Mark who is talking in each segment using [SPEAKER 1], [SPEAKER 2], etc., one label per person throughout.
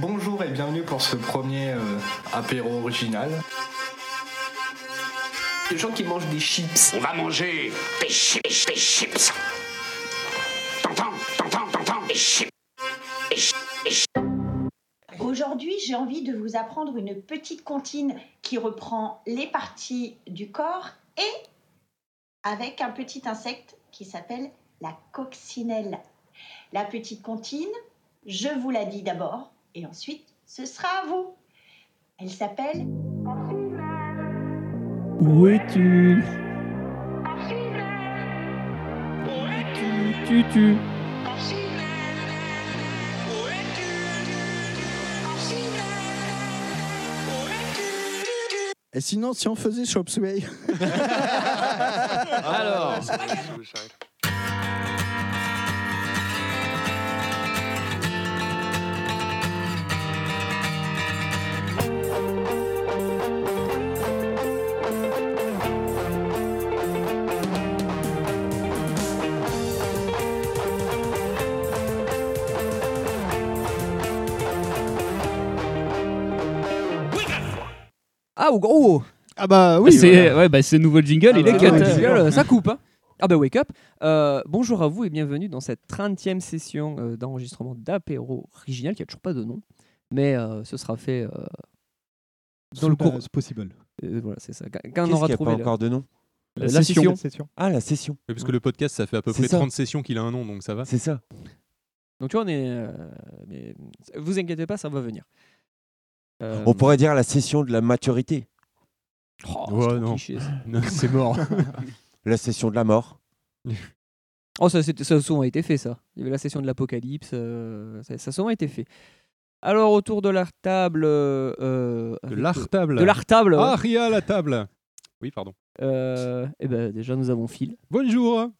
[SPEAKER 1] Bonjour et bienvenue pour ce premier euh, apéro original. Les gens qui mangent des chips.
[SPEAKER 2] On va manger des chips, des chips. T'entends, t'entends, t'entends, des chips. Des chips, des chips.
[SPEAKER 3] Aujourd'hui, j'ai envie de vous apprendre une petite comptine qui reprend les parties du corps et avec un petit insecte qui s'appelle la coccinelle. La petite comptine, je vous la dis d'abord et ensuite ce sera à vous. Elle s'appelle
[SPEAKER 4] Où es-tu Tu, tu, tu.
[SPEAKER 5] Et sinon, si on faisait Chop Suey
[SPEAKER 4] Alors,
[SPEAKER 6] Ah, ou gros
[SPEAKER 5] Ah bah oui.
[SPEAKER 6] c'est
[SPEAKER 5] voilà.
[SPEAKER 6] ouais, bah, c'est nouveau jingle,
[SPEAKER 5] Ah
[SPEAKER 6] il est
[SPEAKER 5] bah,
[SPEAKER 6] cut.
[SPEAKER 5] ouais,
[SPEAKER 6] euh,
[SPEAKER 5] évidemment.
[SPEAKER 6] ça coupe. hein. Ah bah wake up. Euh, bonjour à vous et bienvenue dans cette 30e session euh, d'enregistrement d'apéro original qui a toujours pas de nom, mais euh, ce sera fait euh, dans le cours.
[SPEAKER 7] C'est possible.
[SPEAKER 6] euh, voilà, c'est ça. Quand on
[SPEAKER 8] Qu'est-ce
[SPEAKER 6] aura
[SPEAKER 8] qu'il y a
[SPEAKER 6] trouvé
[SPEAKER 8] pas
[SPEAKER 6] le-
[SPEAKER 8] encore de nom
[SPEAKER 6] la, session.
[SPEAKER 8] Ah, la session,
[SPEAKER 7] parce que le podcast, ça fait à peu
[SPEAKER 8] C'est
[SPEAKER 7] près
[SPEAKER 8] ça.
[SPEAKER 7] 30 sessions qu'il a un nom, donc ça va.
[SPEAKER 8] c'est ça.
[SPEAKER 6] Donc tu vois, on est. euh, mais vous inquiétez pas, ça va venir. Euh,
[SPEAKER 8] On pourrait dire la session de la maturité,
[SPEAKER 6] oh, c'est
[SPEAKER 7] Ouais,
[SPEAKER 6] trop
[SPEAKER 7] non.
[SPEAKER 6] cliché, ça.
[SPEAKER 7] c'est mort.
[SPEAKER 8] la session de la mort.
[SPEAKER 6] Oh, ça, c'était- ça a souvent été fait, ça. Il y avait la session de l'apocalypse, euh, ça, ça a souvent été fait. Alors, autour de la table. euh, euh,
[SPEAKER 7] De
[SPEAKER 6] avec-
[SPEAKER 7] l'artable.
[SPEAKER 6] De l'artable.
[SPEAKER 7] Ah, Ria à la table. Oui, pardon.
[SPEAKER 6] et ben, déjà, nous avons Phil,
[SPEAKER 7] Bonjour.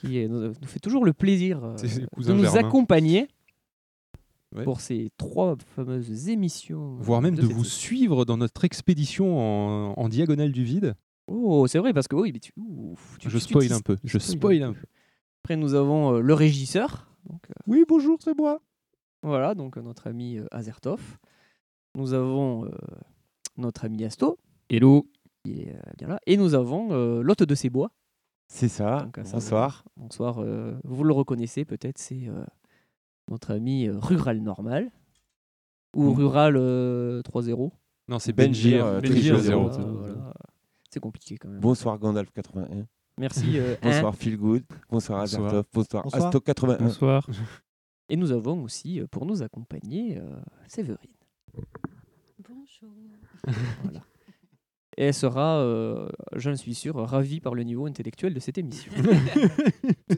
[SPEAKER 6] qui est- nous, nous fait toujours le plaisir euh,
[SPEAKER 7] C'est- c'est le
[SPEAKER 6] de
[SPEAKER 7] cousin
[SPEAKER 6] nous
[SPEAKER 7] germain.
[SPEAKER 6] accompagner
[SPEAKER 7] Ouais.
[SPEAKER 6] pour ces trois fameuses émissions.
[SPEAKER 7] Voire même de
[SPEAKER 6] cette-
[SPEAKER 7] vous suivre dans notre expédition en, en diagonale du vide.
[SPEAKER 6] Oh, c'est vrai, parce que oui, mais tu. ouf, tu-
[SPEAKER 7] Je
[SPEAKER 6] tu- tu
[SPEAKER 7] spoil
[SPEAKER 6] dis-
[SPEAKER 7] un peu. Je
[SPEAKER 6] spoil un
[SPEAKER 7] spoil un peu.
[SPEAKER 6] Après, nous avons euh, le régisseur. Donc, euh,
[SPEAKER 7] Oui, bonjour, c'est moi.
[SPEAKER 6] Voilà, donc euh, notre ami euh, Azertov. Nous avons euh, notre ami Asto. Hello. Il est euh, bien là. Et nous avons euh, l'hôte de ses bois.
[SPEAKER 8] C'est ça.
[SPEAKER 6] Donc, à ça,
[SPEAKER 8] Bonsoir.
[SPEAKER 6] Bonsoir, euh, vous le reconnaissez peut-être, c'est euh, notre ami euh, Rural Normal. Ou
[SPEAKER 8] Mm.
[SPEAKER 6] Rural euh, 3-0.
[SPEAKER 7] Non, c'est
[SPEAKER 5] Ben
[SPEAKER 7] Benjir.
[SPEAKER 8] Benjir, euh,
[SPEAKER 7] Benjir
[SPEAKER 8] Benjir,
[SPEAKER 7] 0.
[SPEAKER 6] Voilà, voilà. C'est compliqué quand même.
[SPEAKER 8] Bonsoir Gandalf 81.
[SPEAKER 6] Merci. euh, hein.
[SPEAKER 8] Bonsoir Feel Good. Bonsoir
[SPEAKER 7] Bonsoir.
[SPEAKER 8] Azertov. Bonsoir,
[SPEAKER 5] Bonsoir.
[SPEAKER 8] Asto 81.
[SPEAKER 4] bonsoir.
[SPEAKER 6] Et nous avons aussi, euh, pour nous accompagner, euh, Séverine.
[SPEAKER 9] Bonjour.
[SPEAKER 6] Et elle sera, euh, j'en suis sûr, ravie par le niveau intellectuel de cette émission.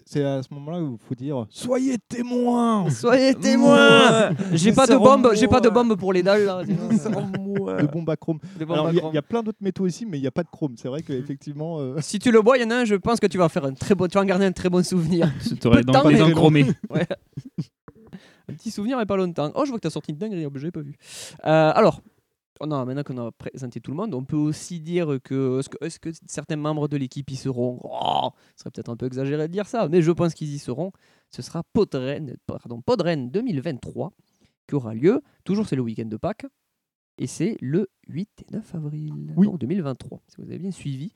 [SPEAKER 7] C'est
[SPEAKER 5] à ce moment-là où il faut dire Soyez témoins
[SPEAKER 6] Soyez
[SPEAKER 5] témoins
[SPEAKER 6] J'ai pas de bombe, j'ai pas de bombe pour les dalles là.
[SPEAKER 7] Ah.
[SPEAKER 5] de bombe à chrome.
[SPEAKER 6] Des bombes
[SPEAKER 5] Alors,
[SPEAKER 6] à
[SPEAKER 5] il y a- il
[SPEAKER 6] chrome.
[SPEAKER 5] y, a plein d'autres métaux ici, mais il n'y a pas de chrome. C'est vrai qu'effectivement. euh,
[SPEAKER 6] Si tu le bois, il y en a un, je pense que tu vas faire un très bon, tu vas en garder un très bon souvenir.
[SPEAKER 4] T'aurais
[SPEAKER 6] Peu de temps,
[SPEAKER 4] dans les
[SPEAKER 6] mais-
[SPEAKER 4] engromés.
[SPEAKER 6] un petit souvenir et pas longtemps. Oh, je vois que t'as sorti une dinguerie, je l'ai pas vu. Euh, alors, on a- maintenant qu'on a présenté tout le monde, on peut aussi dire que est-ce que, est-ce que certains membres de l'équipe y seront Oh, Ce serait peut-être un peu exagéré de dire ça, mais je pense qu'ils y seront. Ce sera Podren, pardon, Podren 2023 qui aura lieu. Toujours, c'est le week-end de Pâques. Et c'est le 8 et 9 avril
[SPEAKER 5] Oui.
[SPEAKER 6] donc 2023, si vous avez bien suivi.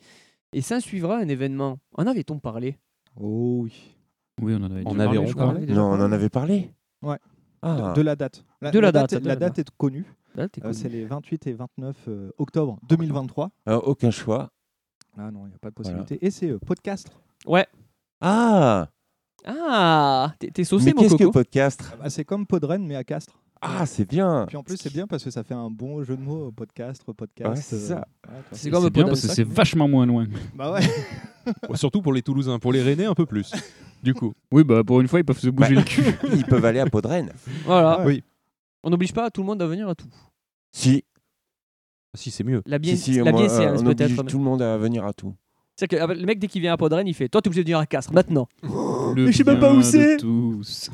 [SPEAKER 6] Et ça suivra un événement. En avait-on parlé
[SPEAKER 5] Oh oui.
[SPEAKER 4] Oui, on en avait
[SPEAKER 7] On
[SPEAKER 4] déjà
[SPEAKER 7] avait
[SPEAKER 4] parlé, je crois.
[SPEAKER 7] reparlé.
[SPEAKER 8] Non, on en avait parlé
[SPEAKER 5] Ouais.
[SPEAKER 8] Ah,
[SPEAKER 5] De, de la date. La,
[SPEAKER 6] De la date,
[SPEAKER 5] La,
[SPEAKER 6] de la
[SPEAKER 5] date est connue.
[SPEAKER 6] Là, t'es
[SPEAKER 5] Euh,
[SPEAKER 6] connu.
[SPEAKER 5] c'est les 28 et 29 euh, octobre 2023.
[SPEAKER 8] euh, aucun choix.
[SPEAKER 5] Ah non, il n'y a pas de
[SPEAKER 8] Voilà.
[SPEAKER 5] possibilité. Et c'est euh, podcast.
[SPEAKER 8] Ah,
[SPEAKER 6] Ah, t'es- t'es saucé
[SPEAKER 8] mais
[SPEAKER 6] mon
[SPEAKER 8] qu'est-ce que
[SPEAKER 6] coco.
[SPEAKER 8] podcast
[SPEAKER 5] Ah bah, c'est comme Podren, mais à Castres.
[SPEAKER 8] Ah, c'est bien.
[SPEAKER 5] Puis en plus, c'est bien parce que ça fait un bon jeu de mots, euh, podcast, podcast.
[SPEAKER 8] Ouais, c'est
[SPEAKER 5] euh,
[SPEAKER 8] ça.
[SPEAKER 5] ouais, toi.
[SPEAKER 6] C'est
[SPEAKER 4] C'est bien parce que c'est vachement moins loin.
[SPEAKER 5] Bah ouais.
[SPEAKER 7] Surtout pour les Toulousains. Pour les Rennais, un peu plus. Du coup.
[SPEAKER 4] Oui, bah pour une fois, ils peuvent se bouger le cul.
[SPEAKER 8] Ils peuvent aller à Podren.
[SPEAKER 5] Ah
[SPEAKER 6] Voilà.
[SPEAKER 7] ouais. Oui.
[SPEAKER 6] On n'oblige pas tout le monde à venir à tout.
[SPEAKER 8] Si,
[SPEAKER 7] Ah, Si, c'est mieux.
[SPEAKER 6] La
[SPEAKER 8] si,
[SPEAKER 6] biais,
[SPEAKER 8] si,
[SPEAKER 6] la
[SPEAKER 8] moi, euh,
[SPEAKER 6] biaiséance
[SPEAKER 8] on oblige
[SPEAKER 6] peut-être. mais-
[SPEAKER 8] tout le monde à venir à tout.
[SPEAKER 6] C'est-à-dire que ah, le mec, dès qu'il vient à Podren, il fait Toi, t'es obligé de venir à Castres maintenant.
[SPEAKER 4] Le
[SPEAKER 6] Mais je sais même
[SPEAKER 4] bien
[SPEAKER 6] pas où
[SPEAKER 4] de
[SPEAKER 6] c'est.
[SPEAKER 4] tous.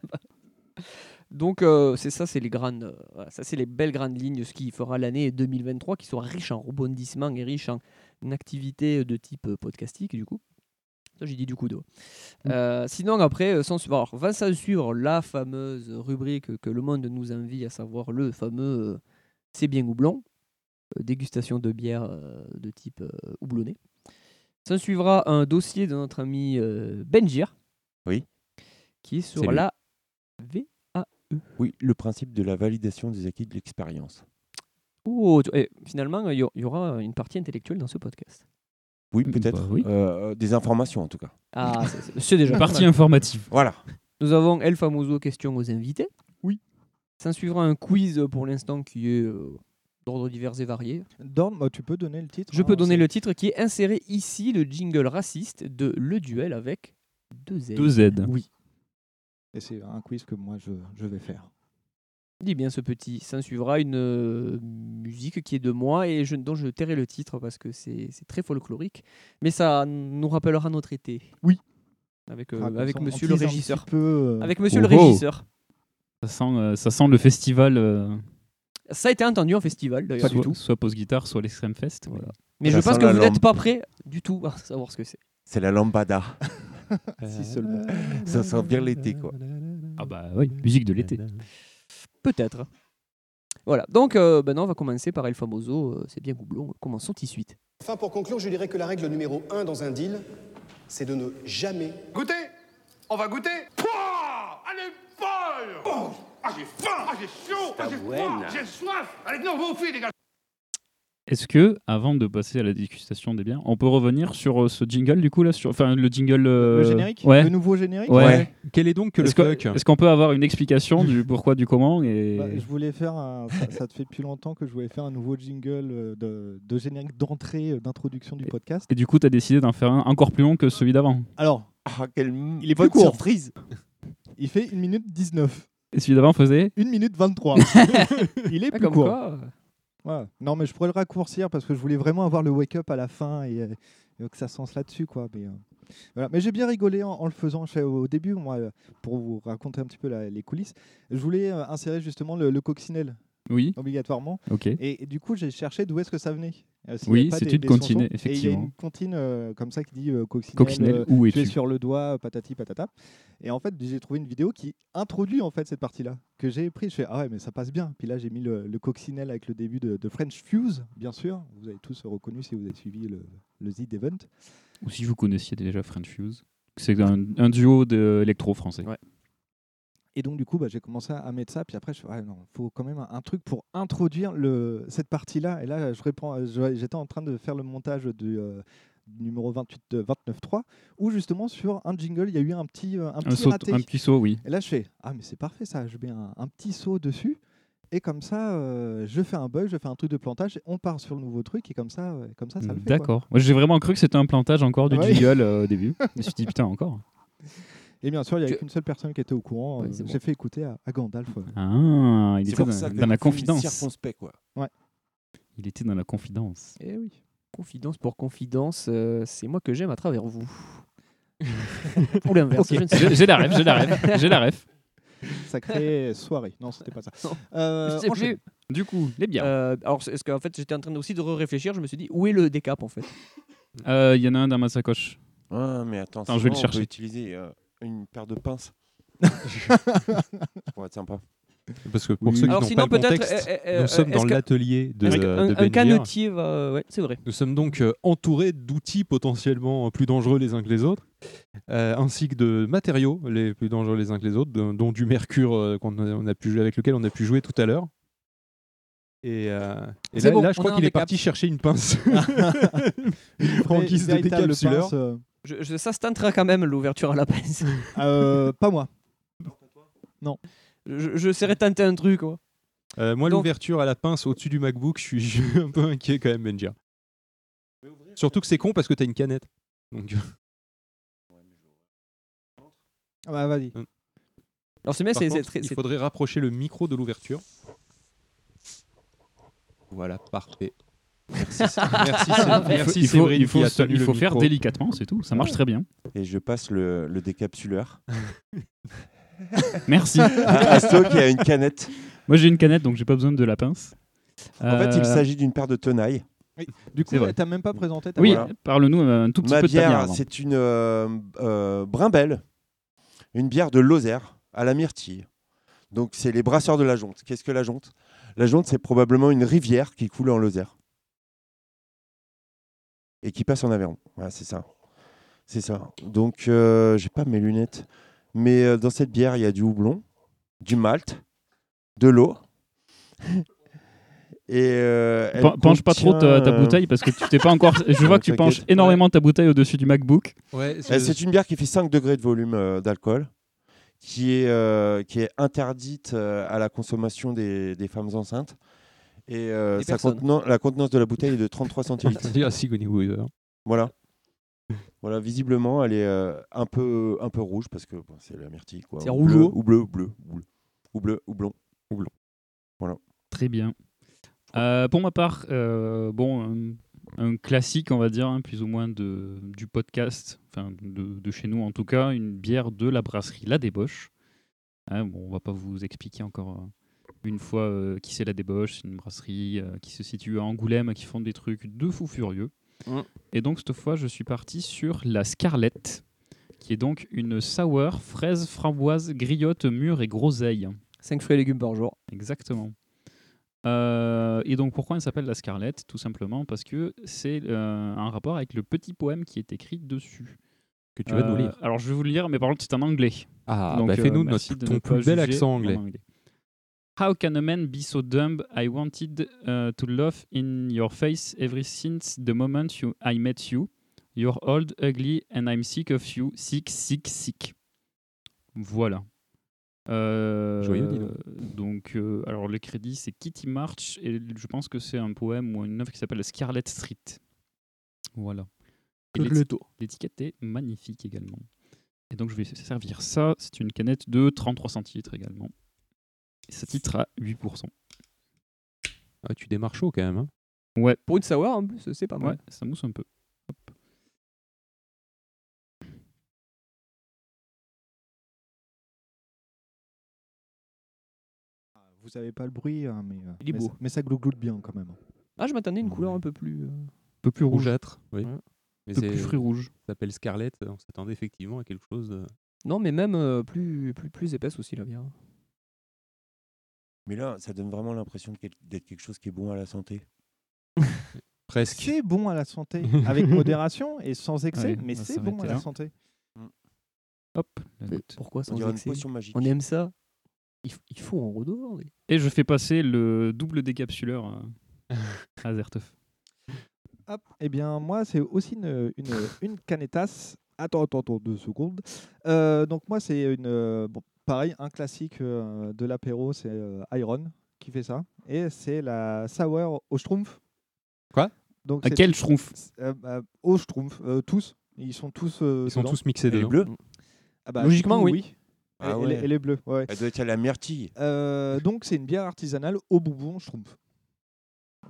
[SPEAKER 6] Donc, euh, c'est ça, c'est les grandes. euh, voilà, ça, c'est les belles grandes lignes, ce qui fera l'année 2023 qui sera riche en rebondissements et riche en activités de type euh, podcastique, du coup. Ça, J'ai dit du coup d'eau. Euh, sinon, après, euh, sans suivre, alors, va sans suivre la fameuse rubrique que le monde nous envie, à savoir le fameux euh, c'est bien houblon, euh, dégustation de bière euh, de type euh, houblonné. Ça suivra un dossier de notre ami euh, Benjir.
[SPEAKER 8] Oui.
[SPEAKER 6] Qui est
[SPEAKER 8] C'est
[SPEAKER 6] sur
[SPEAKER 8] lui.
[SPEAKER 6] la V.
[SPEAKER 8] Oui, le principe de la validation des acquis de l'expérience.
[SPEAKER 6] Oh, tu- eh, finalement, il y aur- il y aura une partie intellectuelle dans ce podcast.
[SPEAKER 8] Oui,
[SPEAKER 4] Bah
[SPEAKER 8] peut-être.
[SPEAKER 4] oui.
[SPEAKER 8] Euh, des informations en tout cas.
[SPEAKER 6] Ah, c'est- c'est- c'est déjà pas
[SPEAKER 4] Partie
[SPEAKER 6] mal.
[SPEAKER 4] informative.
[SPEAKER 8] Voilà.
[SPEAKER 6] Nous avons El Famoso question aux invités.
[SPEAKER 5] Oui.
[SPEAKER 6] S'en suivra un quiz euh, pour l'instant qui est euh, d'ordre divers et varié.
[SPEAKER 5] Dorn, bah, tu peux donner le titre
[SPEAKER 6] Je
[SPEAKER 5] hein,
[SPEAKER 6] peux donner
[SPEAKER 5] c'est-
[SPEAKER 6] le titre qui est inséré ici, le jingle raciste de Le Duel avec deux L.
[SPEAKER 4] 2Z.
[SPEAKER 6] Oui.
[SPEAKER 5] Et c'est un quiz que moi je, je vais faire.
[SPEAKER 6] Dis bien ce petit. S'en suivra une euh, musique qui est de moi et je, dont je tairai le titre parce que c'est c'est très folklorique. Mais ça nous rappellera notre été.
[SPEAKER 5] Oui.
[SPEAKER 6] Avec, euh,
[SPEAKER 5] Ah, comme
[SPEAKER 6] avec
[SPEAKER 5] ça, on
[SPEAKER 6] monsieur le
[SPEAKER 5] tease un
[SPEAKER 6] régisseur.
[SPEAKER 5] petit peu, euh,
[SPEAKER 6] Avec monsieur le
[SPEAKER 4] Oh, oh.
[SPEAKER 6] régisseur.
[SPEAKER 4] Ça sent, euh, ça sent le festival. euh,
[SPEAKER 6] Ça a été entendu en festival d'ailleurs.
[SPEAKER 4] soit, soit Pause Guitare, soit l'Extreme Fest. mais-
[SPEAKER 6] Voilà. Mais
[SPEAKER 8] Ça
[SPEAKER 6] je pense
[SPEAKER 8] sent
[SPEAKER 6] que
[SPEAKER 8] la
[SPEAKER 6] vous
[SPEAKER 8] lampe.
[SPEAKER 6] n'êtes pas prêt du tout à savoir ce que c'est.
[SPEAKER 8] C'est la lambada.
[SPEAKER 5] Si seulement.
[SPEAKER 8] Ça sent bien l'été, quoi.
[SPEAKER 4] Ah bah oui, musique de l'été.
[SPEAKER 6] Peut-être. Voilà, donc euh, maintenant on va commencer par El Famoso, euh, c'est bien Goublon, commençons tout de suite.
[SPEAKER 10] Enfin, pour conclure, je dirais que la règle numéro un dans un deal, c'est de ne jamais
[SPEAKER 2] Goûtez On va goûter Pouah Elle est folle Oh Ah, j'ai faim Ah, j'ai chaud Ah, j'ai froid J'ai soif Allez, non, vous filles, les gars
[SPEAKER 4] Est-ce que, avant de passer à la dégustation des biens, on peut revenir sur euh, ce jingle du coup là, sur, enfin le jingle euh,
[SPEAKER 5] Le générique
[SPEAKER 4] Ouais.
[SPEAKER 5] Le nouveau générique
[SPEAKER 4] Ouais.
[SPEAKER 7] Ouais. Quel est donc que le
[SPEAKER 4] Est-ce que-
[SPEAKER 7] fuck
[SPEAKER 4] est-ce qu'on peut avoir une explication du pourquoi, du comment et
[SPEAKER 5] Bah, je voulais faire un- ça, ça te fait depuis longtemps que je voulais faire un nouveau jingle euh, de, de générique d'entrée, euh, d'introduction du podcast.
[SPEAKER 4] Et du coup, t'as décidé d'en faire un encore plus long que celui d'avant.
[SPEAKER 5] Alors,
[SPEAKER 8] Ah, quelle
[SPEAKER 5] Il est plus
[SPEAKER 8] bonne
[SPEAKER 5] court.
[SPEAKER 8] surprise.
[SPEAKER 5] il fait 1 minute 19,
[SPEAKER 4] Et celui d'avant faisait
[SPEAKER 5] 1 minute 23. il est
[SPEAKER 6] Ah,
[SPEAKER 5] plus
[SPEAKER 6] comme
[SPEAKER 5] court.
[SPEAKER 6] quoi, euh,
[SPEAKER 5] Voilà. Non, mais je pourrais le raccourcir parce que je voulais vraiment avoir le wake-up à la fin et, euh, et que ça sens là-dessus. quoi. Mais, euh, voilà. mais j'ai bien rigolé en, en le faisant Je sais, au début, moi, euh, pour vous raconter un petit peu la- les coulisses. Je voulais euh, insérer justement le, le coccinelle,
[SPEAKER 4] Oui,
[SPEAKER 5] obligatoirement.
[SPEAKER 4] ok.
[SPEAKER 5] Et, et du coup, j'ai cherché d'où est-ce que ça venait. Euh, s'il y
[SPEAKER 4] Oui,
[SPEAKER 5] avait pas
[SPEAKER 4] c'est
[SPEAKER 5] des-
[SPEAKER 4] une
[SPEAKER 5] des
[SPEAKER 4] comptine,
[SPEAKER 5] chansons. Et il y a
[SPEAKER 4] effectivement.
[SPEAKER 5] une comptine euh, comme ça qui dit euh, coccinelle,
[SPEAKER 4] Coccinelle,
[SPEAKER 5] euh,
[SPEAKER 4] où
[SPEAKER 5] tu es
[SPEAKER 4] es-tu
[SPEAKER 5] sur le doigt, euh, patati patata. Et en fait, j'ai trouvé une vidéo qui introduit en fait cette partie-là que j'ai pris. Je fais ah ouais, mais ça passe bien. Puis là, j'ai mis le, le coccinelle avec le début de, de French Fuse, bien sûr. Vous avez tous reconnu si vous avez suivi le, le Z Event.
[SPEAKER 4] Ou si vous connaissiez déjà French Fuse. C'est un, un duo d'électro français.
[SPEAKER 6] Ouais.
[SPEAKER 5] Et donc, du coup, bah, j'ai commencé à mettre ça. Puis après, je fais, ouais, non, faut quand même un, un truc pour introduire le, cette partie-là. Et là, je reprends- je- j'étais en train de faire le montage du, euh, du numéro 28, euh, 29.3, où justement, sur un jingle, il y a eu un petit, euh, un
[SPEAKER 4] Un,
[SPEAKER 5] petit
[SPEAKER 4] saut,
[SPEAKER 5] raté.
[SPEAKER 4] un petit saut, oui.
[SPEAKER 5] Et là, je fais, ah, mais c'est parfait ça. Je mets un, un petit saut dessus. Et comme ça, euh, je fais un bug, je fais un truc de plantage, et on part sur le nouveau truc, et comme ça, euh, comme ça, ça le fait. quoi.
[SPEAKER 4] D'accord. Moi, j'ai vraiment cru que c'était un plantage encore du
[SPEAKER 5] Ah ouais.
[SPEAKER 4] jingle euh, au début. Je me suis dit, putain, encore.
[SPEAKER 5] Et bien sûr, il n'y avait
[SPEAKER 6] Tu-
[SPEAKER 5] qu'une seule personne qui était au courant.
[SPEAKER 6] Ouais,
[SPEAKER 5] euh,
[SPEAKER 6] c'est bon.
[SPEAKER 5] j'ai fait écouter à, à Gandalf. euh,
[SPEAKER 4] Ah, il
[SPEAKER 8] C'est
[SPEAKER 4] était
[SPEAKER 8] pour
[SPEAKER 4] dans,
[SPEAKER 8] ça que
[SPEAKER 4] dans la
[SPEAKER 8] film est
[SPEAKER 4] confidence.
[SPEAKER 8] Circonspect, quoi.
[SPEAKER 4] Il était dans la confidence.
[SPEAKER 6] Eh oui. Confidence pour confidence, euh, c'est moi que j'aime à travers vous. Ou l'inverse, je ne sais
[SPEAKER 4] J'ai j'ai la ref, j'ai la ref, j'ai la ref.
[SPEAKER 5] Sacrée soirée. Non, c'était pas ça.
[SPEAKER 6] Non.
[SPEAKER 5] Euh,
[SPEAKER 6] Je sais
[SPEAKER 5] enchaîne.
[SPEAKER 6] plus.
[SPEAKER 4] Du coup, les bières.
[SPEAKER 6] Euh, alors, c'est- est-ce qu'en fait, j'étais en train de- aussi de réfléchir, je me suis dit, où est le décap en fait
[SPEAKER 4] Euh, Il y en a un dans ma sacoche.
[SPEAKER 8] Ah, mais attends,
[SPEAKER 4] Attends, je vais le
[SPEAKER 8] sinon,
[SPEAKER 4] chercher.
[SPEAKER 8] On peut utiliser euh, une paire de pinces. pour être sympa.
[SPEAKER 7] Parce que pour ceux qui
[SPEAKER 6] Alors,
[SPEAKER 7] n'ont pas
[SPEAKER 6] sinon,
[SPEAKER 7] le
[SPEAKER 6] peut-être.
[SPEAKER 7] contexte,
[SPEAKER 6] eh, eh,
[SPEAKER 7] nous
[SPEAKER 6] euh,
[SPEAKER 7] sommes dans
[SPEAKER 6] est-ce que-
[SPEAKER 7] l'atelier de,
[SPEAKER 6] est-ce que
[SPEAKER 7] de
[SPEAKER 6] un- Un
[SPEAKER 7] Ben Mir.
[SPEAKER 6] canotier va. euh, Ouais, c'est vrai.
[SPEAKER 7] Nous sommes donc euh, entourés d'outils potentiellement plus dangereux les uns que les autres, euh, ainsi que de matériaux les plus dangereux les uns que les autres, dont dont du mercure euh, qu'on a, on a pu jouer- avec lequel on a pu jouer tout à l'heure. Et, euh, et
[SPEAKER 6] C'est
[SPEAKER 7] là,
[SPEAKER 6] bon,
[SPEAKER 7] là, je
[SPEAKER 6] on a
[SPEAKER 7] crois
[SPEAKER 6] un
[SPEAKER 7] qu'il est
[SPEAKER 6] décap.
[SPEAKER 7] parti chercher une pince. en
[SPEAKER 5] Vé-
[SPEAKER 7] guise de
[SPEAKER 5] véritable
[SPEAKER 7] décapsuleur.
[SPEAKER 5] pince, euh,
[SPEAKER 6] Je, je- ça se tentera quand même l'ouverture à la pince.
[SPEAKER 5] euh, pas moi.
[SPEAKER 6] je, je serais tenté un truc. Quoi.
[SPEAKER 7] Euh, moi,
[SPEAKER 6] Donc-
[SPEAKER 7] l'ouverture à la pince au-dessus du MacBook, je suis, je suis un peu inquiet quand même, Benja. Surtout que c'est con parce que t'as une canette. Donc,
[SPEAKER 5] Ah bah, vas-y.
[SPEAKER 6] Alors, c'est bien,
[SPEAKER 7] par
[SPEAKER 6] c'est- c'est
[SPEAKER 7] contre,
[SPEAKER 6] très-
[SPEAKER 7] il
[SPEAKER 6] c'est-
[SPEAKER 7] faudrait rapprocher le micro de l'ouverture. Voilà, parfait. Merci, Sé- merci, Sé-
[SPEAKER 4] Il faut-
[SPEAKER 7] Ah, merci
[SPEAKER 4] il faut,
[SPEAKER 7] Séverine
[SPEAKER 4] il faut
[SPEAKER 7] qui a
[SPEAKER 4] se-
[SPEAKER 7] tenu
[SPEAKER 4] il
[SPEAKER 7] le
[SPEAKER 4] faut faire
[SPEAKER 7] micro.
[SPEAKER 4] délicatement, c'est tout. Ça marche très bien.
[SPEAKER 8] Et je passe le, le décapsuleur
[SPEAKER 4] Merci.
[SPEAKER 8] à, à ceux qui a une canette.
[SPEAKER 4] Moi, j'ai une canette, donc j'ai pas besoin de la pince.
[SPEAKER 8] En fait, il
[SPEAKER 4] Euh,
[SPEAKER 8] s'agit d'une paire de tenailles.
[SPEAKER 5] Du coup,
[SPEAKER 4] C'est vrai.
[SPEAKER 5] t'as même pas présenté ta
[SPEAKER 4] Oui,
[SPEAKER 5] bière.
[SPEAKER 4] parle-nous un tout petit
[SPEAKER 8] Ma
[SPEAKER 4] peu de ta bière.
[SPEAKER 8] bière,
[SPEAKER 4] avant.
[SPEAKER 8] c'est une euh, euh, Brimbelle, une bière de Lozère à la myrtille. Donc, c'est les brasseurs de la Jonte. Qu'est-ce que la Jonte La Jonte, c'est probablement une rivière qui coule en Lozère et qui passe en Aveyron. Voilà, c'est ça. C'est ça. Donc, euh, j'ai pas mes lunettes. Mais euh, dans cette bière, il y a du houblon, du malt, de l'eau. Et euh, elle
[SPEAKER 4] Pen- Penche pas trop ta, ta
[SPEAKER 8] contient, euh,
[SPEAKER 4] bouteille parce que tu t'es pas encore. Je vois
[SPEAKER 8] Non,
[SPEAKER 4] que tu
[SPEAKER 8] t'inquiète.
[SPEAKER 4] penches énormément ta bouteille au-dessus du MacBook.
[SPEAKER 7] Ouais,
[SPEAKER 6] Mmh.
[SPEAKER 8] Euh, C'est une bière qui fait 5 degrés de volume euh, d'alcool, qui, est, euh, qui est interdite euh, à la consommation des, des femmes enceintes. Et euh,
[SPEAKER 6] Des
[SPEAKER 8] sa
[SPEAKER 6] personnes.
[SPEAKER 8] contenance- la contenance de la bouteille est de 33 centilitres.
[SPEAKER 7] C'est à Sigourney Weaver.
[SPEAKER 8] voilà. Voilà, visiblement, elle est euh, un, peu, un peu rouge parce que bon, c'est la myrtille. quoi.
[SPEAKER 6] C'est
[SPEAKER 8] Ou bleu,
[SPEAKER 6] rougeau.
[SPEAKER 8] Ou bleu, ou bleu, ou bleu, ou bleu, ou blond.
[SPEAKER 4] Très bien. Euh, pour ma part, euh, bon, un, un classique, on va dire, hein, plus ou moins de, du podcast, enfin de, de chez nous en tout cas, une bière de la brasserie La Débauche. Hein, bon, on va pas vous expliquer encore euh, une fois euh, qui c'est La Débauche, c'est une brasserie euh, qui se situe à Angoulême, qui font des trucs de fous furieux.
[SPEAKER 6] Mm.
[SPEAKER 4] Et donc cette fois, je suis parti sur la Scarlett, qui est donc une sour fraise, framboise, griotte, mûre et groseille.
[SPEAKER 6] 5 fruits et légumes par jour.
[SPEAKER 4] Exactement. Euh, et donc pourquoi elle s'appelle la Scarlett Tout simplement parce que c'est euh, un rapport avec le petit poème qui est écrit dessus.
[SPEAKER 7] Que tu vas nous
[SPEAKER 4] Euh,
[SPEAKER 7] lire.
[SPEAKER 4] Alors je vais vous le lire, mais par contre c'est en anglais.
[SPEAKER 7] Ah,
[SPEAKER 4] Donc,
[SPEAKER 7] bah, fais-nous
[SPEAKER 4] euh,
[SPEAKER 7] notre-
[SPEAKER 4] merci de ne pas
[SPEAKER 7] ton plus bel
[SPEAKER 4] juger
[SPEAKER 7] accent
[SPEAKER 4] en
[SPEAKER 7] anglais.
[SPEAKER 4] How can a man be so dumb? I wanted uh, to laugh in your face ever since the moment you, I met you. You're old, ugly, and I'm sick of you. Sick, sick, sick. Voilà. Euh,
[SPEAKER 7] Joyeux, dis donc.
[SPEAKER 4] donc, euh, alors le crédit c'est Kitty March et je pense que c'est un poème ou une œuvre qui s'appelle Scarlet Street. Voilà. Et
[SPEAKER 6] Claude
[SPEAKER 4] les-
[SPEAKER 6] Le tour.
[SPEAKER 4] L'étiquette est magnifique également. Et donc je vais servir ça. C'est une canette de 33 centilitres également. Et ça titre à 8%.
[SPEAKER 7] Ah, tu démarres chaud quand même. hein.
[SPEAKER 6] Pour une sour, en plus, c'est pas
[SPEAKER 4] Ouais,
[SPEAKER 6] mal.
[SPEAKER 4] ça mousse un peu. Hop.
[SPEAKER 5] Vous avez pas le bruit, hein, mais, euh,
[SPEAKER 6] Il est
[SPEAKER 5] mais
[SPEAKER 6] beau.
[SPEAKER 5] ça- mais ça glougloute bien quand même.
[SPEAKER 6] Ah, je m'attendais à une couleur un peu plus. euh,
[SPEAKER 4] Un peu plus rouge.
[SPEAKER 7] Rougeâtre. Oui.
[SPEAKER 6] Ouais.
[SPEAKER 7] Mais
[SPEAKER 4] Un peu
[SPEAKER 7] c'est-
[SPEAKER 4] plus fruit rouge.
[SPEAKER 7] ça s'appelle Scarlett. On s'attendait effectivement à quelque chose de.
[SPEAKER 6] Non, mais même euh, plus, plus, plus épaisse aussi, la bière.
[SPEAKER 8] Mais là, ça donne vraiment l'impression de quel- d'être quelque chose qui est bon à la santé.
[SPEAKER 7] Presque.
[SPEAKER 5] C'est bon à la santé, avec modération et sans excès,
[SPEAKER 4] Ouais,
[SPEAKER 5] mais
[SPEAKER 4] on va
[SPEAKER 5] c'est bon à
[SPEAKER 4] s'arrêter
[SPEAKER 5] la
[SPEAKER 4] là.
[SPEAKER 5] santé.
[SPEAKER 4] Hop, la goutte.
[SPEAKER 6] Pourquoi
[SPEAKER 8] On
[SPEAKER 6] sans
[SPEAKER 8] dirait une
[SPEAKER 6] excès
[SPEAKER 8] potion magique.
[SPEAKER 6] On aime ça. Il, f- il faut en redonner.
[SPEAKER 4] Et je fais passer le double décapsuleur à, à Zerteuf.
[SPEAKER 5] Hop. Eh bien, moi, c'est aussi une, une, une canetas. Attends, attends, attends, deux secondes. Euh, donc, moi, c'est une. euh, bon, pareil, un classique euh, de l'apéro, c'est euh, Iron qui fait ça. Et c'est la sour au Schtroumpf.
[SPEAKER 7] Quoi
[SPEAKER 5] donc,
[SPEAKER 4] À
[SPEAKER 5] c'est-
[SPEAKER 4] quel schtroumpf
[SPEAKER 5] euh, bah, Au Schtroumpf, euh, tous. Ils sont tous. euh,
[SPEAKER 7] Ils sont
[SPEAKER 5] dedans.
[SPEAKER 7] tous mixés dedans.
[SPEAKER 8] bleu
[SPEAKER 5] Ah bah,
[SPEAKER 6] Logiquement,
[SPEAKER 5] du coup,
[SPEAKER 6] oui.
[SPEAKER 5] Et-
[SPEAKER 8] Ah
[SPEAKER 5] et, les-
[SPEAKER 8] ouais.
[SPEAKER 5] et les bleus, ouais.
[SPEAKER 8] Elle doit être à la myrtille.
[SPEAKER 5] Euh, donc c'est une bière artisanale au bourbon schtroumpf.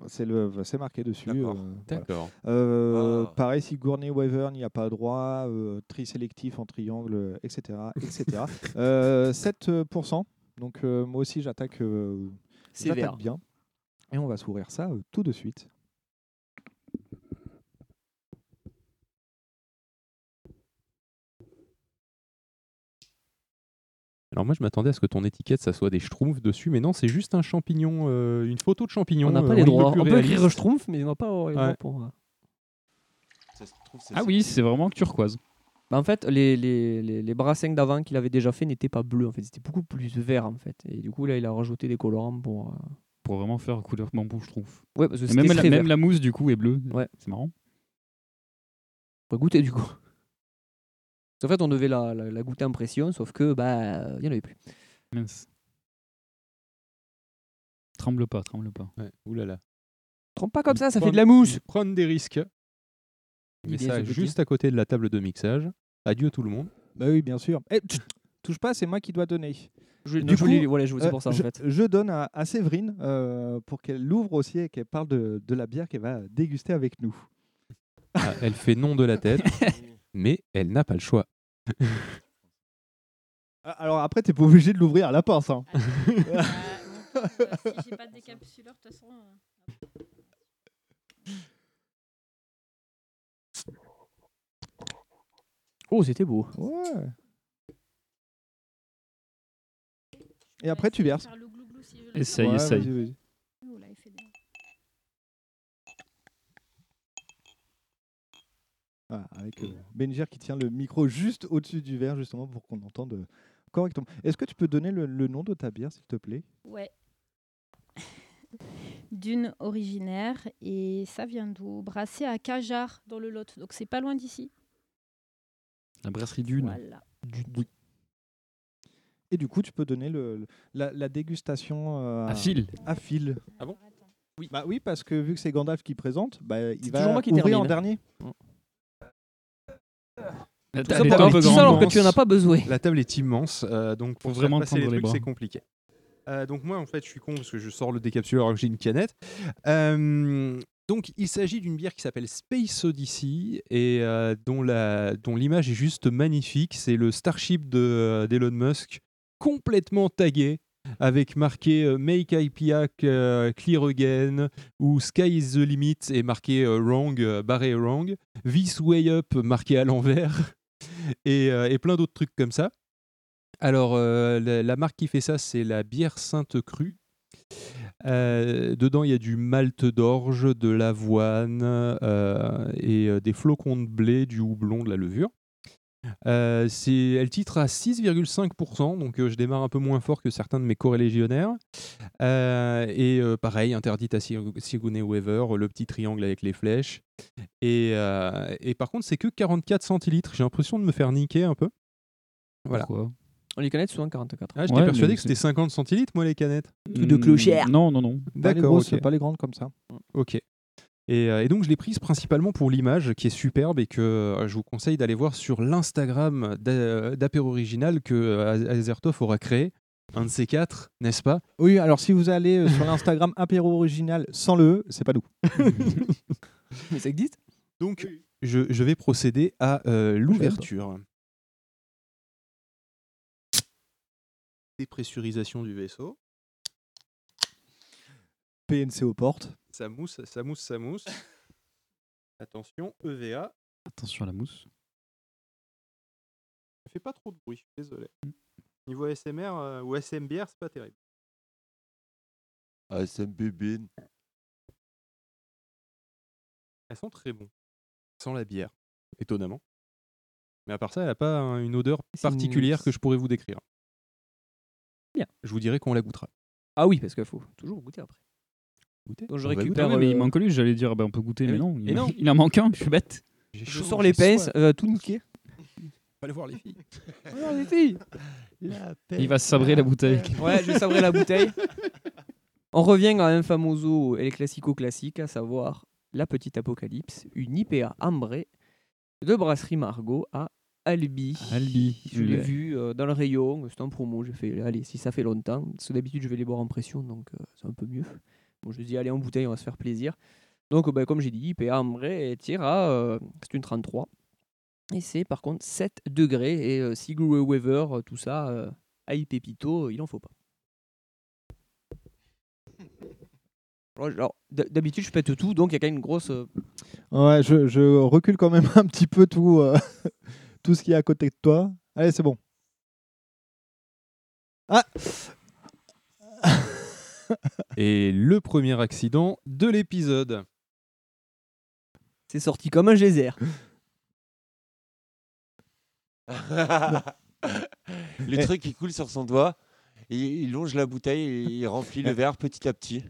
[SPEAKER 5] C'est le, c'est marqué dessus.
[SPEAKER 8] D'accord.
[SPEAKER 5] euh, voilà.
[SPEAKER 7] D'accord.
[SPEAKER 5] Euh,
[SPEAKER 8] Ah.
[SPEAKER 5] Pareil, si Gourney Weaver n'y a pas droit, euh, tri sélectif en triangle, euh, etc., etc. Euh, 7%. Donc euh, moi aussi j'attaque, euh,
[SPEAKER 6] C'est
[SPEAKER 5] j'attaque
[SPEAKER 6] vert.
[SPEAKER 5] bien. Et on va s'ouvrir ça euh, tout de suite.
[SPEAKER 7] Alors moi je m'attendais à ce que ton étiquette ça soit des schtroumpfs dessus, mais non c'est juste un champignon, euh, une photo de champignon.
[SPEAKER 6] On n'a pas
[SPEAKER 7] euh, un
[SPEAKER 6] les
[SPEAKER 7] petit peu
[SPEAKER 6] droits.
[SPEAKER 7] plus
[SPEAKER 6] On peut écrire
[SPEAKER 7] réaliste.
[SPEAKER 6] Schtroumpf, mais on n'a pas les droits
[SPEAKER 7] Ouais.
[SPEAKER 6] pour. euh.
[SPEAKER 8] Ça se trouve, c'est
[SPEAKER 4] Ah oui, c'est vraiment turquoise.
[SPEAKER 6] Bah, en fait, les, les, les, les brassins d'avant qu'il avait déjà fait n'étaient pas bleus. En fait, c'était beaucoup plus vert. En fait. Et du coup, là, il a rajouté des colorants pour. euh,
[SPEAKER 4] Pour vraiment faire couleur bambou, je trouve.
[SPEAKER 6] Ouais, parce que
[SPEAKER 4] Et
[SPEAKER 6] c'était
[SPEAKER 4] Même, la,
[SPEAKER 6] très
[SPEAKER 4] même
[SPEAKER 6] vert.
[SPEAKER 4] la mousse, du coup, est bleue.
[SPEAKER 6] Ouais.
[SPEAKER 4] C'est marrant.
[SPEAKER 6] Faut goûter du coup. En fait, on devait la, la, la goûter en pression, sauf que bah il n'y en avait plus.
[SPEAKER 4] Mince. Tremble pas, tremble pas.
[SPEAKER 7] Ouais. Ouh là là.
[SPEAKER 6] Trompe pas comme ça, ça
[SPEAKER 7] Ils
[SPEAKER 6] fait de la
[SPEAKER 7] prennent-
[SPEAKER 6] mousse.
[SPEAKER 7] ils prennent des risques.
[SPEAKER 6] Il
[SPEAKER 7] Mais
[SPEAKER 6] est
[SPEAKER 7] ça
[SPEAKER 6] zocoté.
[SPEAKER 7] juste à côté de la table de mixage. Adieu tout le monde.
[SPEAKER 5] Bah oui, bien sûr. Eh, tchut, touche pas, c'est moi qui dois donner.
[SPEAKER 6] Je,
[SPEAKER 5] Du
[SPEAKER 6] non, je voulais-
[SPEAKER 5] coup,
[SPEAKER 6] voilà, je c'est
[SPEAKER 5] Euh,
[SPEAKER 6] pour ça en
[SPEAKER 5] je,
[SPEAKER 6] fait.
[SPEAKER 5] je donne à, à Séverine euh, pour qu'elle l'ouvre aussi et qu'elle parle de, de la bière qu'elle va déguster avec nous.
[SPEAKER 7] Ah, elle fait non de la tête, mais elle n'a pas le choix.
[SPEAKER 5] Ah, Alors après, t'es pas obligé de l'ouvrir à la pince. hein.
[SPEAKER 9] si j'ai pas de décapsuleur, de toute façon. euh,
[SPEAKER 6] Oh, c'était beau.
[SPEAKER 5] Ouais. Et après, tu verses.
[SPEAKER 4] Essaye,
[SPEAKER 5] Ouais,
[SPEAKER 4] essaye.
[SPEAKER 5] vas-y, vas-y. Voilà, avec euh, Benjir qui tient le micro juste au-dessus du verre, justement, pour qu'on entende euh, correctement. Est-ce que tu peux donner le, le nom de ta bière, s'il te plaît
[SPEAKER 9] Ouais. D'une originaire et ça vient d'où Brassée à Cajar dans le Lot, donc c'est pas loin d'ici.
[SPEAKER 4] La brasserie d'une.
[SPEAKER 9] Voilà.
[SPEAKER 5] Et du coup, tu peux donner le, le- la, la dégustation euh,
[SPEAKER 1] Ah,
[SPEAKER 4] À fil.
[SPEAKER 5] À fil.
[SPEAKER 7] Ah bon
[SPEAKER 5] oui. Bah oui, parce que vu que c'est Gandalf qui présente, bah, il
[SPEAKER 6] C'est
[SPEAKER 5] va
[SPEAKER 6] toujours moi qui
[SPEAKER 5] ouvrir en
[SPEAKER 6] termine.
[SPEAKER 5] dernier.
[SPEAKER 6] Tout ça pour avoir dit ça alors
[SPEAKER 4] hein.
[SPEAKER 6] que tu n'en as pas besoin.
[SPEAKER 7] La table est immense, euh, donc pour
[SPEAKER 4] Faut
[SPEAKER 7] vraiment
[SPEAKER 4] vraiment
[SPEAKER 7] passer les
[SPEAKER 4] tendre les
[SPEAKER 7] trucs,
[SPEAKER 4] bras.
[SPEAKER 7] c'est compliqué. Euh, donc moi, en fait, je suis con parce que je sors le décapsuleur alors que j'ai une canette. Euh, donc, il s'agit d'une bière qui s'appelle Space Odyssey et euh, dont la dont l'image est juste magnifique. C'est le Starship de euh, d'Elon Musk complètement tagué avec marqué euh, Make IPA euh, clear again ou Sky is the limit et marqué euh, wrong euh, barré wrong, This way up marqué à l'envers et, euh, et plein d'autres trucs comme ça. Alors, euh, la, la marque qui fait ça, c'est la bière Sainte Crue. Euh, dedans, il y a du malt d'orge, de l'avoine euh, et euh, des flocons de blé, du houblon, de la levure. Euh, c'est- elle titre à 6,5%, donc euh, je démarre un peu moins fort que certains de mes corrélégionnaires. Euh, et euh, pareil, interdite à Sig- Sigourney Weaver, le petit triangle avec les flèches. Et, euh, et par contre, c'est que 44 centilitres. J'ai l'impression de me faire niquer un peu. Voilà.
[SPEAKER 4] Pourquoi
[SPEAKER 6] On les connaît souvent 44.
[SPEAKER 7] Ah, j'étais
[SPEAKER 4] Ouais,
[SPEAKER 7] persuadé
[SPEAKER 4] mais
[SPEAKER 7] que c'était 50 centilitres, moi, les canettes.
[SPEAKER 6] Truc de
[SPEAKER 4] Hmm,
[SPEAKER 6] clochard.
[SPEAKER 4] Non, non, non.
[SPEAKER 5] Pas les
[SPEAKER 7] D'accord,
[SPEAKER 5] grosses,
[SPEAKER 7] ok.
[SPEAKER 5] pas les grandes comme ça.
[SPEAKER 7] Ok. Et, euh, et donc, je l'ai prise principalement pour l'image qui est superbe et que euh, je vous conseille d'aller voir sur l'Instagram d'A- d'Apéro Original que euh, Az- Azertov aura créé. Un de ces quatre, n'est-ce pas
[SPEAKER 5] Oui, alors si vous allez euh, sur l'Instagram apéro original sans le E, c'est pas nous.
[SPEAKER 6] Mais ça existe
[SPEAKER 7] Donc, je, je vais procéder à euh, l'ouverture. Dépressurisation du vaisseau.
[SPEAKER 5] PNC aux portes.
[SPEAKER 7] Ça mousse, ça mousse, ça mousse. Attention, E EVA.
[SPEAKER 4] Attention à la mousse.
[SPEAKER 7] Ça fait pas trop de bruit, je suis désolé.
[SPEAKER 6] Mmh.
[SPEAKER 7] Niveau ASMR euh, ou ASMBR, c'est pas terrible.
[SPEAKER 8] Ah, c'est un bébé.
[SPEAKER 7] Elles sont très bons. Sans la bière, étonnamment. Mais à part ça, elle n'a pas hein, une odeur
[SPEAKER 6] C'est une-
[SPEAKER 7] particulière que je pourrais vous décrire.
[SPEAKER 6] Bien.
[SPEAKER 7] Je vous dirai qu'on la goûtera.
[SPEAKER 6] Ah oui, parce qu'il faut toujours goûter après.
[SPEAKER 7] Goûtez.
[SPEAKER 6] Donc je
[SPEAKER 7] On va
[SPEAKER 6] récupère.
[SPEAKER 4] Ah ouais, mais il
[SPEAKER 6] le-
[SPEAKER 4] manque lui, j'allais dire, bah, on peut goûter, mais
[SPEAKER 6] Eh oui.
[SPEAKER 4] non.
[SPEAKER 6] Et
[SPEAKER 4] Il,
[SPEAKER 6] non.
[SPEAKER 4] il en manque un, je suis bête.
[SPEAKER 7] J'ai
[SPEAKER 6] Je
[SPEAKER 7] chaud,
[SPEAKER 6] sors
[SPEAKER 7] j'ai
[SPEAKER 6] les pinces,
[SPEAKER 7] soif.
[SPEAKER 6] euh, tout niqué.
[SPEAKER 7] Va aller voir les filles.
[SPEAKER 6] Regarde les filles.
[SPEAKER 4] Il va sabrer la bouteille.
[SPEAKER 6] Ouais, je vais sabrer la bouteille. On revient à un famoso et les classico classiques, à savoir la petite apocalypse, une IPA ambrée de brasserie Margot à Albi.
[SPEAKER 4] Albi.
[SPEAKER 6] Je l'ai
[SPEAKER 4] Ouais.
[SPEAKER 6] vu euh, dans le rayon, c'est en promo, j'ai fait allez, si ça fait longtemps, parce que d'habitude je vais les boire en pression donc euh, c'est un peu mieux. Bon, je me dis allez en bouteille, on va se faire plaisir. Donc euh, bah, comme j'ai dit, IPA ambrée tire à euh, c'est une 33 et c'est par contre 7 degrés et euh, Sigourney Weaver euh, tout ça euh, aïe pépito, euh, il en faut pas. Alors, Oh, genre, d- d'habitude je pète tout donc il y a quand même une grosse euh,
[SPEAKER 5] Ouais, je, je recule quand même un petit peu tout, euh, tout ce qui est à côté de toi. Allez, c'est bon. Ah
[SPEAKER 7] Et le premier accident de l'épisode.
[SPEAKER 6] c'est sorti comme un geyser.
[SPEAKER 8] le
[SPEAKER 5] Eh.
[SPEAKER 8] truc qui coule sur son doigt, il, il longe la bouteille et il remplit le verre petit à petit.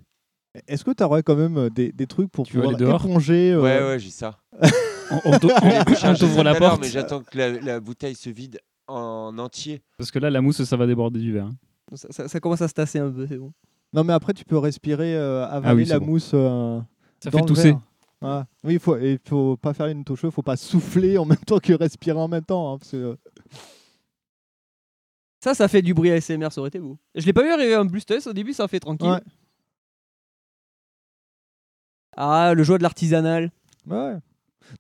[SPEAKER 5] Est-ce que tu aurais quand même euh, des, des trucs pour
[SPEAKER 4] Tu veux
[SPEAKER 5] pouvoir
[SPEAKER 4] aller dehors
[SPEAKER 5] éponger euh,
[SPEAKER 8] Ouais, ouais, j'ai ça.
[SPEAKER 4] On, on t'o- on- on
[SPEAKER 8] J'ai ça
[SPEAKER 4] t'ouvre
[SPEAKER 8] tout
[SPEAKER 4] la
[SPEAKER 8] à l'heure,
[SPEAKER 4] porte.
[SPEAKER 8] Mais j'attends que la, la bouteille se vide en entier.
[SPEAKER 4] Parce que là, la mousse, ça va déborder du verre. hein.
[SPEAKER 6] Ça, ça- ça commence à se tasser un peu, c'est bon.
[SPEAKER 5] Non, mais après, tu peux respirer, euh, avaler
[SPEAKER 4] Ah oui, c'est
[SPEAKER 5] la
[SPEAKER 4] bon.
[SPEAKER 5] mousse. euh,
[SPEAKER 4] Ça
[SPEAKER 5] dans
[SPEAKER 4] fait
[SPEAKER 5] le
[SPEAKER 4] tousser.
[SPEAKER 5] verre. Ouais. Oui, il faut, il faut pas faire une touche, il faut pas souffler en même temps que respirer en même temps. hein, parce que, euh,
[SPEAKER 6] Ça, ça fait du bruit ASMR, ça aurait été beau. Je l'ai pas vu arriver en blustess au début, ça fait tranquille.
[SPEAKER 5] ouais.
[SPEAKER 6] Ah, le joie de l'artisanal.
[SPEAKER 5] Ouais.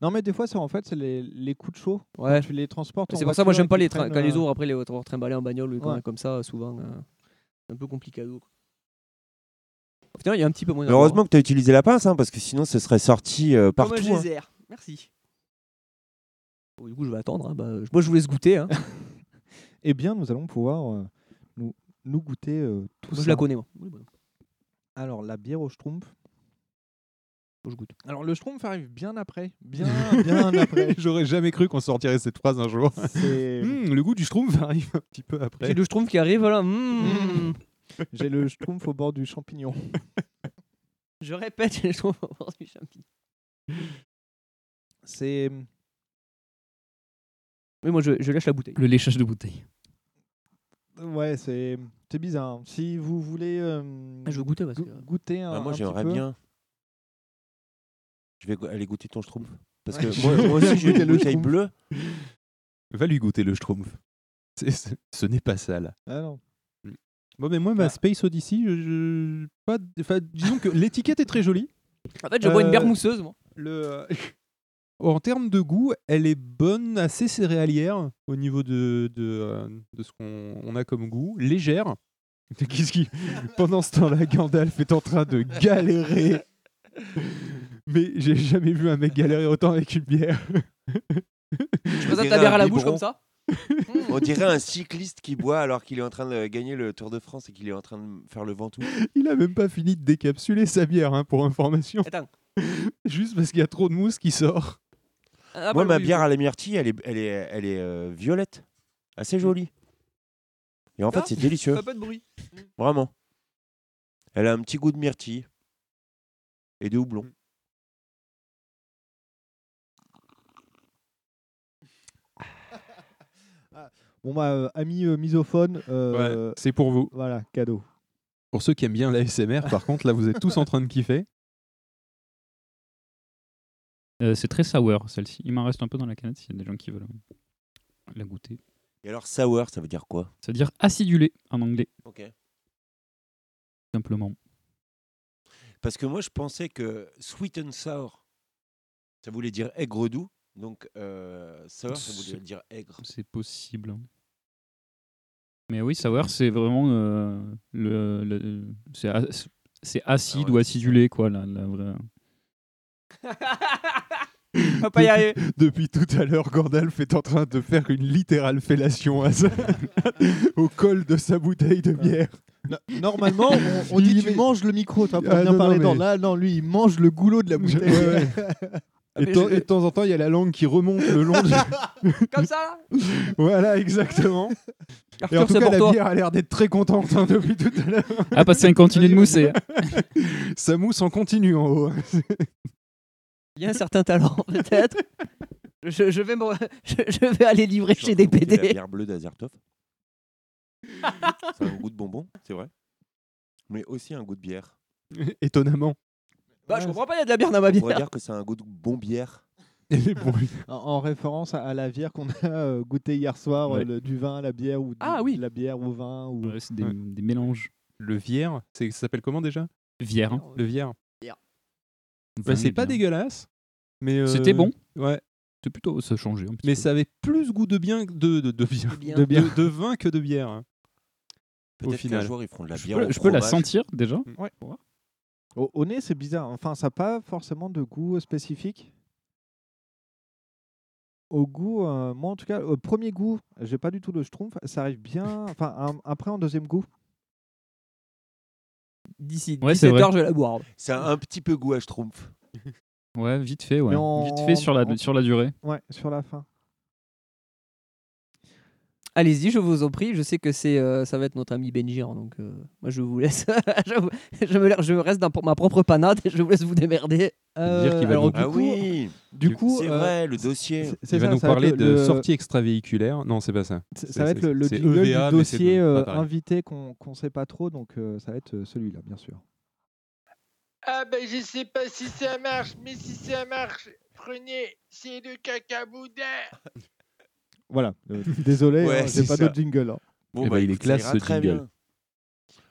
[SPEAKER 5] Non, mais des fois, c'est en fait, c'est les, les coups de chaud.
[SPEAKER 6] Ouais.
[SPEAKER 5] Tu les transportes. en
[SPEAKER 6] C'est pour ça, moi,
[SPEAKER 5] voiture et
[SPEAKER 6] j'aime pas
[SPEAKER 5] qu'ils
[SPEAKER 6] les trains.
[SPEAKER 5] prennent,
[SPEAKER 6] Quand les
[SPEAKER 5] euh,
[SPEAKER 6] ouvre, après, les autres trimballer en bagnole, ou quand
[SPEAKER 5] Ouais.
[SPEAKER 6] on est comme ça, euh, souvent, euh, c'est un peu compliqué à dos. Putain, il y a un petit peu moins d'endroits.
[SPEAKER 8] Heureusement que tu as utilisé la pince, hein, parce que sinon ce serait sorti euh,
[SPEAKER 6] Comme un
[SPEAKER 8] partout. hein.
[SPEAKER 6] geyser. Merci. Bon, du coup, je vais attendre. hein. Bah, je- moi, je vous laisse goûter. hein.
[SPEAKER 5] Eh bien, nous allons pouvoir euh, nous, nous goûter euh, tout
[SPEAKER 6] Moi,
[SPEAKER 5] ça.
[SPEAKER 6] je la connais, moi. Oui, bah,
[SPEAKER 5] Alors, la bière au schtroumpf.
[SPEAKER 6] bon, je goûte.
[SPEAKER 5] Alors, le schtroumpf arrive bien après. Bien, bien après.
[SPEAKER 7] J'aurais jamais cru qu'on sortirait cette phrase un jour.
[SPEAKER 5] C'est-
[SPEAKER 7] Hmm, le goût du schtroumpf arrive un petit peu
[SPEAKER 6] C'est
[SPEAKER 7] après.
[SPEAKER 6] le schtroumpf qui arrive, voilà. Mm.
[SPEAKER 5] J'ai le schtroumpf au bord du champignon.
[SPEAKER 6] je répète, j'ai le schtroumpf au bord du champignon.
[SPEAKER 5] C'est.
[SPEAKER 6] Mais moi, je, je lâche la bouteille.
[SPEAKER 4] Le léchage de bouteille.
[SPEAKER 5] Ouais, c'est c'est bizarre. Si vous voulez euh,
[SPEAKER 6] Ah, je veux goûter parce que.
[SPEAKER 5] go- goûter un.
[SPEAKER 8] Ah, moi,
[SPEAKER 5] un petit
[SPEAKER 8] j'aimerais
[SPEAKER 5] peu-
[SPEAKER 8] bien. Je vais go- aller goûter ton schtroumpf. Parce que
[SPEAKER 5] Ouais.
[SPEAKER 8] moi, moi aussi, j'ai
[SPEAKER 5] Goûter
[SPEAKER 8] une
[SPEAKER 5] le
[SPEAKER 8] bouteille
[SPEAKER 5] schtroumpf.
[SPEAKER 8] bleue.
[SPEAKER 7] Va lui goûter le schtroumpf. C'est- c'est- ce n'est pas ça, là.
[SPEAKER 5] Ah non.
[SPEAKER 7] Mm. Bon, mais moi, ma Space Odyssey, je, je- pas, d- enfin, disons que l'étiquette est très jolie.
[SPEAKER 6] En fait, je bois une bière
[SPEAKER 7] Euh,
[SPEAKER 6] mousseuse, moi.
[SPEAKER 7] Le... En termes de goût, elle est bonne, assez céréalière au niveau de, de, euh, de ce qu'on on a comme goût, légère. Qu'est-ce qui... Pendant ce temps-là, Gandalf est en train de galérer. Mais j'ai jamais vu un mec galérer autant avec une bière.
[SPEAKER 6] Je
[SPEAKER 8] dirais
[SPEAKER 6] présente ta bière
[SPEAKER 8] un
[SPEAKER 6] à la bouche comme
[SPEAKER 8] biberon.
[SPEAKER 6] ça. Mmh.
[SPEAKER 8] On dirait un cycliste qui boit alors qu'il est en train de gagner le Tour de France et qu'il est en train de faire le Ventoux.
[SPEAKER 7] Il a même pas fini de décapsuler sa bière, hein, pour information.
[SPEAKER 6] Attends.
[SPEAKER 7] Juste parce qu'il y a trop de mousse qui sort.
[SPEAKER 6] Ah,
[SPEAKER 8] Moi,
[SPEAKER 6] bah,
[SPEAKER 8] ma
[SPEAKER 6] oui,
[SPEAKER 8] bière à la myrtille, elle est, elle est, elle est euh, violette. Assez jolie. Et en fait,
[SPEAKER 6] Mm. Ah.
[SPEAKER 8] c'est
[SPEAKER 6] oui.
[SPEAKER 8] délicieux.
[SPEAKER 6] Fais pas de bruit.
[SPEAKER 8] Vraiment. Elle a un petit goût de myrtille. Et de houblon.
[SPEAKER 6] Mm.
[SPEAKER 5] Bon, bah, euh, ami euh, misophone, euh,
[SPEAKER 7] Ouais, c'est pour vous.
[SPEAKER 5] voilà, cadeau.
[SPEAKER 7] Pour ceux qui aiment bien l'ASMR, par contre, là, vous êtes tous en train de kiffer.
[SPEAKER 4] Euh, c'est très sour celle-ci. Il m'en reste un peu dans la canette s'il y a des gens qui veulent euh, la goûter.
[SPEAKER 8] Et alors, sour, ça veut dire quoi
[SPEAKER 4] C'est-à-dire acidulé en anglais,
[SPEAKER 8] Ok.
[SPEAKER 4] simplement.
[SPEAKER 8] Parce que moi, je pensais que sweet and sour, ça voulait dire aigre doux. Donc, euh, sour, ça
[SPEAKER 4] C'est-
[SPEAKER 8] voulait dire aigre.
[SPEAKER 4] C'est possible. hein. Mais oui, sour, c'est vraiment. euh, le, le- c'est a- c'est acide
[SPEAKER 8] Ah ouais,
[SPEAKER 4] ou
[SPEAKER 8] c'est
[SPEAKER 4] acidulé, quoi. La, la vraie... hein.
[SPEAKER 6] On va pas y arriver.
[SPEAKER 7] Depuis tout à l'heure, Gandalf est en train de faire une littérale fellation à sa- au col de sa bouteille de bière.
[SPEAKER 5] Normalement, on, on
[SPEAKER 7] Il
[SPEAKER 5] dit
[SPEAKER 7] met-
[SPEAKER 5] tu manges le micro, toi, pour
[SPEAKER 7] Ah,
[SPEAKER 5] bien
[SPEAKER 7] non,
[SPEAKER 5] parler dedans.
[SPEAKER 7] non, mais-
[SPEAKER 5] Là, non, lui, il mange le goulot de la
[SPEAKER 7] Je-
[SPEAKER 5] bouteille.
[SPEAKER 7] ouais,
[SPEAKER 6] Ah,
[SPEAKER 7] Et,
[SPEAKER 6] mais
[SPEAKER 7] de temps-
[SPEAKER 6] je-
[SPEAKER 7] et de temps en temps, il y a la langue qui remonte le long. du-
[SPEAKER 6] Comme ça, là.
[SPEAKER 7] voilà, exactement. Et en
[SPEAKER 6] Arthur,
[SPEAKER 7] tout
[SPEAKER 6] c'est
[SPEAKER 7] cas,
[SPEAKER 6] pour
[SPEAKER 7] la
[SPEAKER 6] toi.
[SPEAKER 7] bière a l'air d'être très contente hein, depuis tout à l'heure.
[SPEAKER 4] Ah, parce qu'elle continue de mousser.
[SPEAKER 7] Sa mousse en continu en haut.
[SPEAKER 6] Il y a un certain talent, peut-être. Je, je vais me- je, je vais aller livrer
[SPEAKER 8] Je suis
[SPEAKER 6] chez
[SPEAKER 8] en train
[SPEAKER 6] des
[SPEAKER 8] de goûter La
[SPEAKER 6] PD.
[SPEAKER 8] bière bleue d'Azertov. ça a un goût de bonbon, c'est vrai. Mais aussi un goût de bière.
[SPEAKER 7] Étonnamment.
[SPEAKER 6] Bah, je comprends pas, il y a de la bière dans ma
[SPEAKER 8] On va
[SPEAKER 6] bière.
[SPEAKER 8] dire que c'est un goût de bon bière.
[SPEAKER 7] Et bon,
[SPEAKER 5] En, en référence à, à la bière qu'on a euh, goûté hier soir, euh,
[SPEAKER 4] Ouais.
[SPEAKER 5] le- du vin à la bière ou du-
[SPEAKER 6] Ah oui.
[SPEAKER 5] de la bière au vin. Ou...
[SPEAKER 4] Ouais, c'est des,
[SPEAKER 7] Ouais.
[SPEAKER 4] des mélanges.
[SPEAKER 7] le Vière, c'est- ça s'appelle comment déjà
[SPEAKER 4] Vière.
[SPEAKER 6] Oh,
[SPEAKER 4] hein.
[SPEAKER 7] Le Vière.
[SPEAKER 4] Vin
[SPEAKER 7] Bah, c'est
[SPEAKER 4] et
[SPEAKER 7] pas
[SPEAKER 4] bière.
[SPEAKER 7] dégueulasse. mais, euh,
[SPEAKER 4] C'était bon.
[SPEAKER 7] Ouais.
[SPEAKER 4] C'est plutôt. Ça a changé un petit
[SPEAKER 7] Mais
[SPEAKER 4] peu.
[SPEAKER 7] ça avait plus goût de bien que de, de, de bien.
[SPEAKER 6] Bien.
[SPEAKER 7] De, de vin que de bière. hein, Au
[SPEAKER 8] Peut-être qu'un
[SPEAKER 7] final.
[SPEAKER 8] jour, ils feront de la
[SPEAKER 4] Je
[SPEAKER 8] bière.
[SPEAKER 4] peux,
[SPEAKER 8] au
[SPEAKER 4] je peux la
[SPEAKER 8] fromage.
[SPEAKER 4] sentir déjà.
[SPEAKER 5] Au, au nez, c'est bizarre. Enfin, ça n'a pas forcément de goût euh, spécifique. Au goût, euh, moi en tout cas, au premier goût, j'ai pas du tout le schtroumpf. Ça arrive bien. Enfin, un- après, en deuxième goût.
[SPEAKER 6] D'ici
[SPEAKER 4] Ouais, c'est
[SPEAKER 6] 17
[SPEAKER 4] vrai.
[SPEAKER 6] heures, je vais la boire.
[SPEAKER 8] Ça a un petit peu goût hein, à schtroumpf.
[SPEAKER 4] Ouais, vite fait, ouais.
[SPEAKER 5] Mais en-
[SPEAKER 4] Vite fait sur la,
[SPEAKER 5] en-
[SPEAKER 4] sur la durée. Ah,
[SPEAKER 5] Ouais, sur la fin.
[SPEAKER 6] Allez-y, je vous en prie. Je sais que c'est, euh, ça va être notre ami Benjir, donc euh, moi je vous laisse. je, vous- je me, la- je reste dans pour- ma propre panade et je vous laisse vous démerder. Euh,
[SPEAKER 7] Dire qu'il va
[SPEAKER 5] alors,
[SPEAKER 7] nous-
[SPEAKER 5] du
[SPEAKER 8] ah
[SPEAKER 5] coup,
[SPEAKER 8] oui
[SPEAKER 5] du coup,
[SPEAKER 8] C'est
[SPEAKER 5] euh,
[SPEAKER 8] vrai, le dossier.
[SPEAKER 5] c'est- c'est
[SPEAKER 7] Il va
[SPEAKER 5] ça,
[SPEAKER 7] nous
[SPEAKER 5] ça va
[SPEAKER 7] parler
[SPEAKER 5] être
[SPEAKER 7] de
[SPEAKER 5] le-
[SPEAKER 7] sortie extravéhiculaire. Non, c'est pas ça.
[SPEAKER 5] Ça
[SPEAKER 7] C'est-
[SPEAKER 5] ça va être le, le
[SPEAKER 7] c'est
[SPEAKER 5] jingle
[SPEAKER 7] EVA,
[SPEAKER 5] du
[SPEAKER 7] mais c'est
[SPEAKER 5] dossier
[SPEAKER 7] pas
[SPEAKER 5] euh,
[SPEAKER 7] pareil.
[SPEAKER 5] invité qu'on ne sait pas trop, donc euh, ça va être euh, celui-là, bien sûr.
[SPEAKER 11] Ah ben je sais pas si ça marche, mais si ça marche, prenez, c'est le cacaboudin.
[SPEAKER 5] Voilà. euh, désolé,
[SPEAKER 8] Ouais,
[SPEAKER 5] hein, j'ai
[SPEAKER 8] c'est
[SPEAKER 5] pas
[SPEAKER 8] ça.
[SPEAKER 5] d'autre jingle. hein.
[SPEAKER 8] Bon,
[SPEAKER 7] Eh ben, il est
[SPEAKER 8] écoute, ça
[SPEAKER 7] classe,
[SPEAKER 8] ira
[SPEAKER 7] ce
[SPEAKER 8] très
[SPEAKER 7] jingle.
[SPEAKER 8] bien.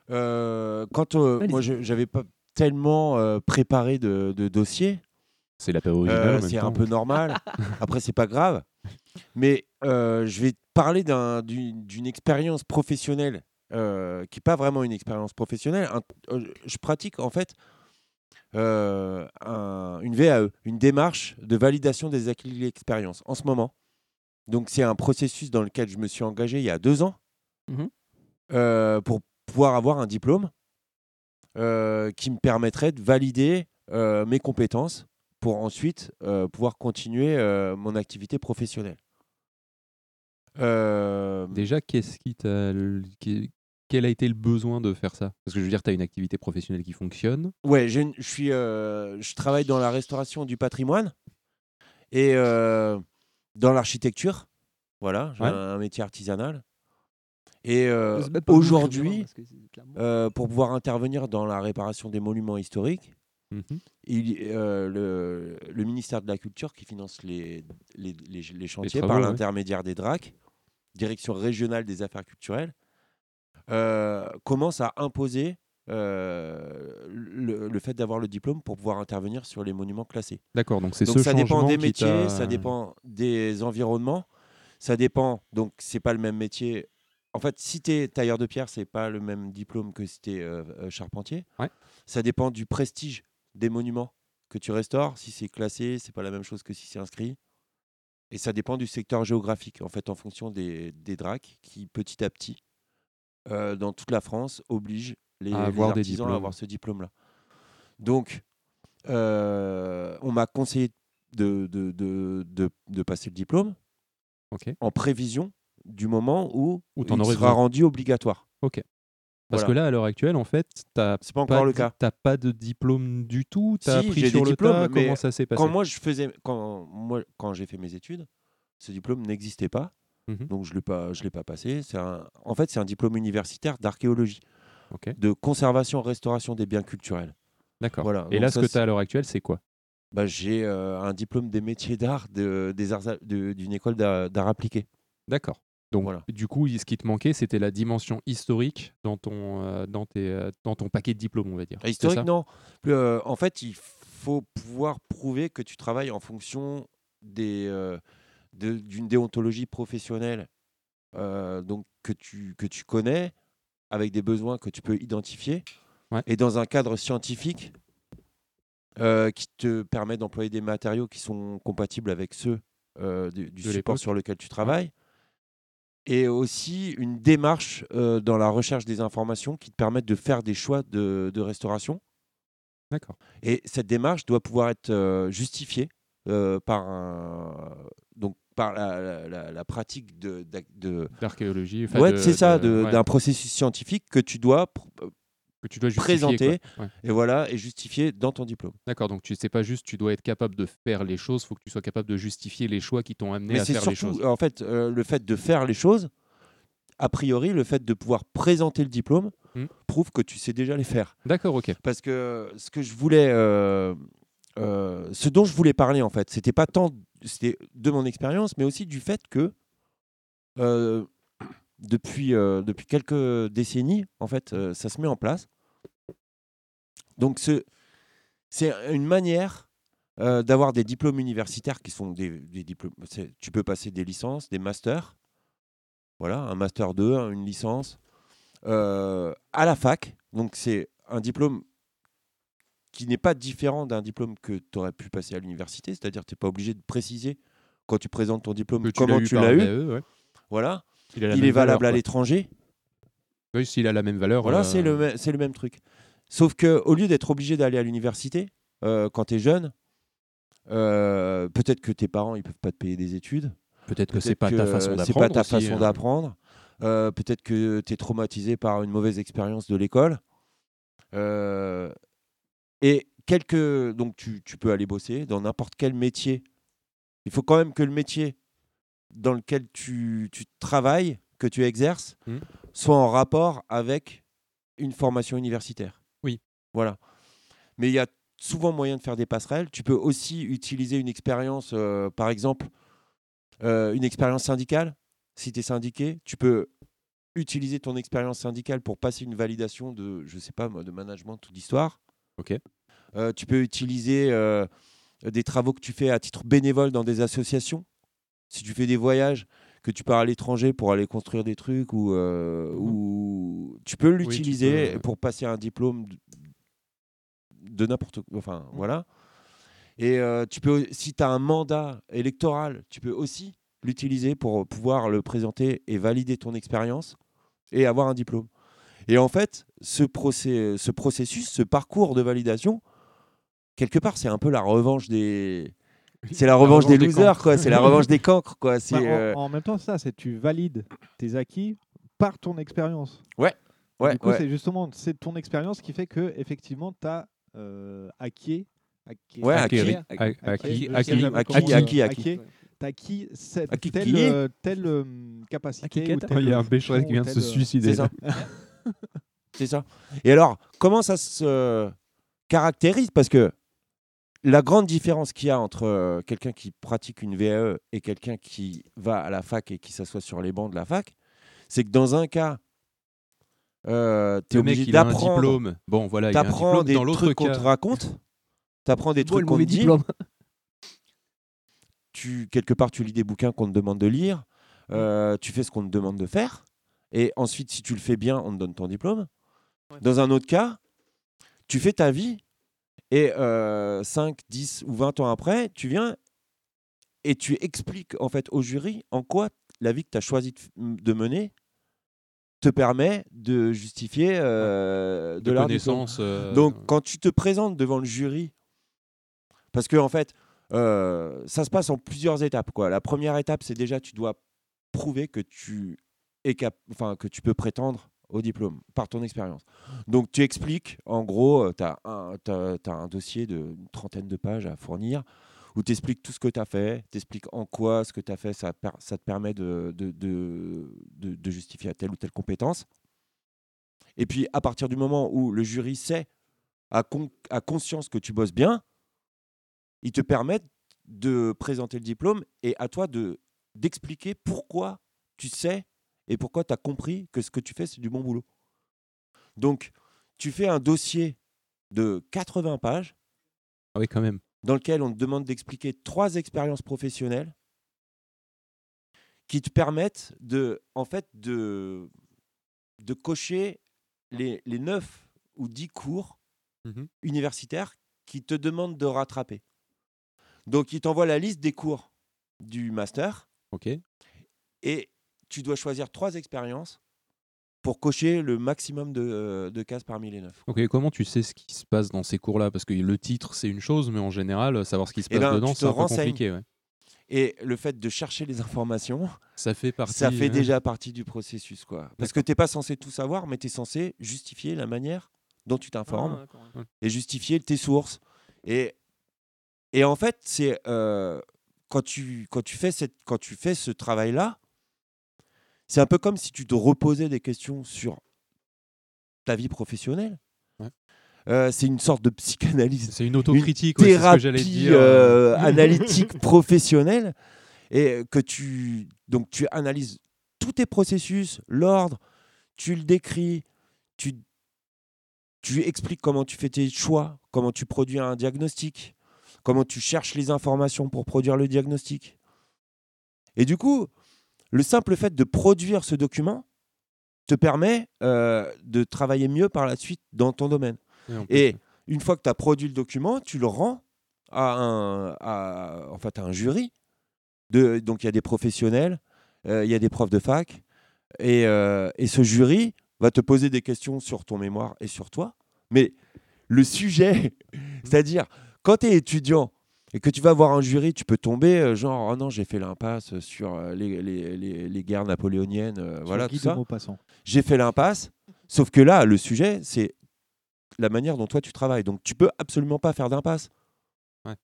[SPEAKER 8] Euh, quand euh,
[SPEAKER 6] Allez-y.
[SPEAKER 8] moi, je- j'avais pas tellement euh, préparé de, de dossier,
[SPEAKER 7] C'est l'apéro
[SPEAKER 8] euh, c'est un peu normal. Après, c'est pas grave. Mais euh, je vais te parler d'un- d'une d'une expérience professionnelle euh, qui n'est pas vraiment une expérience professionnelle. Un- euh, je pratique en fait E, euh, un- une VAE, une démarche de validation des acquis de l'expérience en ce moment. Donc c'est un processus dans lequel je me suis engagé il y a deux ans
[SPEAKER 6] Mhm.
[SPEAKER 8] euh, pour pouvoir avoir un diplôme euh, qui me permettrait de valider euh, mes compétences pour ensuite euh, pouvoir continuer euh, mon activité professionnelle. Euh,
[SPEAKER 7] Déjà, qu'est-ce qui t'a. l- qui- Quel a été le besoin de faire ça Parce que je veux dire, tu as une activité professionnelle qui fonctionne.
[SPEAKER 8] Ouais, j'ai une- je suis, euh, je travaille dans la restauration du patrimoine et euh, dans l'architecture. Voilà, j'ai
[SPEAKER 7] Ouais.
[SPEAKER 8] un, un métier artisanal. Et euh,
[SPEAKER 6] On se bat pas beaucoup,
[SPEAKER 8] aujourd'hui,
[SPEAKER 6] parce que c'est clairement-
[SPEAKER 8] euh, pour pouvoir intervenir dans la réparation des monuments historiques,
[SPEAKER 5] Mhm.
[SPEAKER 8] il, euh, le, le ministère de la Culture qui finance les, les, les- les chantiers par
[SPEAKER 7] travaux, ouais.
[SPEAKER 8] l'intermédiaire des DRAC, Direction régionale des affaires culturelles, euh, commence à imposer euh, le, le fait d'avoir le diplôme pour pouvoir intervenir sur les monuments classés.
[SPEAKER 7] D'accord, donc c'est
[SPEAKER 8] Donc
[SPEAKER 7] ce
[SPEAKER 8] ça dépend
[SPEAKER 7] changement
[SPEAKER 8] des
[SPEAKER 7] qui
[SPEAKER 8] métiers,
[SPEAKER 7] t'a-
[SPEAKER 8] ça dépend des environnements, ça dépend, donc c'est pas le même métier. En fait, si tu es tailleur de pierre, c'est pas le même diplôme que si tu es charpentier. Ça dépend du prestige des monuments que tu restaures. Si c'est classé, c'est pas la même chose que si c'est inscrit. Et ça dépend du secteur géographique, en fait, en fonction des, des DRAC qui, petit à petit, euh, dans toute la France, obligent les,
[SPEAKER 7] À
[SPEAKER 8] les
[SPEAKER 7] avoir des
[SPEAKER 8] artisans à avoir
[SPEAKER 7] diplômes.
[SPEAKER 8] ce diplôme-là. Donc, euh, on m'a conseillé de, de, de, de- de passer le diplôme en prévision du moment où,
[SPEAKER 7] Où t'en
[SPEAKER 8] il
[SPEAKER 7] aurais
[SPEAKER 8] sera
[SPEAKER 7] besoin.
[SPEAKER 8] rendu obligatoire.
[SPEAKER 7] Ok. Parce
[SPEAKER 8] Voilà.
[SPEAKER 7] que là, à l'heure actuelle, en fait, t'as
[SPEAKER 8] pas encore le
[SPEAKER 7] d-
[SPEAKER 8] cas.
[SPEAKER 7] T'as pas de diplôme du tout.
[SPEAKER 8] Si,
[SPEAKER 7] T'as
[SPEAKER 8] j'ai
[SPEAKER 7] appris sur
[SPEAKER 8] des
[SPEAKER 7] le
[SPEAKER 8] diplômes,
[SPEAKER 7] tas.
[SPEAKER 8] mais
[SPEAKER 7] Comment ça s'est passé
[SPEAKER 8] Quand moi je faisais, quand moi, quand j'ai fait mes études, ce diplôme n'existait pas,
[SPEAKER 7] Mhm.
[SPEAKER 8] donc je l'ai pas, je l'ai pas passé. C'est un- en fait, c'est un diplôme universitaire d'archéologie, de conservation-restauration des biens culturels.
[SPEAKER 7] D'accord.
[SPEAKER 8] Voilà.
[SPEAKER 7] Et
[SPEAKER 8] donc
[SPEAKER 7] là,
[SPEAKER 8] ça,
[SPEAKER 7] ce que
[SPEAKER 8] c'est-
[SPEAKER 7] t'as à l'heure actuelle, c'est quoi
[SPEAKER 8] bah, j'ai euh, un diplôme des métiers d'art de, des arts a- de- d'une école d'art d'art appliqué.
[SPEAKER 7] Ah D'accord. Donc,
[SPEAKER 8] Voilà.
[SPEAKER 7] du coup, il- ce qui te manquait, c'était la dimension historique dans ton, euh, dans tes, euh, dans ton paquet de diplômes, on va dire.
[SPEAKER 8] Ah,
[SPEAKER 7] C'est
[SPEAKER 8] Historique,
[SPEAKER 7] ça
[SPEAKER 8] non. Euh, en fait, il faut pouvoir prouver que tu travailles en fonction des, euh, de- d'une déontologie professionnelle euh, donc que, tu, que tu connais, avec des besoins que tu peux identifier, et dans un cadre scientifique euh, qui te permet d'employer des matériaux qui sont compatibles avec ceux euh, du, du
[SPEAKER 7] De
[SPEAKER 8] support
[SPEAKER 7] l'époque.
[SPEAKER 8] sur lequel tu travailles et aussi une démarche euh, dans la recherche des informations qui te permettent de faire des choix de, de restauration.
[SPEAKER 7] D'accord.
[SPEAKER 8] Et cette démarche doit pouvoir être euh, justifiée euh, par, un- donc, par la, la- la- la pratique de- d'ac- de-
[SPEAKER 7] D'archéologie, enfin,
[SPEAKER 8] Ouais,
[SPEAKER 7] de-
[SPEAKER 8] c'est ça,
[SPEAKER 7] de-
[SPEAKER 8] de-
[SPEAKER 7] ouais.
[SPEAKER 8] d'un processus scientifique que tu dois, pr-
[SPEAKER 7] Que tu dois justifier,
[SPEAKER 8] présenter
[SPEAKER 7] quoi. Ouais.
[SPEAKER 8] et, voilà, et justifier dans ton diplôme.
[SPEAKER 7] D'accord, donc tu sais pas juste, tu dois être capable de faire les choses, faut que tu sois capable de justifier les choix qui t'ont amené
[SPEAKER 8] Mais
[SPEAKER 7] à
[SPEAKER 8] c'est
[SPEAKER 7] faire les
[SPEAKER 8] surtout,
[SPEAKER 7] choses.
[SPEAKER 8] en fait, euh, le fait de faire les choses, a priori, le fait de pouvoir présenter le diplôme
[SPEAKER 7] Hmm.
[SPEAKER 8] prouve que tu sais déjà les faire.
[SPEAKER 7] D'accord, ok.
[SPEAKER 8] Parce que ce que je voulais, euh, euh, ce dont je voulais parler, en fait, c'était pas tant c'était de mon expérience, mais aussi du fait que euh, depuis, euh, depuis quelques décennies, en fait, euh, ça se met en place. Donc, ce, c'est une manière euh, d'avoir des diplômes universitaires qui sont des, des diplômes. c'est- Tu peux passer des licences, des masters. Voilà, un master 2, hein, une licence. euh, à la fac. Donc, c'est un diplôme qui n'est pas différent d'un diplôme que tu aurais pu passer à l'université. C'est-à-dire, tu n'es pas obligé de préciser quand tu présentes ton diplôme
[SPEAKER 7] Que tu l'as
[SPEAKER 8] comment
[SPEAKER 7] eu
[SPEAKER 8] tu
[SPEAKER 7] par
[SPEAKER 8] l'as eu.
[SPEAKER 7] VAE, ouais.
[SPEAKER 8] Voilà.
[SPEAKER 7] Il a la
[SPEAKER 8] Il
[SPEAKER 7] même
[SPEAKER 8] est valable
[SPEAKER 7] valeur,
[SPEAKER 8] à
[SPEAKER 7] quoi.
[SPEAKER 8] l'étranger.
[SPEAKER 7] Oui, s'il a la même valeur.
[SPEAKER 8] Voilà,
[SPEAKER 7] euh,
[SPEAKER 8] c'est le, mê- c'est le même truc. Sauf que au lieu d'être obligé d'aller à l'université euh, quand tu es jeune, euh, peut-être que tes parents ils peuvent pas te payer des études.
[SPEAKER 7] Peut-être que c'est pas ta façon
[SPEAKER 8] C'est pas
[SPEAKER 7] d'apprendre
[SPEAKER 8] ta
[SPEAKER 7] aussi,
[SPEAKER 8] façon
[SPEAKER 7] hein.
[SPEAKER 8] d'apprendre. Euh, peut-être que tu es traumatisé par une mauvaise expérience de l'école. Euh, et quelques donc tu, tu peux aller bosser dans n'importe quel métier. Il faut quand même que le métier dans lequel tu, tu travailles, que tu exerces,
[SPEAKER 7] Mhm.
[SPEAKER 8] soit en rapport avec une formation universitaire.
[SPEAKER 7] Oui.
[SPEAKER 8] Voilà. Mais il y a souvent moyen de faire des passerelles. Tu peux aussi utiliser une expérience, euh, par exemple, euh, une expérience syndicale. Si tu es syndiqué, tu peux utiliser ton expérience syndicale pour passer une validation de, je sais pas moi, de management ou d'histoire.
[SPEAKER 7] Ok.
[SPEAKER 8] Euh, tu peux utiliser euh, des travaux que tu fais à titre bénévole dans des associations. Si tu fais des voyages, que tu pars à l'étranger pour aller construire des trucs ou, euh, ou- tu peux
[SPEAKER 7] Mhm. tu
[SPEAKER 8] l'utiliser
[SPEAKER 7] peux, ouais.
[SPEAKER 8] pour passer un diplôme de, de n'importe quoi. Enfin,
[SPEAKER 7] Mhm.
[SPEAKER 8] voilà. Et euh, tu peux, si tu as un mandat électoral, tu peux aussi l'utiliser pour pouvoir le présenter et valider ton expérience et avoir un diplôme. Et en fait, ce, procé- ce processus, ce parcours de validation, quelque part, c'est un peu la revanche des. C'est la, revanche, des, losers,
[SPEAKER 5] cancres.
[SPEAKER 8] quoi. C'est la revanche des cancres, quoi. C'est,
[SPEAKER 5] Bah, en-
[SPEAKER 8] euh,
[SPEAKER 5] en, même temps, ça, c'est tu valides tes acquis par ton expérience.
[SPEAKER 8] Ouais, ouais,
[SPEAKER 5] Du coup,
[SPEAKER 8] ouais.
[SPEAKER 5] c'est justement c'est ton expérience qui fait que effectivement, tu as acquis, acquis,
[SPEAKER 8] Ouais,
[SPEAKER 5] acquis,
[SPEAKER 8] acquis,
[SPEAKER 5] je
[SPEAKER 8] acquis, acquis,
[SPEAKER 5] sais
[SPEAKER 8] acquis,
[SPEAKER 5] jamais
[SPEAKER 8] acquis,
[SPEAKER 5] comment on dit,
[SPEAKER 8] acquis,
[SPEAKER 5] euh,
[SPEAKER 8] acquis.
[SPEAKER 5] T'as acquis cette-
[SPEAKER 8] Acquis
[SPEAKER 5] telle,
[SPEAKER 8] qui est Oh,
[SPEAKER 5] euh, telle, euh, capacité.
[SPEAKER 8] Acquis
[SPEAKER 5] ou
[SPEAKER 8] quête.
[SPEAKER 5] telle fonction ou telle, euh,
[SPEAKER 8] C'est ça. C'est ça. Et alors, comment ça se caractérise Parce que la grande différence qu'il y a entre euh, quelqu'un qui pratique une VAE et quelqu'un qui va à la fac et qui s'assoit sur les bancs de la fac, c'est que dans un cas, euh, tu es
[SPEAKER 7] Le mec,
[SPEAKER 8] obligé
[SPEAKER 7] il a un
[SPEAKER 8] d'apprendre.
[SPEAKER 7] diplôme. Bon, voilà, il a un
[SPEAKER 8] T'apprends
[SPEAKER 7] diplôme.
[SPEAKER 8] des
[SPEAKER 7] Dans l'autre
[SPEAKER 8] trucs euh, qu'on
[SPEAKER 7] cas-
[SPEAKER 8] te raconte, t'apprends des
[SPEAKER 7] Bon,
[SPEAKER 8] trucs
[SPEAKER 7] le
[SPEAKER 8] qu'on te
[SPEAKER 7] mauvais
[SPEAKER 8] dit.
[SPEAKER 7] diplôme.
[SPEAKER 8] Tu, quelque part, tu lis des bouquins qu'on te demande de lire, euh, tu fais ce qu'on te demande de faire, et ensuite, si tu le fais bien, on te donne ton diplôme. Dans un autre cas, tu fais ta vie, et euh, 5, 10 ou 20 ans après, tu viens et tu expliques en fait au jury en quoi la vie que tu as choisi de f- de mener te permet de justifier euh, de,
[SPEAKER 7] De
[SPEAKER 8] leur
[SPEAKER 7] connaissances,
[SPEAKER 8] diplôme.
[SPEAKER 7] euh,
[SPEAKER 8] Donc quand tu te présentes devant le jury, parce que en fait, euh, ça se passe en plusieurs étapes. Quoi. La première étape, c'est déjà tu dois prouver que tu es cap- enfin que tu peux prétendre au diplôme par ton expérience. Donc tu expliques, en gros, tu as, un dossier d'une trentaine de pages à fournir où tu expliques tout ce que tu as fait, tu expliques en quoi ce que tu as fait, ça, per- ça te permet de, de, de- de- de justifier à telle ou telle compétence. Et puis à partir du moment où le jury sait, a, con- a conscience que tu bosses bien, ils te permettent de présenter le diplôme et à toi de d'expliquer pourquoi tu sais et pourquoi tu as compris que ce que tu fais, c'est du bon boulot. Donc, tu fais un dossier de 80 pages.
[SPEAKER 7] Ah oui, quand même.
[SPEAKER 8] Dans lequel on te demande d'expliquer trois expériences professionnelles qui te permettent de, en fait, de, de cocher les, les 9 ou 10 cours
[SPEAKER 7] Mhm.
[SPEAKER 8] universitaires qui te demandent de rattraper. Donc, ils t'envoient la liste des cours du master.
[SPEAKER 7] Ok.
[SPEAKER 8] Et tu dois choisir trois expériences pour cocher le maximum de, de cases parmi les 9.
[SPEAKER 7] Ok, comment tu sais ce qui se passe dans ces cours-là Parce que le titre, c'est une chose, mais en général, savoir ce qui se
[SPEAKER 8] Eh
[SPEAKER 7] passe
[SPEAKER 8] ben,
[SPEAKER 7] dedans,
[SPEAKER 8] tu te
[SPEAKER 7] c'est un peu
[SPEAKER 8] renseignes.
[SPEAKER 7] compliqué. ouais.
[SPEAKER 8] Et le fait de chercher les informations,
[SPEAKER 7] Ça fait partie, euh,
[SPEAKER 8] ça fait
[SPEAKER 7] ouais.
[SPEAKER 8] déjà partie du processus. quoi. Parce que tu n'es pas censé tout savoir, mais tu es censé justifier la manière dont tu
[SPEAKER 6] Ah,
[SPEAKER 8] t'informes et justifier tes sources. Et, et en fait, c'est euh, quand, tu, quand, tu fais cette, quand tu fais ce travail-là, c'est un peu comme si tu te reposais des questions sur ta vie professionnelle. Euh, c'est une sorte de psychanalyse.
[SPEAKER 7] C'est une autocritique,
[SPEAKER 8] Une
[SPEAKER 7] ouais, c'est ce que
[SPEAKER 8] thérapie
[SPEAKER 7] j'allais dire. hein.
[SPEAKER 8] euh, analytique professionnelle. Et que tu, donc tu analyses tous tes processus, l'ordre, tu le décris, tu, tu expliques comment tu fais tes choix, comment tu produis un diagnostic, comment tu cherches les informations pour produire le diagnostic. Et du coup, le simple fait de produire ce document te permet euh, de travailler mieux par la suite dans ton domaine.
[SPEAKER 7] Et en plus,
[SPEAKER 8] Et une fois que tu as produit le document, tu le rends à un, à- en fait, à un jury. De, donc il y a des professionnels, euh, il y a des profs de fac, et, euh, et ce jury va te poser des questions sur ton mémoire et sur toi. Mais le sujet, c'est-à-dire quand tu es étudiant et que tu vas voir un jury, tu peux tomber euh, genre oh non j'ai fait l'impasse sur euh, les, les- les- les guerres napoléoniennes, euh, voilà
[SPEAKER 5] Guy
[SPEAKER 8] tout
[SPEAKER 5] de
[SPEAKER 8] ça.
[SPEAKER 5] Maupassant.
[SPEAKER 8] J'ai fait l'impasse, sauf que là le sujet c'est la manière dont toi tu travailles. Donc tu peux absolument pas faire d'impasse.
[SPEAKER 7] Ouais.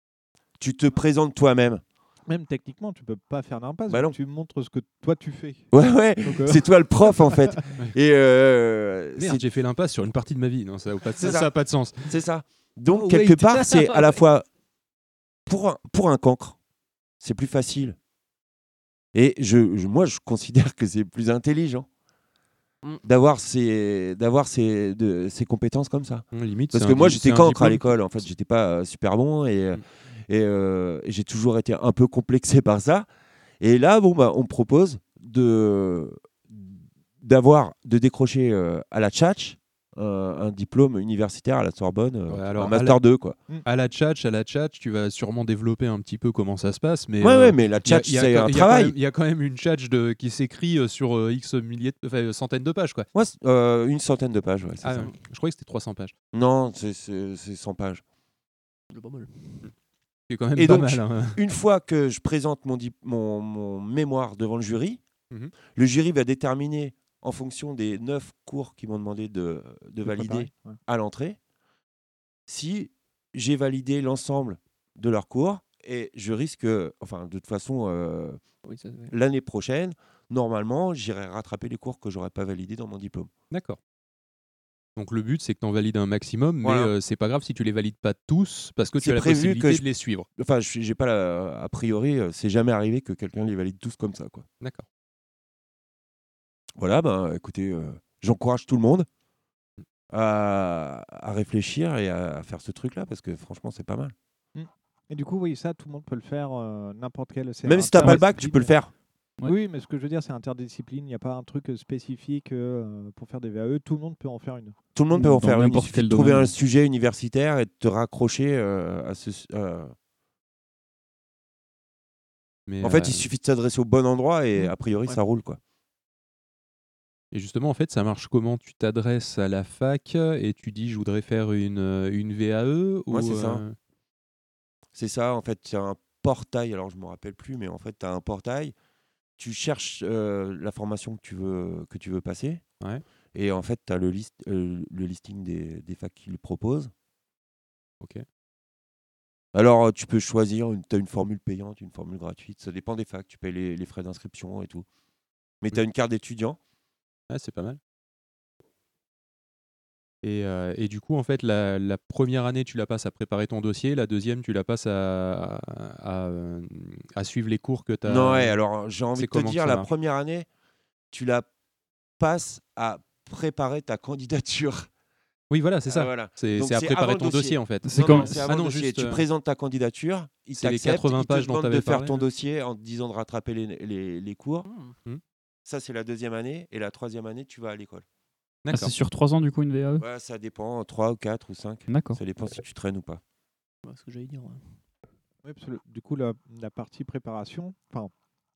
[SPEAKER 8] Tu te présentes toi-même.
[SPEAKER 5] Même techniquement, tu peux pas faire d'impasse.
[SPEAKER 8] Bah
[SPEAKER 5] parce
[SPEAKER 8] non.
[SPEAKER 5] que tu montres ce que toi tu fais.
[SPEAKER 8] Ouais, ouais,
[SPEAKER 5] Donc, euh,
[SPEAKER 8] c'est toi le prof en fait. Et euh,
[SPEAKER 7] Merde,
[SPEAKER 8] c'est-
[SPEAKER 7] j'ai fait l'impasse sur une partie de ma vie. Non, ça n'a pas,
[SPEAKER 8] C'est
[SPEAKER 7] ça,
[SPEAKER 8] ça.
[SPEAKER 7] ça a pas de sens.
[SPEAKER 8] C'est ça. donc
[SPEAKER 7] Oh,
[SPEAKER 8] quelque
[SPEAKER 7] wait.
[SPEAKER 8] part, c'est à la fois pour un, pour un cancre, c'est plus facile. Et je, je- moi, je considère que c'est plus intelligent
[SPEAKER 6] Mm.
[SPEAKER 8] d'avoir ces d'avoir ces, de- ces compétences comme ça.
[SPEAKER 7] Mm, limite,
[SPEAKER 8] Parce
[SPEAKER 7] c'est
[SPEAKER 8] que
[SPEAKER 7] un
[SPEAKER 8] moi,
[SPEAKER 7] dip-
[SPEAKER 8] j'étais
[SPEAKER 7] c'est un
[SPEAKER 8] cancre à
[SPEAKER 7] diplôme.
[SPEAKER 8] l'école. En fait, j'étais pas euh, super bon et, euh, et, euh, et j'ai toujours été un peu complexé par ça. Et là, bon, bah, on me propose de d'avoir de décrocher euh, à la tchatch un, un diplôme universitaire à la Sorbonne, euh,
[SPEAKER 7] Ouais, alors,
[SPEAKER 8] un
[SPEAKER 7] à
[SPEAKER 8] master
[SPEAKER 7] la-
[SPEAKER 8] 2 quoi.
[SPEAKER 7] À la tchatch, à la tchatch, tu vas sûrement développer un petit peu comment ça se passe. Mais
[SPEAKER 8] Ouais,
[SPEAKER 7] euh,
[SPEAKER 8] ouais, mais la
[SPEAKER 7] il y a-
[SPEAKER 8] tchatch,
[SPEAKER 7] il y a
[SPEAKER 8] c'est
[SPEAKER 7] quand-
[SPEAKER 8] un
[SPEAKER 7] il y a quand
[SPEAKER 8] travail.
[SPEAKER 7] même- Il y a quand même une tchatch de, qui s'écrit euh, sur euh, X milliers, de- enfin, euh, centaines de pages. quoi.
[SPEAKER 8] Ouais, c'est- euh, une centaine de pages, ouais, c'est
[SPEAKER 7] Ah,
[SPEAKER 8] ça.
[SPEAKER 7] euh, je croyais que c'était 300 pages.
[SPEAKER 8] Non, c'est- c'est c'est 100 pages.
[SPEAKER 7] C'est quand même
[SPEAKER 8] Et
[SPEAKER 7] pas
[SPEAKER 8] donc,
[SPEAKER 7] mal. hein.
[SPEAKER 8] une fois que je présente mon, dip- mon, mon mémoire devant le jury,
[SPEAKER 7] Mhm.
[SPEAKER 8] le jury va déterminer, en fonction des neuf cours qu'ils m'ont demandé de, de valider
[SPEAKER 5] préparer, ouais.
[SPEAKER 8] à l'entrée, si j'ai validé l'ensemble de leurs cours. Et je risque, euh, enfin, de toute façon, euh,
[SPEAKER 6] Oui, ça, ouais.
[SPEAKER 8] l'année prochaine, normalement, j'irai rattraper les cours que j'aurais pas validés dans mon diplôme.
[SPEAKER 7] D'accord. Donc le but, c'est que tu en valides un maximum, mais
[SPEAKER 8] Voilà.
[SPEAKER 7] euh, c'est pas grave si tu les valides pas tous, parce que tu
[SPEAKER 8] C'est
[SPEAKER 7] as la
[SPEAKER 8] prévu
[SPEAKER 7] possibilité
[SPEAKER 8] que je-
[SPEAKER 7] de les suivre.
[SPEAKER 8] Enfin, je suis- j'ai pas la- a priori, euh, c'est jamais arrivé que quelqu'un les valide tous comme ça, quoi.
[SPEAKER 7] D'accord.
[SPEAKER 8] voilà, ben, écoutez, euh, j'encourage tout le monde à, à réfléchir et à, à faire ce truc-là parce que franchement, c'est pas mal.
[SPEAKER 5] Et du coup, oui, ça, tout le monde peut le faire, euh, n'importe quel. c'est
[SPEAKER 8] Même si t'as pas le bac, tu peux le faire.
[SPEAKER 5] Oui, Oui, mais ce que je veux dire, c'est interdiscipline. Il n'y a pas un truc euh, spécifique euh, pour faire des VAE. Tout le monde peut en faire une.
[SPEAKER 8] Tout le monde peut en
[SPEAKER 4] Dans
[SPEAKER 8] faire une. Il
[SPEAKER 4] n'importe
[SPEAKER 8] suffit
[SPEAKER 4] quel
[SPEAKER 8] de trouver
[SPEAKER 4] domaine.
[SPEAKER 8] un sujet universitaire et de te raccrocher euh, à ce. euh,
[SPEAKER 7] Mais,
[SPEAKER 8] En fait,
[SPEAKER 7] euh,
[SPEAKER 8] il suffit de s'adresser au bon endroit
[SPEAKER 4] Mm.
[SPEAKER 8] et a priori,
[SPEAKER 7] Ouais.
[SPEAKER 8] ça roule quoi.
[SPEAKER 7] Et justement, en fait, ça marche comment Tu t'adresses à la fac et tu dis je voudrais faire une, euh, une VAE ou,
[SPEAKER 8] Ouais, c'est ça.
[SPEAKER 7] euh,
[SPEAKER 8] C'est ça, en fait, tu as un portail, alors je ne me rappelle plus, mais en fait, tu as un portail, tu cherches euh, la formation que tu veux, que tu veux passer,
[SPEAKER 7] Ouais.
[SPEAKER 8] et en fait, tu as le, list, euh, le listing des, des facs qui le proposent.
[SPEAKER 7] Ok.
[SPEAKER 8] Alors, euh, tu peux choisir, tu as une formule payante, une formule gratuite, ça dépend des facs, tu payes les, les frais d'inscription et tout. Mais tu as une carte d'étudiant,
[SPEAKER 7] Ah, c'est pas mal. Et, euh, et du coup, en fait, la, la première année, tu la passes à préparer ton dossier. La deuxième, tu la passes à, à, à, euh, à suivre les cours que tu as.
[SPEAKER 8] Non, ouais, alors j'ai envie de te
[SPEAKER 7] comment que
[SPEAKER 8] dire,
[SPEAKER 7] ça
[SPEAKER 8] la
[SPEAKER 7] marche
[SPEAKER 8] première année, tu la passes à préparer ta candidature.
[SPEAKER 7] Oui, voilà, c'est
[SPEAKER 8] Ah,
[SPEAKER 7] ça.
[SPEAKER 8] voilà.
[SPEAKER 7] C'est
[SPEAKER 8] Donc,
[SPEAKER 7] c'est à
[SPEAKER 8] avant
[SPEAKER 7] préparer
[SPEAKER 8] le Mmh.
[SPEAKER 7] ton dossier, en fait.
[SPEAKER 4] C'est
[SPEAKER 8] Non,
[SPEAKER 4] comme-
[SPEAKER 8] non, c'est avant
[SPEAKER 7] Ah
[SPEAKER 8] le
[SPEAKER 7] non,
[SPEAKER 8] dossier.
[SPEAKER 7] juste.
[SPEAKER 8] Tu
[SPEAKER 7] euh,
[SPEAKER 8] présentes ta candidature, ils
[SPEAKER 7] c'est les
[SPEAKER 8] t'acceptent,
[SPEAKER 7] 80
[SPEAKER 8] ils te
[SPEAKER 7] pages dont
[SPEAKER 8] demandent de
[SPEAKER 7] t'avais
[SPEAKER 8] faire
[SPEAKER 7] parlé.
[SPEAKER 8] ton dossier en te disant de rattraper les, les- les cours.
[SPEAKER 7] Hmm.
[SPEAKER 8] Ça, c'est la deuxième année. Et la troisième année, tu vas à l'école.
[SPEAKER 4] Ah,
[SPEAKER 7] D'accord.
[SPEAKER 4] c'est sur 3 ans du coup une VAE
[SPEAKER 8] Ouais, ça dépend, 3 ou 4 ou 5.
[SPEAKER 4] D'accord.
[SPEAKER 8] Ça dépend si tu traînes ou pas.
[SPEAKER 6] Ouais, ce que j'allais dire. ouais.
[SPEAKER 5] Oui, parce que le- du coup, la, la partie préparation, enfin,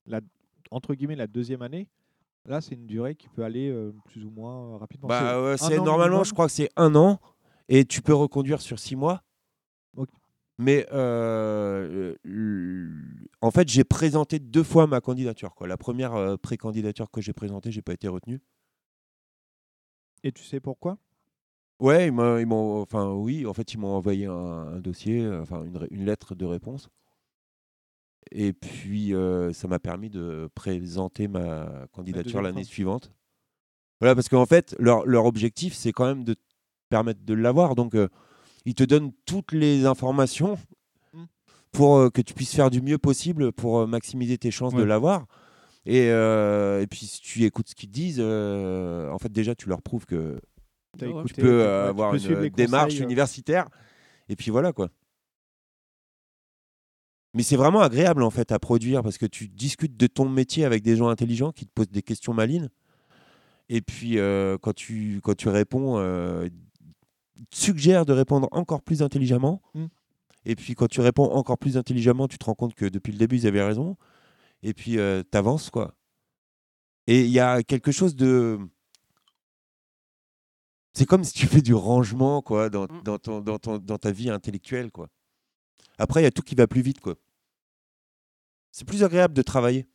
[SPEAKER 5] la, entre guillemets, la deuxième année, là, c'est une durée qui peut aller euh, plus ou moins euh, rapidement.
[SPEAKER 8] Bah, ouais,
[SPEAKER 5] un
[SPEAKER 8] c'est
[SPEAKER 5] an
[SPEAKER 8] normalement,
[SPEAKER 5] minimum.
[SPEAKER 8] je crois que c'est un an. Et tu peux reconduire sur 6 mois.
[SPEAKER 5] Ok.
[SPEAKER 8] Mais euh, l- en fait, j'ai présenté deux fois ma candidature. Quoi. La première euh, pré-candidature que j'ai présentée, j'ai pas été retenu.
[SPEAKER 5] Et tu sais pourquoi
[SPEAKER 8] Ouais, ils m'ont, ils m'ont- enfin oui, en fait, ils m'ont envoyé un, un dossier, euh, enfin une, ré- une lettre de réponse. Et puis, euh, ça m'a permis de présenter ma candidature
[SPEAKER 5] deuxième
[SPEAKER 8] l'année
[SPEAKER 5] fois.
[SPEAKER 8] suivante. Voilà, parce qu'en fait, leur, leur objectif, c'est quand même de te permettre de l'avoir. Donc, euh, ils te donnent toutes les informations
[SPEAKER 5] Mm.
[SPEAKER 8] pour euh, que tu puisses faire du mieux possible pour euh, maximiser tes chances de
[SPEAKER 4] Ouais.
[SPEAKER 8] l'avoir. Et, euh, et puis, si tu écoutes ce qu'ils disent, euh, en fait, déjà, tu leur prouves que
[SPEAKER 5] T'as
[SPEAKER 6] Ah ouais.
[SPEAKER 5] écouté,
[SPEAKER 8] tu peux euh,
[SPEAKER 5] ouais, tu
[SPEAKER 8] avoir
[SPEAKER 5] peux
[SPEAKER 8] une
[SPEAKER 5] suivre les
[SPEAKER 8] démarche
[SPEAKER 5] conseils, euh.
[SPEAKER 8] universitaire. Et puis voilà quoi. Mais c'est vraiment agréable en fait à produire parce que tu discutes de ton métier avec des gens intelligents qui te posent des questions malines. Et puis euh, quand, tu, quand tu réponds, euh, ils te suggèrent de répondre encore plus intelligemment.
[SPEAKER 5] Mm.
[SPEAKER 8] Et puis quand tu réponds encore plus intelligemment, tu te rends compte que depuis le début ils avaient raison. Et puis tu t'avances quoi. Et il y a quelque chose de. C'est comme si tu fais du rangement quoi, dans,
[SPEAKER 6] Mm.
[SPEAKER 8] dans, ton, dans, ton- dans ta vie intellectuelle. Quoi. Après, il y a tout qui va plus vite. quoi. C'est plus agréable de travailler.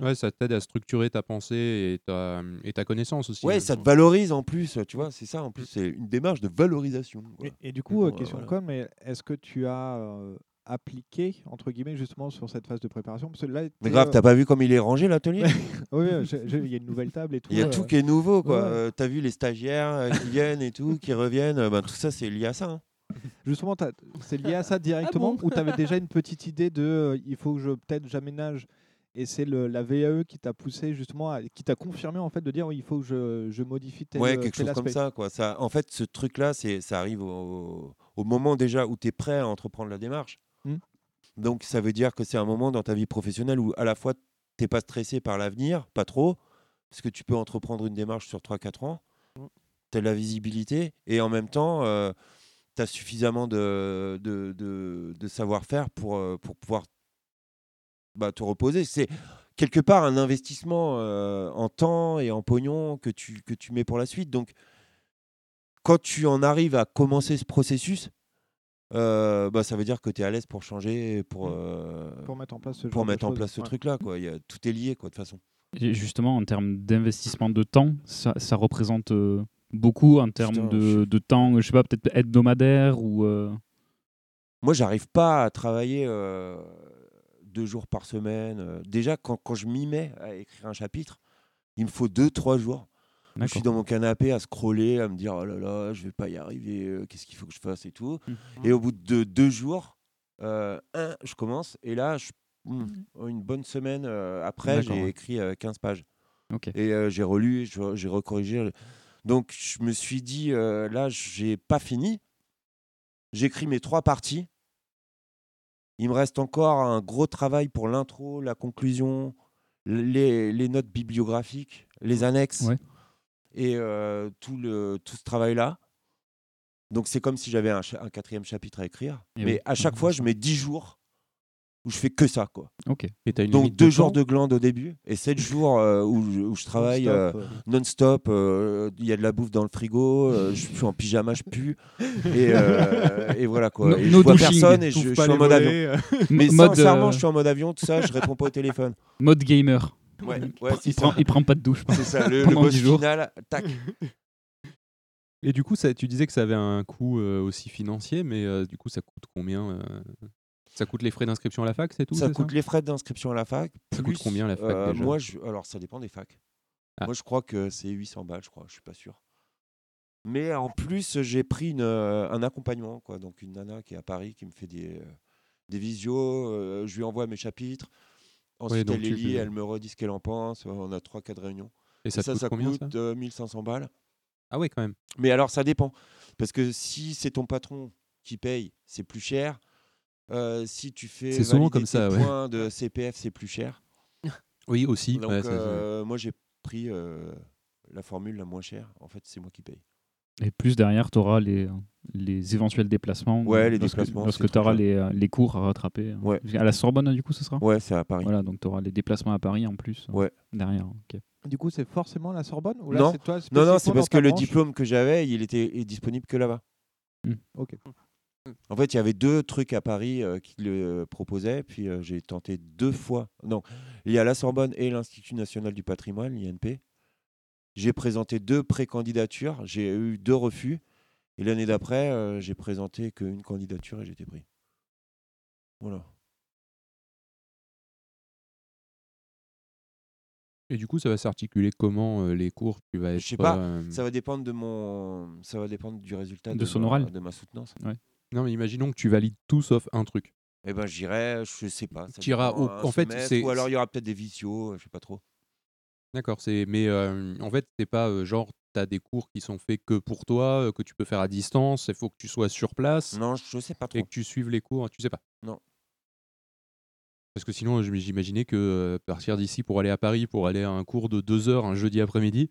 [SPEAKER 7] Ouais, ça t'aide à structurer ta pensée et ta, et ta connaissance aussi.
[SPEAKER 8] Ouais,
[SPEAKER 7] hein.
[SPEAKER 8] ça te valorise en plus. Tu vois, c'est ça. En plus, c'est une démarche de valorisation. quoi.
[SPEAKER 5] Et, et du coup, euh,
[SPEAKER 8] Bon, euh,
[SPEAKER 5] question
[SPEAKER 8] voilà.
[SPEAKER 5] con, mais est-ce que tu as euh, appliqué, entre guillemets, justement, sur cette phase de préparation Parce que là,
[SPEAKER 8] Mais
[SPEAKER 5] t'es,
[SPEAKER 8] grave,
[SPEAKER 5] euh,
[SPEAKER 8] t'as pas vu comme il est rangé l'atelier
[SPEAKER 5] oui, oui, j'ai- j'ai- il y a une nouvelle table et tout.
[SPEAKER 8] Il y a
[SPEAKER 5] euh,
[SPEAKER 8] tout qui est nouveau. quoi.
[SPEAKER 5] ouais.
[SPEAKER 8] Euh, t'as vu les stagiaires euh, qui viennent et tout, qui reviennent. euh, ben, tout ça, c'est lié à ça. hein.
[SPEAKER 5] Justement, t'as- c'est lié à
[SPEAKER 8] Ah
[SPEAKER 5] ça directement
[SPEAKER 6] bon
[SPEAKER 5] ou tu avais déjà une petite idée de euh, il faut que je peut-être j'aménage et c'est le- la VAE qui t'a poussé justement, à- qui t'a confirmé en fait de dire oui, il faut que je, je modifie tel,
[SPEAKER 8] Ouais,
[SPEAKER 5] euh,
[SPEAKER 8] quelque
[SPEAKER 5] tel
[SPEAKER 8] chose comme
[SPEAKER 5] aspect.
[SPEAKER 8] ça, quoi. Ça, en fait, ce truc-là, c'est, ça arrive au, au moment déjà où tu es prêt à entreprendre la démarche.
[SPEAKER 5] Hmm.
[SPEAKER 8] Donc, ça veut dire que c'est un moment dans ta vie professionnelle où à la fois t'es
[SPEAKER 5] Mmh.
[SPEAKER 8] pas stressé par l'avenir, pas trop, parce que tu peux entreprendre une démarche sur 3-4 ans. tu as de la visibilité et en même temps, euh, tu as suffisamment de, de, de- de savoir-faire pour, euh, pour pouvoir bah, te reposer. C'est quelque part un investissement euh, en temps et en pognon que tu, que tu mets pour la suite. Donc, quand tu en arrives à commencer ce processus, euh, bah, ça veut dire que tu es à l'aise pour changer, pour, euh,
[SPEAKER 5] Mmh. Pour mettre en place ce genre
[SPEAKER 8] pour
[SPEAKER 5] de
[SPEAKER 8] mettre en
[SPEAKER 5] choses,
[SPEAKER 8] place ce
[SPEAKER 5] ouais.
[SPEAKER 8] truc-là. quoi. Il y a- Tout est lié, quoi, de toute façon.
[SPEAKER 4] Et justement, en termes d'investissement de temps, ça, ça représente euh, beaucoup en termes de, de temps, je sais pas, peut-être hebdomadaire ou. euh,
[SPEAKER 8] Moi, j'arrive pas à travailler euh, deux jours par semaine. Euh, Déjà, quand, quand je m'y mets à écrire un chapitre, il me faut deux, trois jours. Je suis dans mon canapé à scroller, à me dire oh là là, je vais pas y arriver, euh, qu'est-ce qu'il faut que je fasse et tout.
[SPEAKER 4] Mmh,
[SPEAKER 8] Et au bout de deux jours, euh, un, je commence et là, je- hmm, une bonne semaine euh, après,
[SPEAKER 4] D'accord,
[SPEAKER 8] j'ai
[SPEAKER 4] ouais.
[SPEAKER 8] écrit euh, 15 pages.
[SPEAKER 4] Ok.
[SPEAKER 8] Et euh, j'ai relu, je- j'ai recorrigé. Donc, je me suis dit euh, là, j'ai pas fini. J'écris mes trois parties. Il me reste encore un gros travail pour l'intro, la conclusion, les, les notes bibliographiques, les annexes et euh, tout, le, tout ce travail-là. Donc c'est comme si j'avais un, cha- un quatrième chapitre à écrire.
[SPEAKER 7] Et
[SPEAKER 8] mais
[SPEAKER 7] oui.
[SPEAKER 8] à chaque fois, je mets 10 jours où je fais que ça. Quoi.
[SPEAKER 4] Ok.
[SPEAKER 7] Et t'as une
[SPEAKER 8] Donc
[SPEAKER 7] limite
[SPEAKER 8] deux
[SPEAKER 7] de
[SPEAKER 8] jours
[SPEAKER 7] temps
[SPEAKER 8] de glande au début et 7 jours euh, où, je, où je travaille euh,
[SPEAKER 7] Non-stop,
[SPEAKER 8] non-stop. euh, Il y a de la bouffe dans le frigo, euh, je suis en pyjama, je pue. Et, euh, et voilà quoi.
[SPEAKER 4] No-
[SPEAKER 8] et je
[SPEAKER 4] no
[SPEAKER 8] vois
[SPEAKER 4] douching,
[SPEAKER 8] personne et je,
[SPEAKER 4] t'ouvres
[SPEAKER 8] je
[SPEAKER 4] pas
[SPEAKER 8] suis en
[SPEAKER 4] les
[SPEAKER 8] mode
[SPEAKER 4] volets,
[SPEAKER 8] avion.
[SPEAKER 4] euh.
[SPEAKER 8] Mais
[SPEAKER 4] Mode,
[SPEAKER 8] sincèrement,
[SPEAKER 4] euh,
[SPEAKER 8] je suis en mode avion, tout ça, je réponds pas au téléphone.
[SPEAKER 4] Mode gamer.
[SPEAKER 8] Ouais,
[SPEAKER 4] Il
[SPEAKER 8] ouais,
[SPEAKER 4] prend-
[SPEAKER 8] c'est
[SPEAKER 4] il, prend,
[SPEAKER 8] ça.
[SPEAKER 4] il prend pas de douche.
[SPEAKER 8] C'est ça, le, le
[SPEAKER 4] pendant
[SPEAKER 8] boss
[SPEAKER 4] 10 jours.
[SPEAKER 8] final, tac.
[SPEAKER 7] Et du coup, ça, tu disais que ça avait un coût euh, aussi financier, mais euh, du coup, ça coûte combien euh, Ça coûte les frais d'inscription à la fac, c'est tout
[SPEAKER 8] Ça
[SPEAKER 7] c'est
[SPEAKER 8] coûte les frais d'inscription à la fac.
[SPEAKER 7] Ça coûte
[SPEAKER 8] plus, euh,
[SPEAKER 7] combien, la fac, déjà Ah.
[SPEAKER 8] Moi, je- alors ça dépend des facs. Moi, je crois que c'est 800 balles, je crois. Je suis pas sûr. Mais en plus, j'ai pris une, euh, un accompagnement, quoi. Donc une nana qui est à Paris, qui me fait des euh, des visios. euh, je lui envoie mes chapitres. Ensuite,
[SPEAKER 7] donc
[SPEAKER 8] elle les
[SPEAKER 7] tu-
[SPEAKER 8] lit, elle me redit ce qu'elle en pense. euh, On a trois cas de réunion.
[SPEAKER 7] Et ça te coûte combien, ça
[SPEAKER 8] coûte euh, 1500 balles.
[SPEAKER 7] Ah ouais, quand même.
[SPEAKER 8] Mais alors, ça dépend. Parce que si c'est ton patron qui paye, c'est plus cher. Euh, si tu fais
[SPEAKER 7] C'est souvent
[SPEAKER 8] valider
[SPEAKER 7] comme
[SPEAKER 8] tes
[SPEAKER 7] ça, ouais.
[SPEAKER 8] points de CPF, c'est plus cher.
[SPEAKER 7] Oui, aussi.
[SPEAKER 8] Donc,
[SPEAKER 7] ouais, ça-
[SPEAKER 8] euh, moi, j'ai pris euh, la formule la moins chère. En fait, c'est moi qui paye.
[SPEAKER 4] Et plus derrière, tu auras les, les éventuels déplacements. euh,
[SPEAKER 8] Ouais, les
[SPEAKER 4] lorsque,
[SPEAKER 8] déplacements,
[SPEAKER 4] Lorsque
[SPEAKER 8] c'est
[SPEAKER 4] tu auras
[SPEAKER 8] très
[SPEAKER 4] les, euh, les cours à rattraper. hein.
[SPEAKER 8] Ouais.
[SPEAKER 4] À la Sorbonne, du coup, ce sera
[SPEAKER 8] Ouais, c'est à Paris.
[SPEAKER 4] Voilà, donc tu auras les déplacements à Paris en plus. euh,
[SPEAKER 8] Ouais.
[SPEAKER 4] Derrière, ok.
[SPEAKER 5] Du coup, c'est forcément la Sorbonne ou là,
[SPEAKER 8] non,
[SPEAKER 5] c'est toi
[SPEAKER 8] non, non, c'est
[SPEAKER 5] spécifiquement
[SPEAKER 8] parce
[SPEAKER 5] dans ta
[SPEAKER 8] que le
[SPEAKER 5] branche Hmm,
[SPEAKER 8] diplôme que j'avais, il était est disponible que là-bas.
[SPEAKER 5] Ok.
[SPEAKER 8] En fait, il y avait deux trucs à Paris euh, qui le proposaient, puis euh, j'ai tenté deux fois. Non, il y a la Sorbonne et l'Institut national du patrimoine, l'INP. J'ai présenté deux pré-candidatures, j'ai eu deux refus, et l'année d'après, euh, j'ai présenté qu'une candidature et j'ai été pris. Voilà.
[SPEAKER 7] Et du coup, ça va s'articuler comment euh, les cours Tu vas être.
[SPEAKER 8] Je sais pas,
[SPEAKER 7] euh,
[SPEAKER 8] ça va dépendre de mon, ça va dépendre du résultat
[SPEAKER 7] De
[SPEAKER 8] de
[SPEAKER 7] son
[SPEAKER 8] ma-
[SPEAKER 7] oral.
[SPEAKER 8] de ma soutenance.
[SPEAKER 7] Non, mais imaginons que tu valides tout sauf un truc.
[SPEAKER 8] Eh ben, j'irai, je sais pas. ça
[SPEAKER 7] T'iras
[SPEAKER 8] dépend,
[SPEAKER 7] au-
[SPEAKER 8] un
[SPEAKER 7] en fait,
[SPEAKER 8] semestre,
[SPEAKER 7] c'est-
[SPEAKER 8] ou alors il y aura peut-être des vicios, je sais pas trop.
[SPEAKER 7] D'accord, c'est mais euh, en fait, c'est pas euh, genre tu as des cours qui sont faits que pour toi, euh, que tu peux faire à distance, il faut que tu sois sur place.
[SPEAKER 8] Non, je sais pas trop.
[SPEAKER 7] Et que tu suives les cours, tu sais pas.
[SPEAKER 8] Non.
[SPEAKER 7] Parce que sinon, je- j'imaginais que euh, partir d'ici pour aller à Paris, pour aller à un cours de deux heures un jeudi après-midi,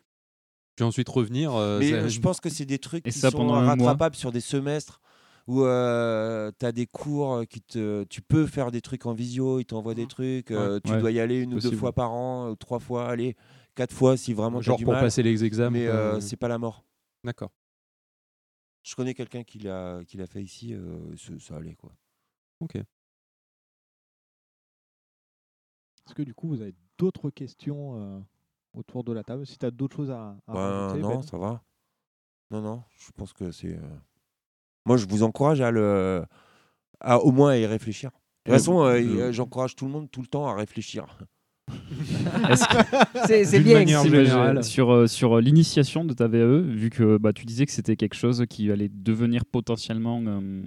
[SPEAKER 7] puis ensuite revenir. euh,
[SPEAKER 8] Mais
[SPEAKER 7] ça-
[SPEAKER 8] euh, je pense que c'est des trucs
[SPEAKER 7] Et
[SPEAKER 8] qui
[SPEAKER 7] ça
[SPEAKER 8] sont
[SPEAKER 7] pendant un mois.
[SPEAKER 8] rattrapables sur des semestres où tu as des cours euh, qui te. Tu peux faire des trucs en visio, ils t'envoient des trucs, euh, tu
[SPEAKER 7] Ouais.
[SPEAKER 8] dois y aller une ou deux
[SPEAKER 7] Possible.
[SPEAKER 8] fois par an, ou trois fois, allez, quatre fois si vraiment t'as
[SPEAKER 7] Genre
[SPEAKER 8] du
[SPEAKER 7] pour
[SPEAKER 8] mal.
[SPEAKER 7] passer les examens,
[SPEAKER 8] Mais
[SPEAKER 7] quoi.
[SPEAKER 8] euh, c'est pas la mort.
[SPEAKER 7] D'accord.
[SPEAKER 8] Je connais quelqu'un qui l'a qui l'a fait ici, euh, ce- ça allait quoi.
[SPEAKER 7] Ok.
[SPEAKER 5] Est-ce que du coup, vous avez d'autres questions euh, autour de la table Si tu as d'autres choses à, à
[SPEAKER 8] Ben,
[SPEAKER 4] Bah,
[SPEAKER 5] rajouter,
[SPEAKER 8] non,
[SPEAKER 5] Ben
[SPEAKER 8] ça va. Non, non, je pense que c'est. euh, Moi, je vous encourage à le, à au moins à y réfléchir. De toute
[SPEAKER 7] Euh,
[SPEAKER 8] façon, euh,
[SPEAKER 7] euh,
[SPEAKER 8] j'encourage tout le monde tout le temps à réfléchir.
[SPEAKER 4] Est-ce que- D'une manière générale, Sur, euh, sur euh, l'initiation de ta VAE, vu que bah, tu disais que c'était quelque chose qui allait devenir potentiellement euh,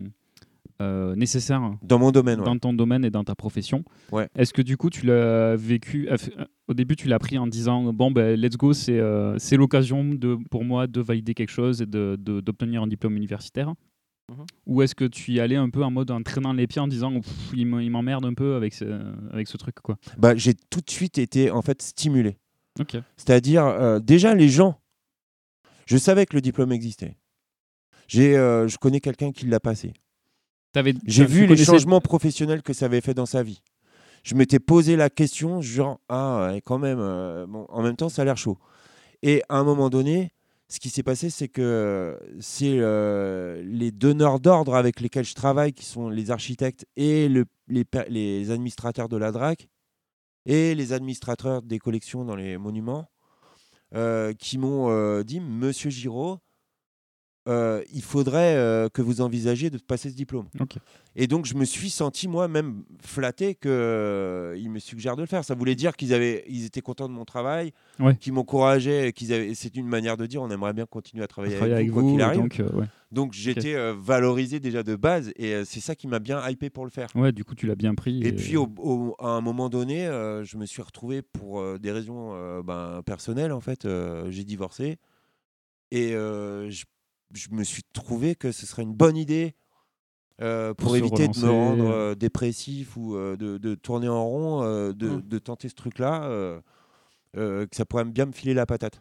[SPEAKER 4] euh, nécessaire
[SPEAKER 8] dans mon domaine, ouais.
[SPEAKER 4] dans ton domaine et dans ta profession.
[SPEAKER 8] Ouais.
[SPEAKER 4] Est-ce que du coup tu l'as vécu aff- au début tu l'as pris en disant bon ben let's go c'est euh, c'est l'occasion de pour moi de valider quelque chose et de de- d'obtenir un diplôme universitaire.
[SPEAKER 6] Mhm.
[SPEAKER 8] Mm-hmm.
[SPEAKER 4] Ou est-ce que tu y allais un peu en mode en traînant les pieds en disant Pff, il m- il m'emmerde un peu avec ce, avec ce truc quoi.
[SPEAKER 8] Bah, j'ai tout de suite été en fait stimulé.
[SPEAKER 4] Ok.
[SPEAKER 8] C'est-à-dire, euh, déjà, les gens, Je savais que le diplôme existait. J'ai, euh, je connais quelqu'un qui l'a passé.
[SPEAKER 4] T'avais-
[SPEAKER 8] J'ai
[SPEAKER 4] tu
[SPEAKER 8] vu les
[SPEAKER 4] connaissais-
[SPEAKER 8] changements professionnels que ça avait fait dans sa vie. Je m'étais posé la question, genre, ah, ouais, quand même, euh, bon, en même temps, ça a l'air chaud. Et à un moment donné, ce qui s'est passé, c'est que c'est euh, les donneurs d'ordre avec lesquels je travaille, qui sont les architectes et le- les, per- les administrateurs de la DRAC, et les administrateurs des collections dans les monuments, euh, qui m'ont euh, dit, Monsieur Giraud, euh, il faudrait euh, que vous envisagiez de passer ce diplôme. Et donc, je me suis senti moi-même flatté qu'ils me suggèrent de le faire. Ça voulait dire qu'ils avaient, ils étaient contents de mon travail,
[SPEAKER 4] Ouais.
[SPEAKER 8] qu'ils m'encourageaient, qu'ils avaient. C'est une manière de dire, on aimerait bien continuer à travailler,
[SPEAKER 4] Travailler
[SPEAKER 8] avec,
[SPEAKER 4] avec
[SPEAKER 8] vous,
[SPEAKER 4] vous,
[SPEAKER 8] quoi qu'il
[SPEAKER 4] et
[SPEAKER 8] arrive.
[SPEAKER 4] donc, euh, ouais.
[SPEAKER 8] Donc, j'étais euh, valorisé déjà de base, et euh, c'est ça qui m'a bien hypé pour le faire.
[SPEAKER 4] Ouais, du coup, tu l'as bien pris.
[SPEAKER 8] Et puis, au- au- à un moment donné, euh, je me suis retrouvé pour euh, des raisons euh, ben, personnelles, en fait. euh, j'ai divorcé. Et euh, je, je me suis trouvé que ce serait une bonne idée euh, pour,
[SPEAKER 4] Pour se
[SPEAKER 8] éviter de me
[SPEAKER 4] relancer.
[SPEAKER 8] rendre euh, dépressif ou euh, de, de tourner en rond, euh, de,
[SPEAKER 4] Mmh.
[SPEAKER 8] de tenter ce truc-là, euh, euh, que ça pourrait bien me filer la patate.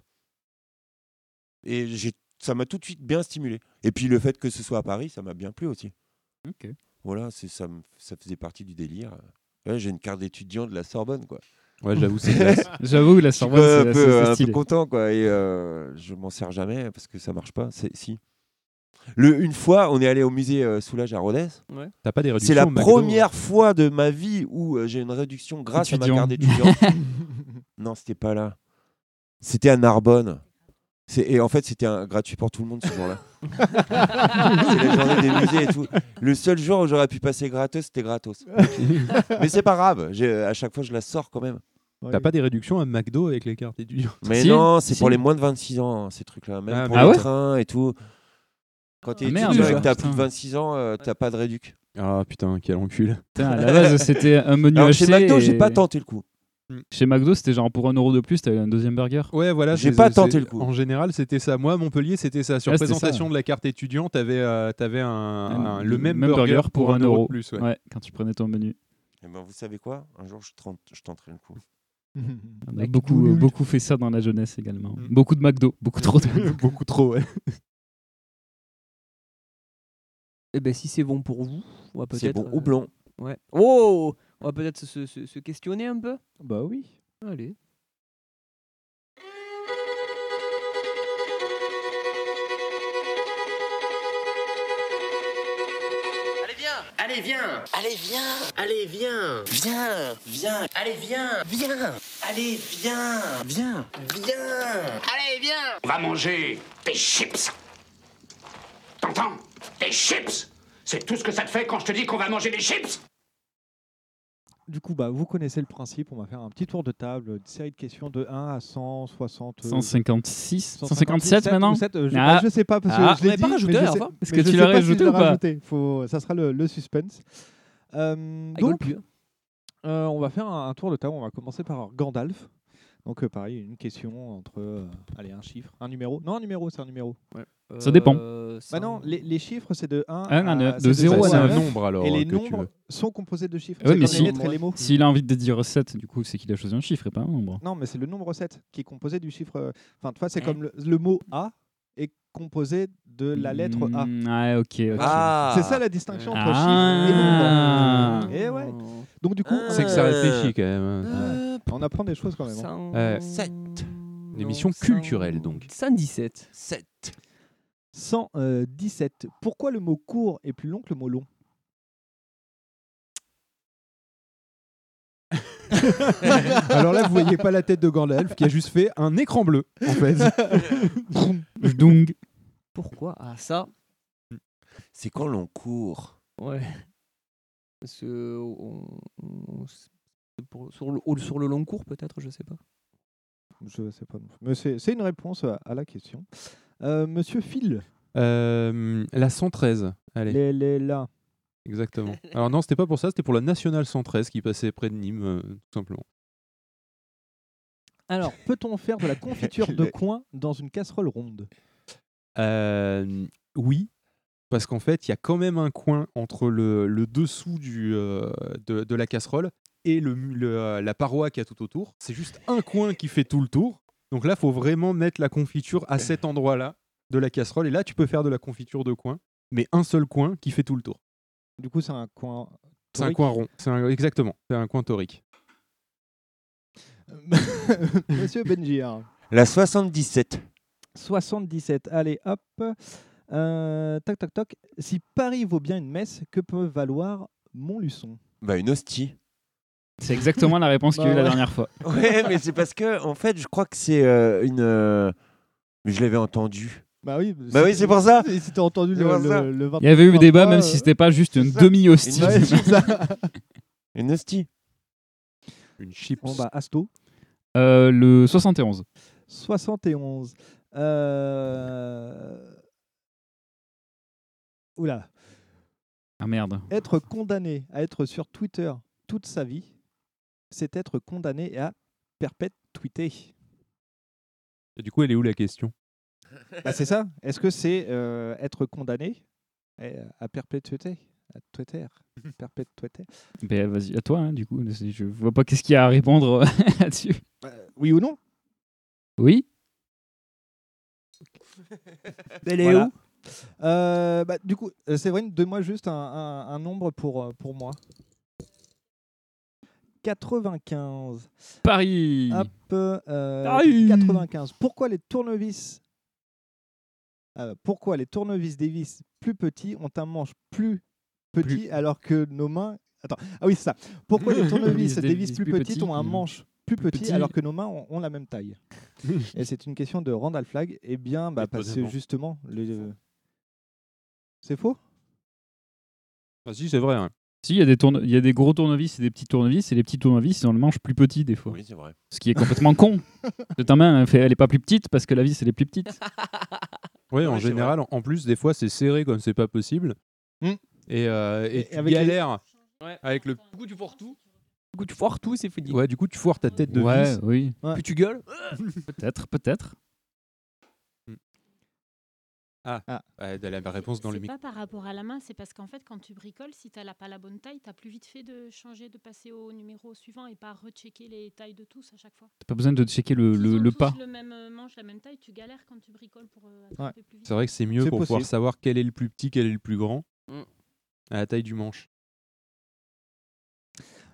[SPEAKER 8] Et j'ai- ça m'a tout de suite bien stimulé. Et puis, le fait que ce soit à Paris, ça m'a bien plu aussi.
[SPEAKER 4] Ok.
[SPEAKER 8] Voilà, c'est ça, me- ça faisait partie du délire. Ouais, j'ai une carte d'étudiant de la Sorbonne, quoi.
[SPEAKER 7] Ouais, j'avoue, c'est classe.
[SPEAKER 4] J'avoue, la
[SPEAKER 8] Je suis
[SPEAKER 4] Sorbonne,
[SPEAKER 8] pas
[SPEAKER 4] c'est-
[SPEAKER 8] un
[SPEAKER 4] c'est- c'est
[SPEAKER 8] peu, un peu
[SPEAKER 4] stylé.
[SPEAKER 8] content, quoi. Et euh, je m'en sers jamais parce que ça marche pas. C'est si. Le, une fois, on est allé au musée euh, Soulage à Rodez.
[SPEAKER 6] Ouais.
[SPEAKER 7] T'as pas des
[SPEAKER 8] C'est
[SPEAKER 7] réductions
[SPEAKER 8] la
[SPEAKER 7] au McDo hein.
[SPEAKER 8] première fois de ma vie où euh, j'ai une réduction grâce à
[SPEAKER 7] Étudiant.
[SPEAKER 8] ma carte d'étudiant. non, c'était pas là. C'était à Narbonne. C'est- Et en fait, c'était un- gratuit pour tout le monde ce jour-là. c'est la journée des musées et tout. Le seul jour où j'aurais pu passer gratos, c'était gratos. euh, Mais c'est pas grave. j'ai- euh, À chaque fois, je la sors quand même.
[SPEAKER 7] T'as pas des réductions à McDo avec les cartes étudiantes
[SPEAKER 8] Mais non, c'est pour les moins de 26 ans, hein, ces trucs-là. Même
[SPEAKER 7] Ah,
[SPEAKER 8] pour
[SPEAKER 7] ah
[SPEAKER 8] les
[SPEAKER 7] ouais
[SPEAKER 8] trains et tout. Quand t'es
[SPEAKER 4] Ah, merde,
[SPEAKER 8] étudiant et que
[SPEAKER 4] ouais,
[SPEAKER 8] t'as
[SPEAKER 4] putain.
[SPEAKER 8] plus de 26 ans, euh, t'as pas de réduc.
[SPEAKER 7] Ah putain, quel enculé.
[SPEAKER 4] Putain, à la base, c'était un menu
[SPEAKER 8] Alors,
[SPEAKER 4] acheté.
[SPEAKER 8] chez McDo, j'ai
[SPEAKER 4] et-
[SPEAKER 8] pas tenté le coup.
[SPEAKER 4] Chez McDo, c'était genre pour un euro de plus, t'avais un deuxième burger.
[SPEAKER 7] Ouais, voilà.
[SPEAKER 8] J'ai
[SPEAKER 7] c'est-
[SPEAKER 8] pas
[SPEAKER 7] c'est-
[SPEAKER 8] tenté le coup.
[SPEAKER 7] En général, c'était ça. Moi, à Montpellier, c'était ça. Sur
[SPEAKER 4] Ah, c'était
[SPEAKER 7] présentation
[SPEAKER 4] ça.
[SPEAKER 7] de la carte étudiante, t'avais euh, t'avais un, un- le même,
[SPEAKER 4] burger pour
[SPEAKER 7] un
[SPEAKER 4] un euro
[SPEAKER 7] de plus. ouais.
[SPEAKER 4] Ouais, quand tu prenais ton menu.
[SPEAKER 8] Et ben, vous savez quoi Un jour, je, tente- je tenterai le coup.
[SPEAKER 4] On a beaucoup, euh, beaucoup fait ça dans la jeunesse également. Beaucoup de McDo, beaucoup trop de McDo.
[SPEAKER 7] beaucoup trop, ouais.
[SPEAKER 6] Eh ben, si c'est bon pour vous, on va peut-être. euh,
[SPEAKER 8] C'est bon ou blanc.
[SPEAKER 6] Ouais. Oh On va peut-être se, se- se questionner un peu
[SPEAKER 5] Bah oui.
[SPEAKER 6] Allez.
[SPEAKER 12] Allez viens Allez viens Allez viens Allez viens Viens Viens Allez viens Viens Allez viens Viens Viens Allez viens
[SPEAKER 2] On va manger des chips. T'entends Des chips C'est tout ce que ça te fait quand je te dis qu'on va manger des chips
[SPEAKER 5] Du coup, bah, vous connaissez le principe. On va faire un petit tour de table, une série de questions de 1 à euh, 100, 60.
[SPEAKER 4] 156, 157 maintenant
[SPEAKER 5] ou 7, euh, je,
[SPEAKER 4] Ah.
[SPEAKER 5] bah, je sais pas parce que
[SPEAKER 4] Ah.
[SPEAKER 5] je l'ai
[SPEAKER 4] On l'avait
[SPEAKER 5] dit.
[SPEAKER 4] pas rajouté
[SPEAKER 5] mais
[SPEAKER 4] la
[SPEAKER 5] je
[SPEAKER 4] dernière
[SPEAKER 5] sais-
[SPEAKER 4] fois.
[SPEAKER 5] mais
[SPEAKER 4] Est-ce que
[SPEAKER 5] je
[SPEAKER 4] tu
[SPEAKER 5] sais
[SPEAKER 4] l'as
[SPEAKER 5] pas si je
[SPEAKER 4] rajouté
[SPEAKER 5] l'ai
[SPEAKER 4] ou pas
[SPEAKER 5] rajouté. Faut- Ça sera le, le suspense. Euh,
[SPEAKER 6] rigole
[SPEAKER 5] donc,
[SPEAKER 6] plus, hein.
[SPEAKER 5] euh, on va faire un, un tour de table. On va commencer par Gandalf. Donc, euh, pareil, une question entre. euh, allez, un chiffre, un numéro. Non, un numéro, c'est un numéro.
[SPEAKER 6] hein.
[SPEAKER 4] Ça dépend.
[SPEAKER 6] Euh,
[SPEAKER 5] Bah non, les, les chiffres, c'est de 1
[SPEAKER 4] Un à neuf, de
[SPEAKER 5] c'est
[SPEAKER 4] zéro
[SPEAKER 5] zéro
[SPEAKER 4] à
[SPEAKER 5] neuf,
[SPEAKER 4] neuf.
[SPEAKER 5] Et les
[SPEAKER 4] que tu
[SPEAKER 5] nombres
[SPEAKER 4] veux.
[SPEAKER 5] sont composés de chiffres.
[SPEAKER 4] Ouais,
[SPEAKER 5] c'est
[SPEAKER 4] mais
[SPEAKER 5] comme les
[SPEAKER 4] si,
[SPEAKER 5] lettres et les mots.
[SPEAKER 4] s'il a envie de dire 7, du coup, c'est qu'il a choisi un chiffre et pas un nombre.
[SPEAKER 5] Non, mais c'est le nombre 7 qui est composé du chiffre. euh, Enfin, tu vois, c'est comme le, le mot A est composé de la lettre A.
[SPEAKER 4] Mm, ouais, ok. ok.
[SPEAKER 8] Ah.
[SPEAKER 5] C'est ça la distinction entre
[SPEAKER 4] Ah.
[SPEAKER 5] chiffre et nombre. Et ouais. Donc du coup,
[SPEAKER 7] C'est que ça réfléchit quand même. hein.
[SPEAKER 5] Ouais. On apprend des choses quand même. hein.
[SPEAKER 7] Ouais.
[SPEAKER 8] 7.
[SPEAKER 7] Une émission culturelle donc.
[SPEAKER 6] 117.
[SPEAKER 8] 7.
[SPEAKER 5] 117. euh, Pourquoi le mot court est plus long que le mot long
[SPEAKER 7] Alors là, vous voyez pas la tête de Gandalf qui a juste fait un écran bleu en fait.
[SPEAKER 4] Dung.
[SPEAKER 6] Pourquoi Ah, ça
[SPEAKER 8] C'est quand l'on court.
[SPEAKER 6] Ouais. Parce que on- on- c'est pour- sur, le, au- sur le long cours, peut-être, je sais pas.
[SPEAKER 5] Je sais pas. non plus. Mais c'est c'est une réponse à, à la question. Euh, Monsieur Phil,
[SPEAKER 7] Euh, la 113. Allez.
[SPEAKER 5] les, les- là.
[SPEAKER 7] Exactement. Alors non, c'était pas pour ça, c'était pour la nationale 113 qui passait près de Nîmes, euh, tout simplement.
[SPEAKER 5] Alors, peut-on faire de la confiture de coin dans une casserole ronde
[SPEAKER 7] Euh, oui, parce qu'en fait, il y a quand même un coin entre le, le dessous du, euh, de, de la casserole et le, mu- le, euh, la paroi qui a tout autour. C'est juste un coin qui fait tout le tour. Donc là, faut vraiment mettre la confiture à cet endroit-là de la casserole. Et là, tu peux faire de la confiture de coin, mais un seul coin qui fait tout le tour.
[SPEAKER 5] Du coup, c'est un coin.
[SPEAKER 7] C'est un coin rond. C'est un- Exactement. C'est un coin torique.
[SPEAKER 5] Euh, Monsieur Benjir.
[SPEAKER 8] La 77.
[SPEAKER 5] 77. Allez, hop. Euh, tac, tac, tac. Si Paris vaut bien une messe, que peut valoir Montluçon
[SPEAKER 8] Bah, une hostie.
[SPEAKER 4] C'est exactement la réponse
[SPEAKER 5] Bah
[SPEAKER 4] qu'il y a eu la dernière fois.
[SPEAKER 8] Ouais, mais c'est parce que, en fait, je crois que c'est euh, une. euh, Je l'avais entendu.
[SPEAKER 5] Bah oui,
[SPEAKER 8] Bah oui, c'est pour ça.
[SPEAKER 5] Si si t'as entendu
[SPEAKER 8] C'est
[SPEAKER 5] le,
[SPEAKER 8] pour ça.
[SPEAKER 5] le, le 29,
[SPEAKER 4] Il y avait eu débat, même
[SPEAKER 5] 23,
[SPEAKER 4] si
[SPEAKER 5] euh,
[SPEAKER 4] c'était pas juste une
[SPEAKER 5] ça.
[SPEAKER 4] demi-hostie.
[SPEAKER 5] Ouais, c'est ça.
[SPEAKER 8] Une hostie.
[SPEAKER 7] Une chips.
[SPEAKER 5] Bon, bah, Asto.
[SPEAKER 4] Euh, le 71.
[SPEAKER 5] 71. Euh... Oula.
[SPEAKER 4] Ah merde.
[SPEAKER 5] Être condamné à être sur Twitter toute sa vie, c'est être condamné à perpète tweeter.
[SPEAKER 7] Et du coup, elle est où la question
[SPEAKER 5] Bah, c'est ça. Est-ce que c'est euh, être condamné euh, à perpétuité À Twitter Perpétuité
[SPEAKER 4] Ben, vas-y, à toi, hein, du coup. Je vois pas qu'est-ce qu'il y a à répondre là-dessus.
[SPEAKER 5] Euh, Oui ou non
[SPEAKER 4] Oui
[SPEAKER 5] Elle
[SPEAKER 4] est où
[SPEAKER 5] bah, Du coup, euh, Séverine, donne-moi juste un, un- un nombre pour, euh, pour moi. 95.
[SPEAKER 4] Paris
[SPEAKER 5] Hop, euh,
[SPEAKER 4] Paris.
[SPEAKER 5] 95. Pourquoi les tournevis euh, Pourquoi les tournevis des vis plus petits ont un manche plus petit alors que nos mains Attends, ah oui, c'est ça. Pourquoi les tournevis
[SPEAKER 4] Vis
[SPEAKER 5] des
[SPEAKER 4] des
[SPEAKER 5] vis
[SPEAKER 4] vis
[SPEAKER 5] plus
[SPEAKER 4] plus
[SPEAKER 5] petites
[SPEAKER 4] petits,
[SPEAKER 5] ont un
[SPEAKER 4] mm.
[SPEAKER 5] manche plus
[SPEAKER 4] Plus
[SPEAKER 5] petit,
[SPEAKER 4] petit.
[SPEAKER 5] alors que nos mains ont, ont la même taille Et c'est une question de Randall Flagg. Eh bien, bah, parce que
[SPEAKER 7] Étonnamment.
[SPEAKER 5] justement, le- c'est faux
[SPEAKER 7] Ah si, c'est vrai. hein.
[SPEAKER 4] Si, il y, a des tourne- il y a des gros tournevis et des petits tournevis, et les petits tournevis, ils ont le manche plus petit des fois.
[SPEAKER 8] Oui, c'est vrai.
[SPEAKER 4] Ce qui est complètement con. De ta main, elle fait- elle est pas plus petite parce que la vis, elle est plus petite.
[SPEAKER 7] Oui, en général, en- en plus, des fois, c'est serré comme c'est pas possible.
[SPEAKER 5] Hmm.
[SPEAKER 7] Et, euh, Mmh. et,
[SPEAKER 6] Et
[SPEAKER 7] tu
[SPEAKER 6] avec les-
[SPEAKER 7] galères avec Ah, le.
[SPEAKER 6] Du coup, tu foires tout. Du coup, tu foires tout, c'est fini.
[SPEAKER 7] Ouais, du coup, tu foires ta tête de
[SPEAKER 4] Ouais,
[SPEAKER 7] vis.
[SPEAKER 4] oui.
[SPEAKER 6] Puis tu gueules.
[SPEAKER 4] Peut-être, peut-être.
[SPEAKER 7] Ah, Ouais, t'as la réponse dans le
[SPEAKER 9] C'est
[SPEAKER 7] micro.
[SPEAKER 9] pas par rapport à la main, c'est parce qu'en fait, quand tu bricoles, si t'as la- pas la bonne taille, t'as plus vite fait de changer, de passer au numéro suivant et pas rechecker les tailles de tous à chaque fois.
[SPEAKER 4] T'as pas besoin de checker le, le-
[SPEAKER 9] Ils ont
[SPEAKER 4] le
[SPEAKER 9] tous
[SPEAKER 4] pas.
[SPEAKER 9] le même euh, manche, la même taille, tu galères quand tu bricoles pour euh,
[SPEAKER 5] Ouais.
[SPEAKER 9] attraper plus vite.
[SPEAKER 7] C'est vrai que c'est mieux
[SPEAKER 5] C'est
[SPEAKER 7] pour pouvoir
[SPEAKER 5] possible.
[SPEAKER 7] savoir quel est le plus petit, quel est le plus grand
[SPEAKER 6] Mm.
[SPEAKER 7] à la taille du manche.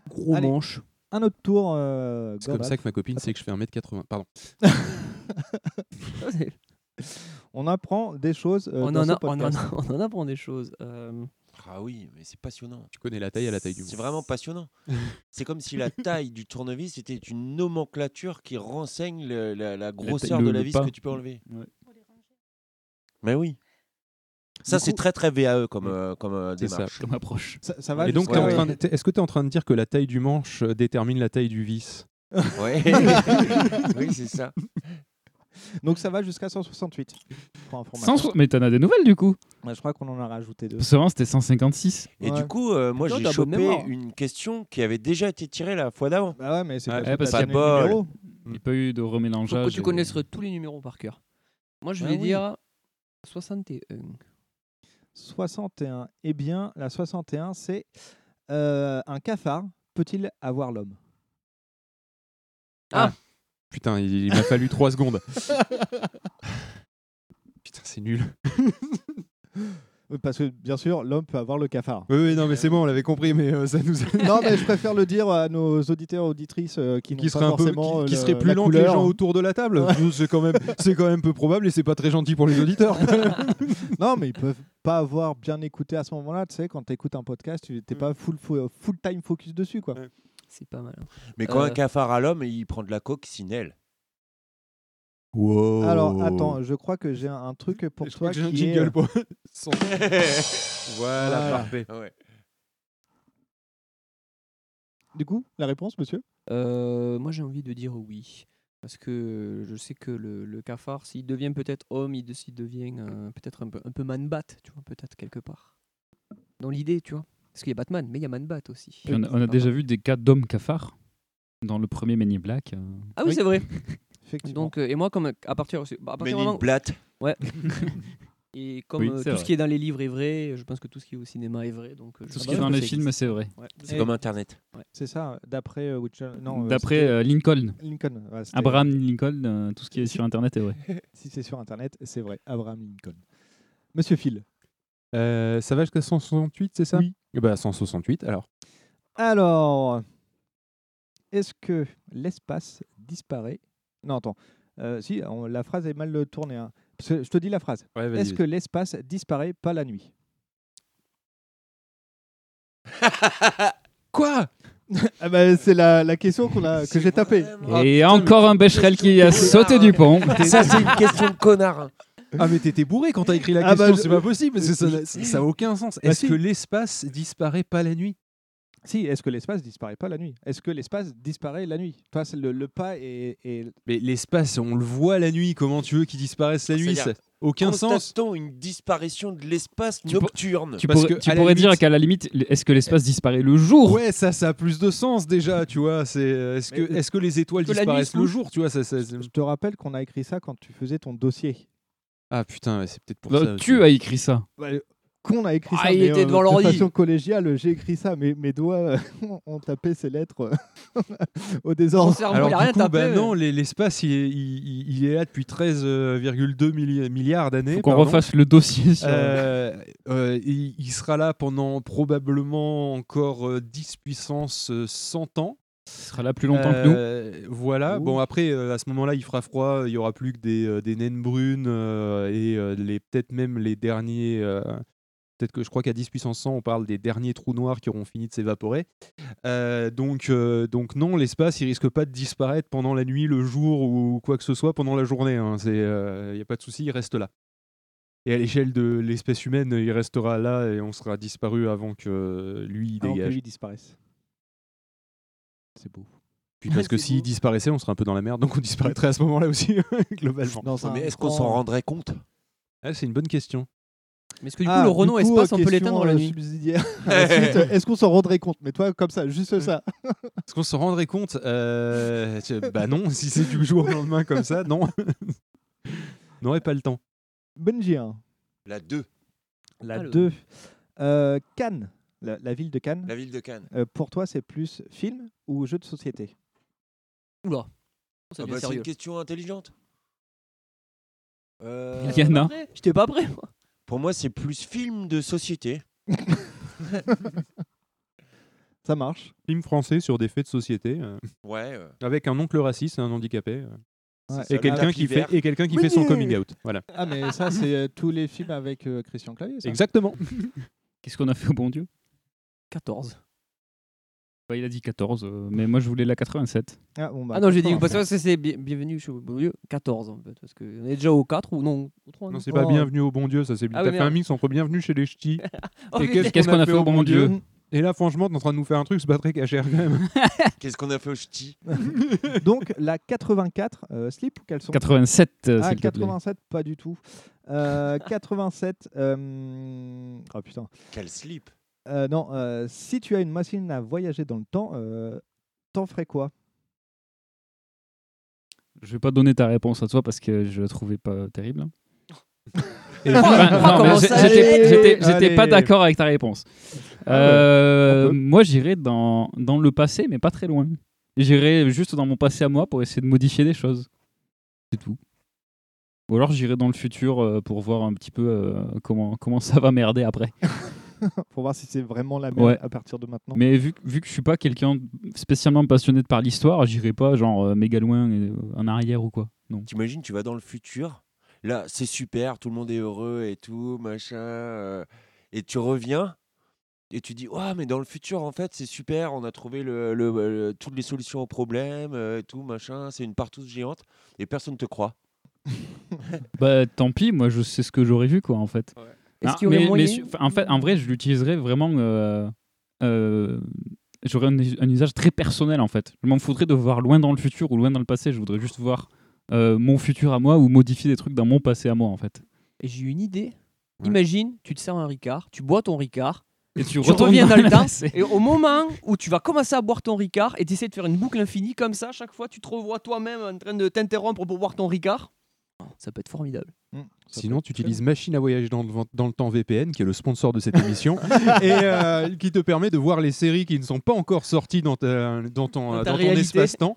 [SPEAKER 6] Gros
[SPEAKER 5] Allez.
[SPEAKER 6] manche.
[SPEAKER 5] Un autre tour. euh,
[SPEAKER 7] C'est comme
[SPEAKER 5] Gandalf.
[SPEAKER 7] ça que ma copine sait que je fais 1m80. Pardon.
[SPEAKER 5] On apprend des choses. euh,
[SPEAKER 6] on,
[SPEAKER 5] dans
[SPEAKER 6] en
[SPEAKER 5] ce
[SPEAKER 6] a, on, en
[SPEAKER 5] podcast.
[SPEAKER 6] a- on en apprend des choses. Euh,
[SPEAKER 8] Ah oui, mais c'est passionnant.
[SPEAKER 7] Tu connais la taille à la taille du
[SPEAKER 8] C'est
[SPEAKER 7] manche.
[SPEAKER 8] vraiment passionnant. c'est comme si la taille du tournevis était une nomenclature qui renseigne le- la, la grosseur
[SPEAKER 4] le-
[SPEAKER 8] de la
[SPEAKER 4] le
[SPEAKER 8] vis
[SPEAKER 4] pas.
[SPEAKER 8] que tu peux enlever.
[SPEAKER 4] Ouais.
[SPEAKER 8] Mais oui. Ça,
[SPEAKER 7] Du
[SPEAKER 8] c'est
[SPEAKER 7] coup-
[SPEAKER 8] très très VAE comme, euh, comme euh,
[SPEAKER 7] C'est ça.
[SPEAKER 8] démarche.
[SPEAKER 4] Comme approche.
[SPEAKER 5] Ça, ça va
[SPEAKER 7] Et donc,
[SPEAKER 5] jusqu'à-
[SPEAKER 7] t'es en train de- t'es- est-ce que tu es en train de dire que la taille du manche euh, détermine la taille du vis
[SPEAKER 8] Ouais. oui, c'est ça.
[SPEAKER 5] donc ça va jusqu'à 168. pour information.
[SPEAKER 4] Sans so- Mais t'en as des nouvelles du coup
[SPEAKER 5] Ouais, je crois qu'on en a rajouté deux.
[SPEAKER 4] Parce que avant, c'était 156.
[SPEAKER 8] Et
[SPEAKER 5] Ouais.
[SPEAKER 8] du coup, euh, moi,
[SPEAKER 6] Putain,
[SPEAKER 8] j'ai
[SPEAKER 6] t'as bonne
[SPEAKER 8] chopé
[SPEAKER 6] mémoire.
[SPEAKER 8] une question qui avait déjà été tirée la fois d'avant.
[SPEAKER 5] Bah ouais, mais c'est
[SPEAKER 7] Ouais,
[SPEAKER 5] pas
[SPEAKER 7] ouais,
[SPEAKER 5] parce
[SPEAKER 4] parce
[SPEAKER 5] qu'il y a
[SPEAKER 8] qu'il y a
[SPEAKER 5] pas
[SPEAKER 8] pas-
[SPEAKER 5] numéro.
[SPEAKER 4] Il n'y a pas eu de
[SPEAKER 6] Pourquoi
[SPEAKER 4] remélangeage. euh,
[SPEAKER 6] tu
[SPEAKER 4] et-
[SPEAKER 6] connaisserais tous les numéros par cœur Moi, je
[SPEAKER 5] Ah
[SPEAKER 6] vais
[SPEAKER 5] oui.
[SPEAKER 6] dire 61.
[SPEAKER 5] 61. Eh bien, la 61, c'est euh, un cafard peut-il avoir l'homme
[SPEAKER 7] Ah.
[SPEAKER 6] Ah,
[SPEAKER 7] Putain, il, il m'a fallu 3 secondes. Putain, c'est nul.
[SPEAKER 5] Euh, Parce que bien sûr, l'homme peut avoir le cafard.
[SPEAKER 7] Oui, oui, non, mais c'est bon, on l'avait compris, mais euh, ça nous a...
[SPEAKER 5] non, mais je préfère le dire à nos auditeurs auditrices euh, qui, n'ont
[SPEAKER 7] qui
[SPEAKER 5] pas
[SPEAKER 7] serait un peu
[SPEAKER 5] forcément
[SPEAKER 7] qui, qui
[SPEAKER 5] euh,
[SPEAKER 7] serait
[SPEAKER 5] le-
[SPEAKER 7] plus
[SPEAKER 5] la
[SPEAKER 7] lent que les
[SPEAKER 5] couleur.
[SPEAKER 7] gens autour de la table. Nous, C'est quand même c'est quand même peu probable et c'est pas très gentil pour les auditeurs.
[SPEAKER 5] Non, mais ils peuvent pas avoir bien écouté à ce moment-là. Tu sais, quand tu écoutes un podcast, tu
[SPEAKER 7] Mm.
[SPEAKER 5] n'es pas full, full, full time focus dessus, quoi.
[SPEAKER 6] C'est pas mal. hein.
[SPEAKER 8] Mais quand
[SPEAKER 6] Euh.
[SPEAKER 8] un cafard à l'homme, il prend de la coccinelle.
[SPEAKER 7] Wow.
[SPEAKER 5] Alors, attends, je crois que j'ai un, un truc pour
[SPEAKER 7] Oh.
[SPEAKER 5] toi
[SPEAKER 7] Je crois que j'ai un
[SPEAKER 5] qui est,
[SPEAKER 7] jingle
[SPEAKER 5] euh,
[SPEAKER 7] pour- Son- Euh, voilà,
[SPEAKER 5] Voilà.
[SPEAKER 7] parfait.
[SPEAKER 8] Ouais.
[SPEAKER 5] Du coup, la réponse, monsieur
[SPEAKER 6] Euh, moi, j'ai envie de dire oui. Parce que je sais que le, le cafard, s'il devient peut-être homme, il, de- s'il devient euh, peut-être un peu, un peu man-bat, tu vois, peut-être quelque part. Dans l'idée, tu vois. Parce qu'il y a Batman, mais il y a man-bat aussi.
[SPEAKER 4] Puis on, a,
[SPEAKER 5] Ah
[SPEAKER 4] on a déjà vu des cas d'hommes cafards dans le premier Men in Black. euh,
[SPEAKER 6] Ah oui,
[SPEAKER 5] Oui.
[SPEAKER 6] c'est vrai.
[SPEAKER 5] Effectivement.
[SPEAKER 6] Donc, euh, et moi, comme à partir, à partir du
[SPEAKER 8] Mais
[SPEAKER 5] Ah
[SPEAKER 6] moment où-
[SPEAKER 8] une blatte.
[SPEAKER 6] Et comme
[SPEAKER 4] Oui,
[SPEAKER 6] euh,
[SPEAKER 4] c'est
[SPEAKER 6] tout
[SPEAKER 4] vrai.
[SPEAKER 6] ce qui est dans les livres est vrai, je pense que tout ce qui est au cinéma est vrai. Donc, euh,
[SPEAKER 5] bah
[SPEAKER 4] Tout ce qui est dans les films, c'est vrai.
[SPEAKER 8] C'est comme Internet.
[SPEAKER 5] C'est ça, d'après euh, Witcher- non, euh,
[SPEAKER 4] D'après
[SPEAKER 5] c'était-
[SPEAKER 4] euh, Lincoln.
[SPEAKER 5] Lincoln, ouais, c'était-
[SPEAKER 4] Abraham Lincoln, euh, tout ce qui est sur Internet est vrai.
[SPEAKER 5] si c'est sur Internet, c'est vrai. Abraham Lincoln. Monsieur Phil.
[SPEAKER 7] Euh, ça va jusqu'à 168, c'est ça Oui. bah 168, alors.
[SPEAKER 5] Alors, est-ce que l'espace disparaît Non, attends. Euh, si, on- la phrase est mal euh, tournée. hein. Parce que je te dis la phrase.
[SPEAKER 7] Ouais, vas-y,
[SPEAKER 5] est-ce
[SPEAKER 7] vas-y.
[SPEAKER 5] que l'espace disparaît pas la nuit
[SPEAKER 7] Quoi
[SPEAKER 5] ah bah, C'est la, la question qu'on a, que j'ai tapée.
[SPEAKER 4] Et encore un Becherel qui a sauté du pont.
[SPEAKER 5] Ça, c'est une question de
[SPEAKER 8] connard.
[SPEAKER 7] Ah, mais t'étais bourré quand t'as écrit la
[SPEAKER 5] Ah bah,
[SPEAKER 7] question,
[SPEAKER 5] je-
[SPEAKER 7] c'est pas possible, parce que ça- ça ça a aucun sens.
[SPEAKER 5] Bah,
[SPEAKER 7] Est-ce
[SPEAKER 5] si.
[SPEAKER 7] que l'espace disparaît pas la nuit
[SPEAKER 5] Si, est-ce que l'espace disparaît pas la nuit Est-ce que l'espace disparaît la nuit Toi, c'est le, le pas et,
[SPEAKER 7] Mais l'espace, on le voit la nuit, comment tu veux qu'il disparaisse la nuit
[SPEAKER 8] C'est-à-dire,
[SPEAKER 7] ça- Aucun sens
[SPEAKER 8] Constatons une disparition de l'espace nocturne.
[SPEAKER 4] Tu pourrais, tu pourrais dire qu'à la limite, l- est-ce que l'espace disparaît le jour
[SPEAKER 7] Ouais, ça, ça a plus de sens déjà, tu vois. C'est euh, est-ce que,
[SPEAKER 5] Mais-
[SPEAKER 7] est-ce que les étoiles
[SPEAKER 5] Que la nuit
[SPEAKER 7] disparaissent
[SPEAKER 5] se
[SPEAKER 7] le
[SPEAKER 5] couche.
[SPEAKER 7] jour, tu vois ça, ça- ça-
[SPEAKER 5] Je te rappelle qu'on a écrit ça quand tu faisais ton dossier.
[SPEAKER 7] Ah putain, ouais, c'est peut-être pour
[SPEAKER 4] Bah,
[SPEAKER 7] ça.
[SPEAKER 4] tu as écrit ça.
[SPEAKER 5] Qu'on a écrit
[SPEAKER 4] Ah,
[SPEAKER 5] ça.
[SPEAKER 4] il
[SPEAKER 5] mais, euh,
[SPEAKER 4] était devant
[SPEAKER 5] De
[SPEAKER 4] l'ordi.
[SPEAKER 5] façon collégiale, euh, j'ai écrit ça, mais mes doigts euh, ont- ont tapé ces lettres euh, au désordre.
[SPEAKER 7] Alors, du coup, bah
[SPEAKER 6] euh,
[SPEAKER 7] non, les- l'espace, il est, il- il- il est là depuis 13,2 milli- milliards d'années.
[SPEAKER 4] Faut qu'on
[SPEAKER 7] pardon.
[SPEAKER 4] refasse le dossier sur-
[SPEAKER 7] Euh, euh, il, il sera là pendant probablement encore euh, 10 puissance euh, 100 ans. Il
[SPEAKER 4] sera là plus longtemps
[SPEAKER 7] euh,
[SPEAKER 4] que nous.
[SPEAKER 7] que nous. Voilà.
[SPEAKER 4] Ouh.
[SPEAKER 7] Bon, après, euh, à ce moment-là, il fera froid. Il y aura plus que des, euh, des naines brunes euh, et euh, les- peut-être même les derniers. euh, Peut-être que je crois qu'à 10 puissance 100, on parle des derniers trous noirs qui auront fini de s'évaporer. Euh, donc, euh, donc non, l'espace, il risque pas de disparaître pendant la nuit, le jour ou quoi que ce soit pendant la journée. hein. Il n'y a pas de souci, il reste là. Et à l'échelle de l'espèce humaine, il restera là et on sera disparu avant que euh, lui il
[SPEAKER 5] Avant que
[SPEAKER 7] dégage.
[SPEAKER 5] lui disparaisse. C'est beau.
[SPEAKER 7] Puis parce que s'il disparaissait, on serait un peu dans la merde, donc on disparaîtrait à ce moment-là aussi, globalement.
[SPEAKER 5] Dans un
[SPEAKER 8] Mais est-ce qu'on s'en
[SPEAKER 5] grand-
[SPEAKER 8] rendrait compte
[SPEAKER 7] Ah, C'est une bonne question.
[SPEAKER 6] Mais est-ce que du coup,
[SPEAKER 5] Ah,
[SPEAKER 6] le Renault
[SPEAKER 5] du coup,
[SPEAKER 6] Espace, on peut
[SPEAKER 5] question,
[SPEAKER 6] l'éteindre la
[SPEAKER 5] euh,
[SPEAKER 6] nuit
[SPEAKER 5] subsidiaire. Ensuite, Est-ce qu'on s'en rendrait compte Mais toi, comme ça, juste ça.
[SPEAKER 7] Est-ce qu'on se rendrait compte Euh, tu- Bah non, si c'est du jour au lendemain comme ça, non. on n'aurait pas le temps.
[SPEAKER 5] Benji hein. 1.
[SPEAKER 8] La 2.
[SPEAKER 5] La
[SPEAKER 8] Ah, le-
[SPEAKER 5] 2. Euh, Cannes. La, la ville de Cannes.
[SPEAKER 8] La ville de Cannes.
[SPEAKER 5] Euh, pour toi, c'est plus film ou jeu de société
[SPEAKER 6] Oula. Ça
[SPEAKER 8] Ah
[SPEAKER 6] devient
[SPEAKER 8] bah, c'est
[SPEAKER 6] sérieux.
[SPEAKER 8] une question intelligente. Euh,
[SPEAKER 6] Yana. J'étais pas prêt. moi.
[SPEAKER 8] Pour moi, c'est plus film de société.
[SPEAKER 5] Ça marche.
[SPEAKER 7] Film français sur des faits de société. euh,
[SPEAKER 8] Ouais, euh.
[SPEAKER 7] Avec un oncle raciste et un handicapé. euh,
[SPEAKER 5] Ouais.
[SPEAKER 7] Et quelqu'un qui fait, et quelqu'un qui fait son coming out. Voilà.
[SPEAKER 5] Ah, mais ça, c'est euh, tous les films avec euh, Christian Clavier. ça.
[SPEAKER 7] Exactement.
[SPEAKER 4] Qu'est-ce qu'on a fait au bon Dieu
[SPEAKER 6] 14.
[SPEAKER 4] Bah, Il a dit 14, euh, mais moi je voulais la 87.
[SPEAKER 5] Ah, bon, bah,
[SPEAKER 6] Ah non, j'ai dit,
[SPEAKER 5] d'accord.
[SPEAKER 6] parce que c'est bien- bienvenue chez Bon Dieu, 14 en fait. Parce qu'on est déjà au 4 ou non au 3,
[SPEAKER 7] Non, c'est pas bienvenue au bon Dieu, ça c'est.
[SPEAKER 6] Ah
[SPEAKER 7] T'as
[SPEAKER 6] oui,
[SPEAKER 7] fait un
[SPEAKER 6] merde.
[SPEAKER 7] mix entre bienvenue chez les ch'tis.
[SPEAKER 6] Oh,
[SPEAKER 7] et
[SPEAKER 6] putain.
[SPEAKER 7] Ah qu'est-ce qu'on a, fait au bon Dieu, Et là, franchement, t'es en train de nous faire un truc, c'est pas très caché quand même.
[SPEAKER 8] Qu'est-ce qu'on a fait au ch'ti
[SPEAKER 5] Donc, la 84, euh, slip ou caleçon
[SPEAKER 4] 87, euh,
[SPEAKER 5] Ah,
[SPEAKER 4] s'il te plaît.
[SPEAKER 5] 87, pas du tout. Euh, 87, euh, oh putain.
[SPEAKER 8] Quel slip
[SPEAKER 5] Euh, non, euh, si tu as une machine à voyager dans le temps, euh, t'en ferais quoi
[SPEAKER 4] Je vais pas donner ta réponse à toi parce que je la trouvais pas terrible.
[SPEAKER 7] Et-
[SPEAKER 4] Enfin,
[SPEAKER 7] Oh,
[SPEAKER 4] non, mais
[SPEAKER 7] comment
[SPEAKER 4] j'ai-
[SPEAKER 7] ça,
[SPEAKER 4] J'étais
[SPEAKER 7] allez,
[SPEAKER 4] j'étais- j'étais pas
[SPEAKER 7] allez. Ah
[SPEAKER 4] d'accord avec ta réponse. Euh, moi, j'irais dans, dans le passé, mais pas très loin. J'irais juste dans mon passé à moi pour essayer de modifier des choses. C'est tout. Ou alors j'irai dans le futur euh, pour voir un petit peu euh, comment, comment ça va merder après.
[SPEAKER 5] Pour voir si c'est vraiment la merde
[SPEAKER 4] Ouais.
[SPEAKER 5] à partir de maintenant.
[SPEAKER 4] Mais vu, que- vu que je suis pas quelqu'un spécialement passionné par l'histoire, j'irai pas genre euh, méga loin euh, en arrière ou quoi. Non.
[SPEAKER 8] T'imagines, tu vas dans le futur. Là, c'est super, tout le monde est heureux et tout, machin. euh, et tu reviens et tu dis Ouais, mais dans le futur, en fait, c'est super, on a trouvé le, le- le- toutes les solutions aux problèmes euh, et tout, machin. C'est une partouze géante et personne te croit.
[SPEAKER 4] Bah tant pis, moi je sais ce que j'aurais vu quoi en fait.
[SPEAKER 7] Ah,
[SPEAKER 4] Ah,
[SPEAKER 6] Est-ce qu'il y aurait
[SPEAKER 4] mais-
[SPEAKER 6] moyen-
[SPEAKER 4] mais su- En fait, en vrai, je l'utiliserais vraiment. euh, euh, J'aurais un, us- un usage très personnel en fait. Je m'en foutrais de voir loin dans le futur ou loin dans le passé. Je voudrais juste voir euh, mon futur à moi ou modifier des trucs dans mon passé à moi en fait.
[SPEAKER 6] Et j'ai une idée. Imagine, tu te sers un Ricard, tu bois ton Ricard,
[SPEAKER 4] Et tu retournes
[SPEAKER 6] reviens
[SPEAKER 4] dans
[SPEAKER 6] dans le
[SPEAKER 4] le
[SPEAKER 6] temps,
[SPEAKER 4] passé.
[SPEAKER 6] et au moment où tu vas commencer à boire ton Ricard et tu essaies de faire une boucle infinie comme ça, chaque fois tu te revois toi-même en train de t'interrompre pour boire ton Ricard. Ça peut être formidable.
[SPEAKER 5] Hmm,
[SPEAKER 7] Sinon, tu utilises Machine à voyager dans le, vent- dans le temps VPN, qui est le sponsor de cette émission, et euh, qui te permet de voir les séries qui ne sont pas encore sorties dans, ta- dans ton, euh,
[SPEAKER 6] Dans ta
[SPEAKER 7] dans ton
[SPEAKER 6] réalité.
[SPEAKER 7] espace-temps.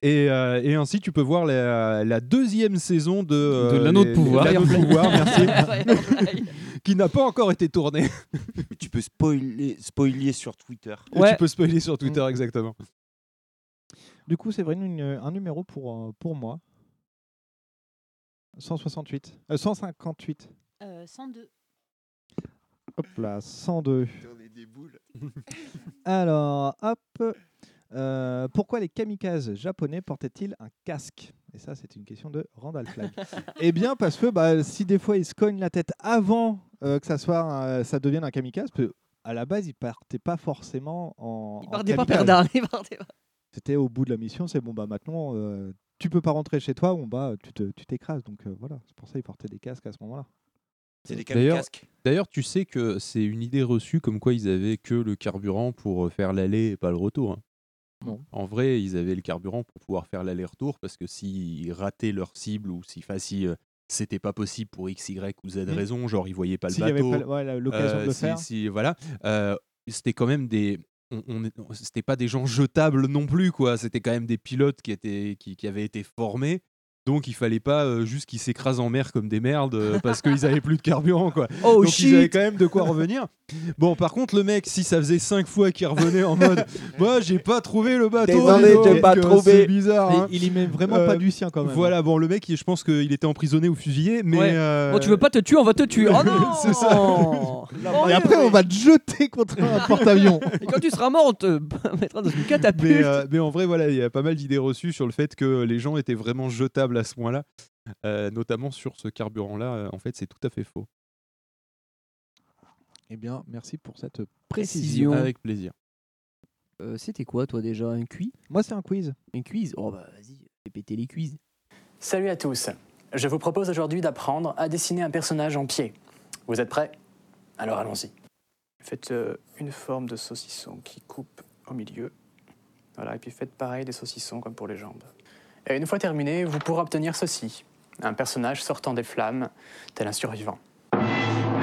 [SPEAKER 7] Et, euh, et ainsi, tu peux voir la, la deuxième saison de, euh,
[SPEAKER 4] De L'Anneau de
[SPEAKER 7] les-
[SPEAKER 4] Pouvoir.
[SPEAKER 7] l'Anneau de Pouvoir, Ah, merci.
[SPEAKER 6] Firefly.
[SPEAKER 7] qui n'a pas encore été tournée.
[SPEAKER 8] tu peux spoiler, spoiler sur Twitter.
[SPEAKER 7] Et Tu peux spoiler sur
[SPEAKER 6] Mm.
[SPEAKER 7] Twitter, exactement.
[SPEAKER 5] Du coup, c'est vraiment un numéro pour, euh, pour moi. 168. Euh, 158.
[SPEAKER 9] Euh, 102.
[SPEAKER 5] Hop là, 102.
[SPEAKER 9] des boules.
[SPEAKER 5] Alors, hop. Euh, pourquoi les kamikazes japonais portaient-ils un casque Et ça, c'est une question de Randall Flagg. Eh bien, parce que bah, si des fois ils se cognent la tête avant euh, que ça, soit un- ça devienne un kamikaze, parce que à la base, ils partaient pas forcément en.
[SPEAKER 6] Ils
[SPEAKER 5] en
[SPEAKER 7] Oh,
[SPEAKER 6] partaient pas
[SPEAKER 5] kamikaze.
[SPEAKER 6] perdants, ils partaient pas.
[SPEAKER 5] C'était au bout de la mission, c'est bon, bah maintenant, euh, tu peux pas rentrer chez toi, on bah, tu te- tu t'écrases. Donc euh, voilà, c'est pour ça qu'ils portaient des casques à ce moment-là.
[SPEAKER 8] C'est des
[SPEAKER 7] D'ailleurs,
[SPEAKER 8] kamikazes.
[SPEAKER 7] d'ailleurs, tu sais que c'est une idée reçue comme quoi ils avaient que le carburant pour euh, faire l'aller et pas le retour. hein.
[SPEAKER 5] Non.
[SPEAKER 7] En vrai, ils avaient le carburant pour pouvoir faire l'aller-retour parce que s'ils rataient leur cible ou si, enfin, si euh, c'était pas possible pour X, Y ou Z raison, genre ils voyaient pas le
[SPEAKER 5] Mmh. S'il y avait
[SPEAKER 7] bateau. Euh,
[SPEAKER 5] pas l- ouais, la- l'occasion de le
[SPEAKER 7] si-
[SPEAKER 5] faire.
[SPEAKER 7] si- voilà. euh, c'était quand même des. On, on est- on- c'était pas des gens jetables non plus, quoi. C'était quand même des pilotes qui, étaient, qui, qui avaient été formés. Donc il fallait pas euh, juste qu'ils s'écrasent en mer comme des merdes euh, parce qu'ils avaient plus de carburant, quoi.
[SPEAKER 6] Oh,
[SPEAKER 7] Donc
[SPEAKER 6] shit
[SPEAKER 7] ils avaient quand même de quoi revenir. Bon, par contre, le mec, si ça faisait cinq fois qu'il revenait en mode Moi, j'ai pas trouvé le bateau.
[SPEAKER 5] Désolé,
[SPEAKER 7] dis donc,
[SPEAKER 5] j'ai pas
[SPEAKER 7] euh,
[SPEAKER 5] trouvé.
[SPEAKER 7] C'est bizarre.
[SPEAKER 5] Mais
[SPEAKER 7] hein.
[SPEAKER 5] il y met vraiment pas du sien, quand même. hein.
[SPEAKER 7] Voilà, bon, le mec, il- je pense qu'il était emprisonné ou fusillé, mais.
[SPEAKER 6] Ouais.
[SPEAKER 7] euh,
[SPEAKER 6] Oh, tu veux pas te tuer, on va te tuer. Oh non
[SPEAKER 7] C'est ça.
[SPEAKER 5] Et après, on va te jeter contre un Ah, porte-avions.
[SPEAKER 6] Et quand tu seras mort, on te mettra dans une catapulte.
[SPEAKER 7] mais, euh, mais en vrai, voilà, il y a pas mal d'idées reçues sur le fait que les gens étaient vraiment jetables à ce point-là, Euh, notamment sur ce carburant-là. euh, En fait, c'est tout à fait faux.
[SPEAKER 5] Eh bien, merci pour cette
[SPEAKER 6] Précision.
[SPEAKER 7] Avec plaisir.
[SPEAKER 6] Euh, C'était quoi, toi, déjà Un cuit
[SPEAKER 5] Moi, c'est un quiz.
[SPEAKER 6] Un quiz Oh, bah vas-y, fais péter les quiz.
[SPEAKER 13] Salut à tous. Je vous propose aujourd'hui d'apprendre à dessiner un personnage en pied. Vous êtes prêts Alors allons-y. Faites euh, une forme de saucisson qui coupe au milieu. Voilà, et puis faites pareil des saucissons comme pour les jambes. Et une fois terminé, vous pourrez obtenir ceci. Un personnage sortant des flammes, tel un survivant.
[SPEAKER 5] Voilà, Euh,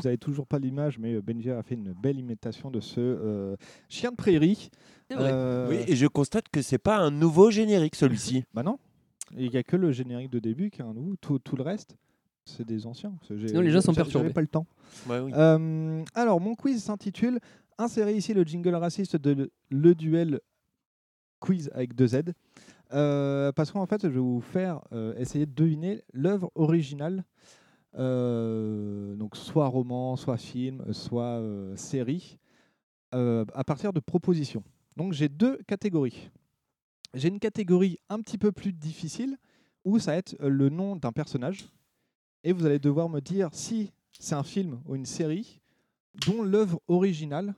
[SPEAKER 5] Vous avez toujours pas l'image, mais euh, Benji a fait une belle imitation de ce euh, chien de prairie. Euh,
[SPEAKER 8] Oui, et je constate que c'est pas un nouveau générique celui-ci.
[SPEAKER 5] Bah non. Il n'y a que le générique de début qui est un nouveau. Tout, tout le reste, c'est des anciens. parce que j'ai-
[SPEAKER 6] Sinon, les gens sont
[SPEAKER 5] j'avais
[SPEAKER 6] perturbés.
[SPEAKER 5] pas le temps.
[SPEAKER 8] Ouais, oui.
[SPEAKER 5] Euh, alors, mon quiz s'intitule Insérez ici le jingle raciste de le, le duel quiz avec deux Z. Euh, parce qu'en fait, je vais vous faire euh, essayer de deviner l'œuvre originale. euh, donc, soit roman, soit film, soit euh, série, euh, à partir de propositions. Donc, j'ai deux catégories. J'ai une catégorie un petit peu plus difficile où ça va être euh, le nom d'un personnage et vous allez devoir me dire si c'est un film ou une série dont l'œuvre originale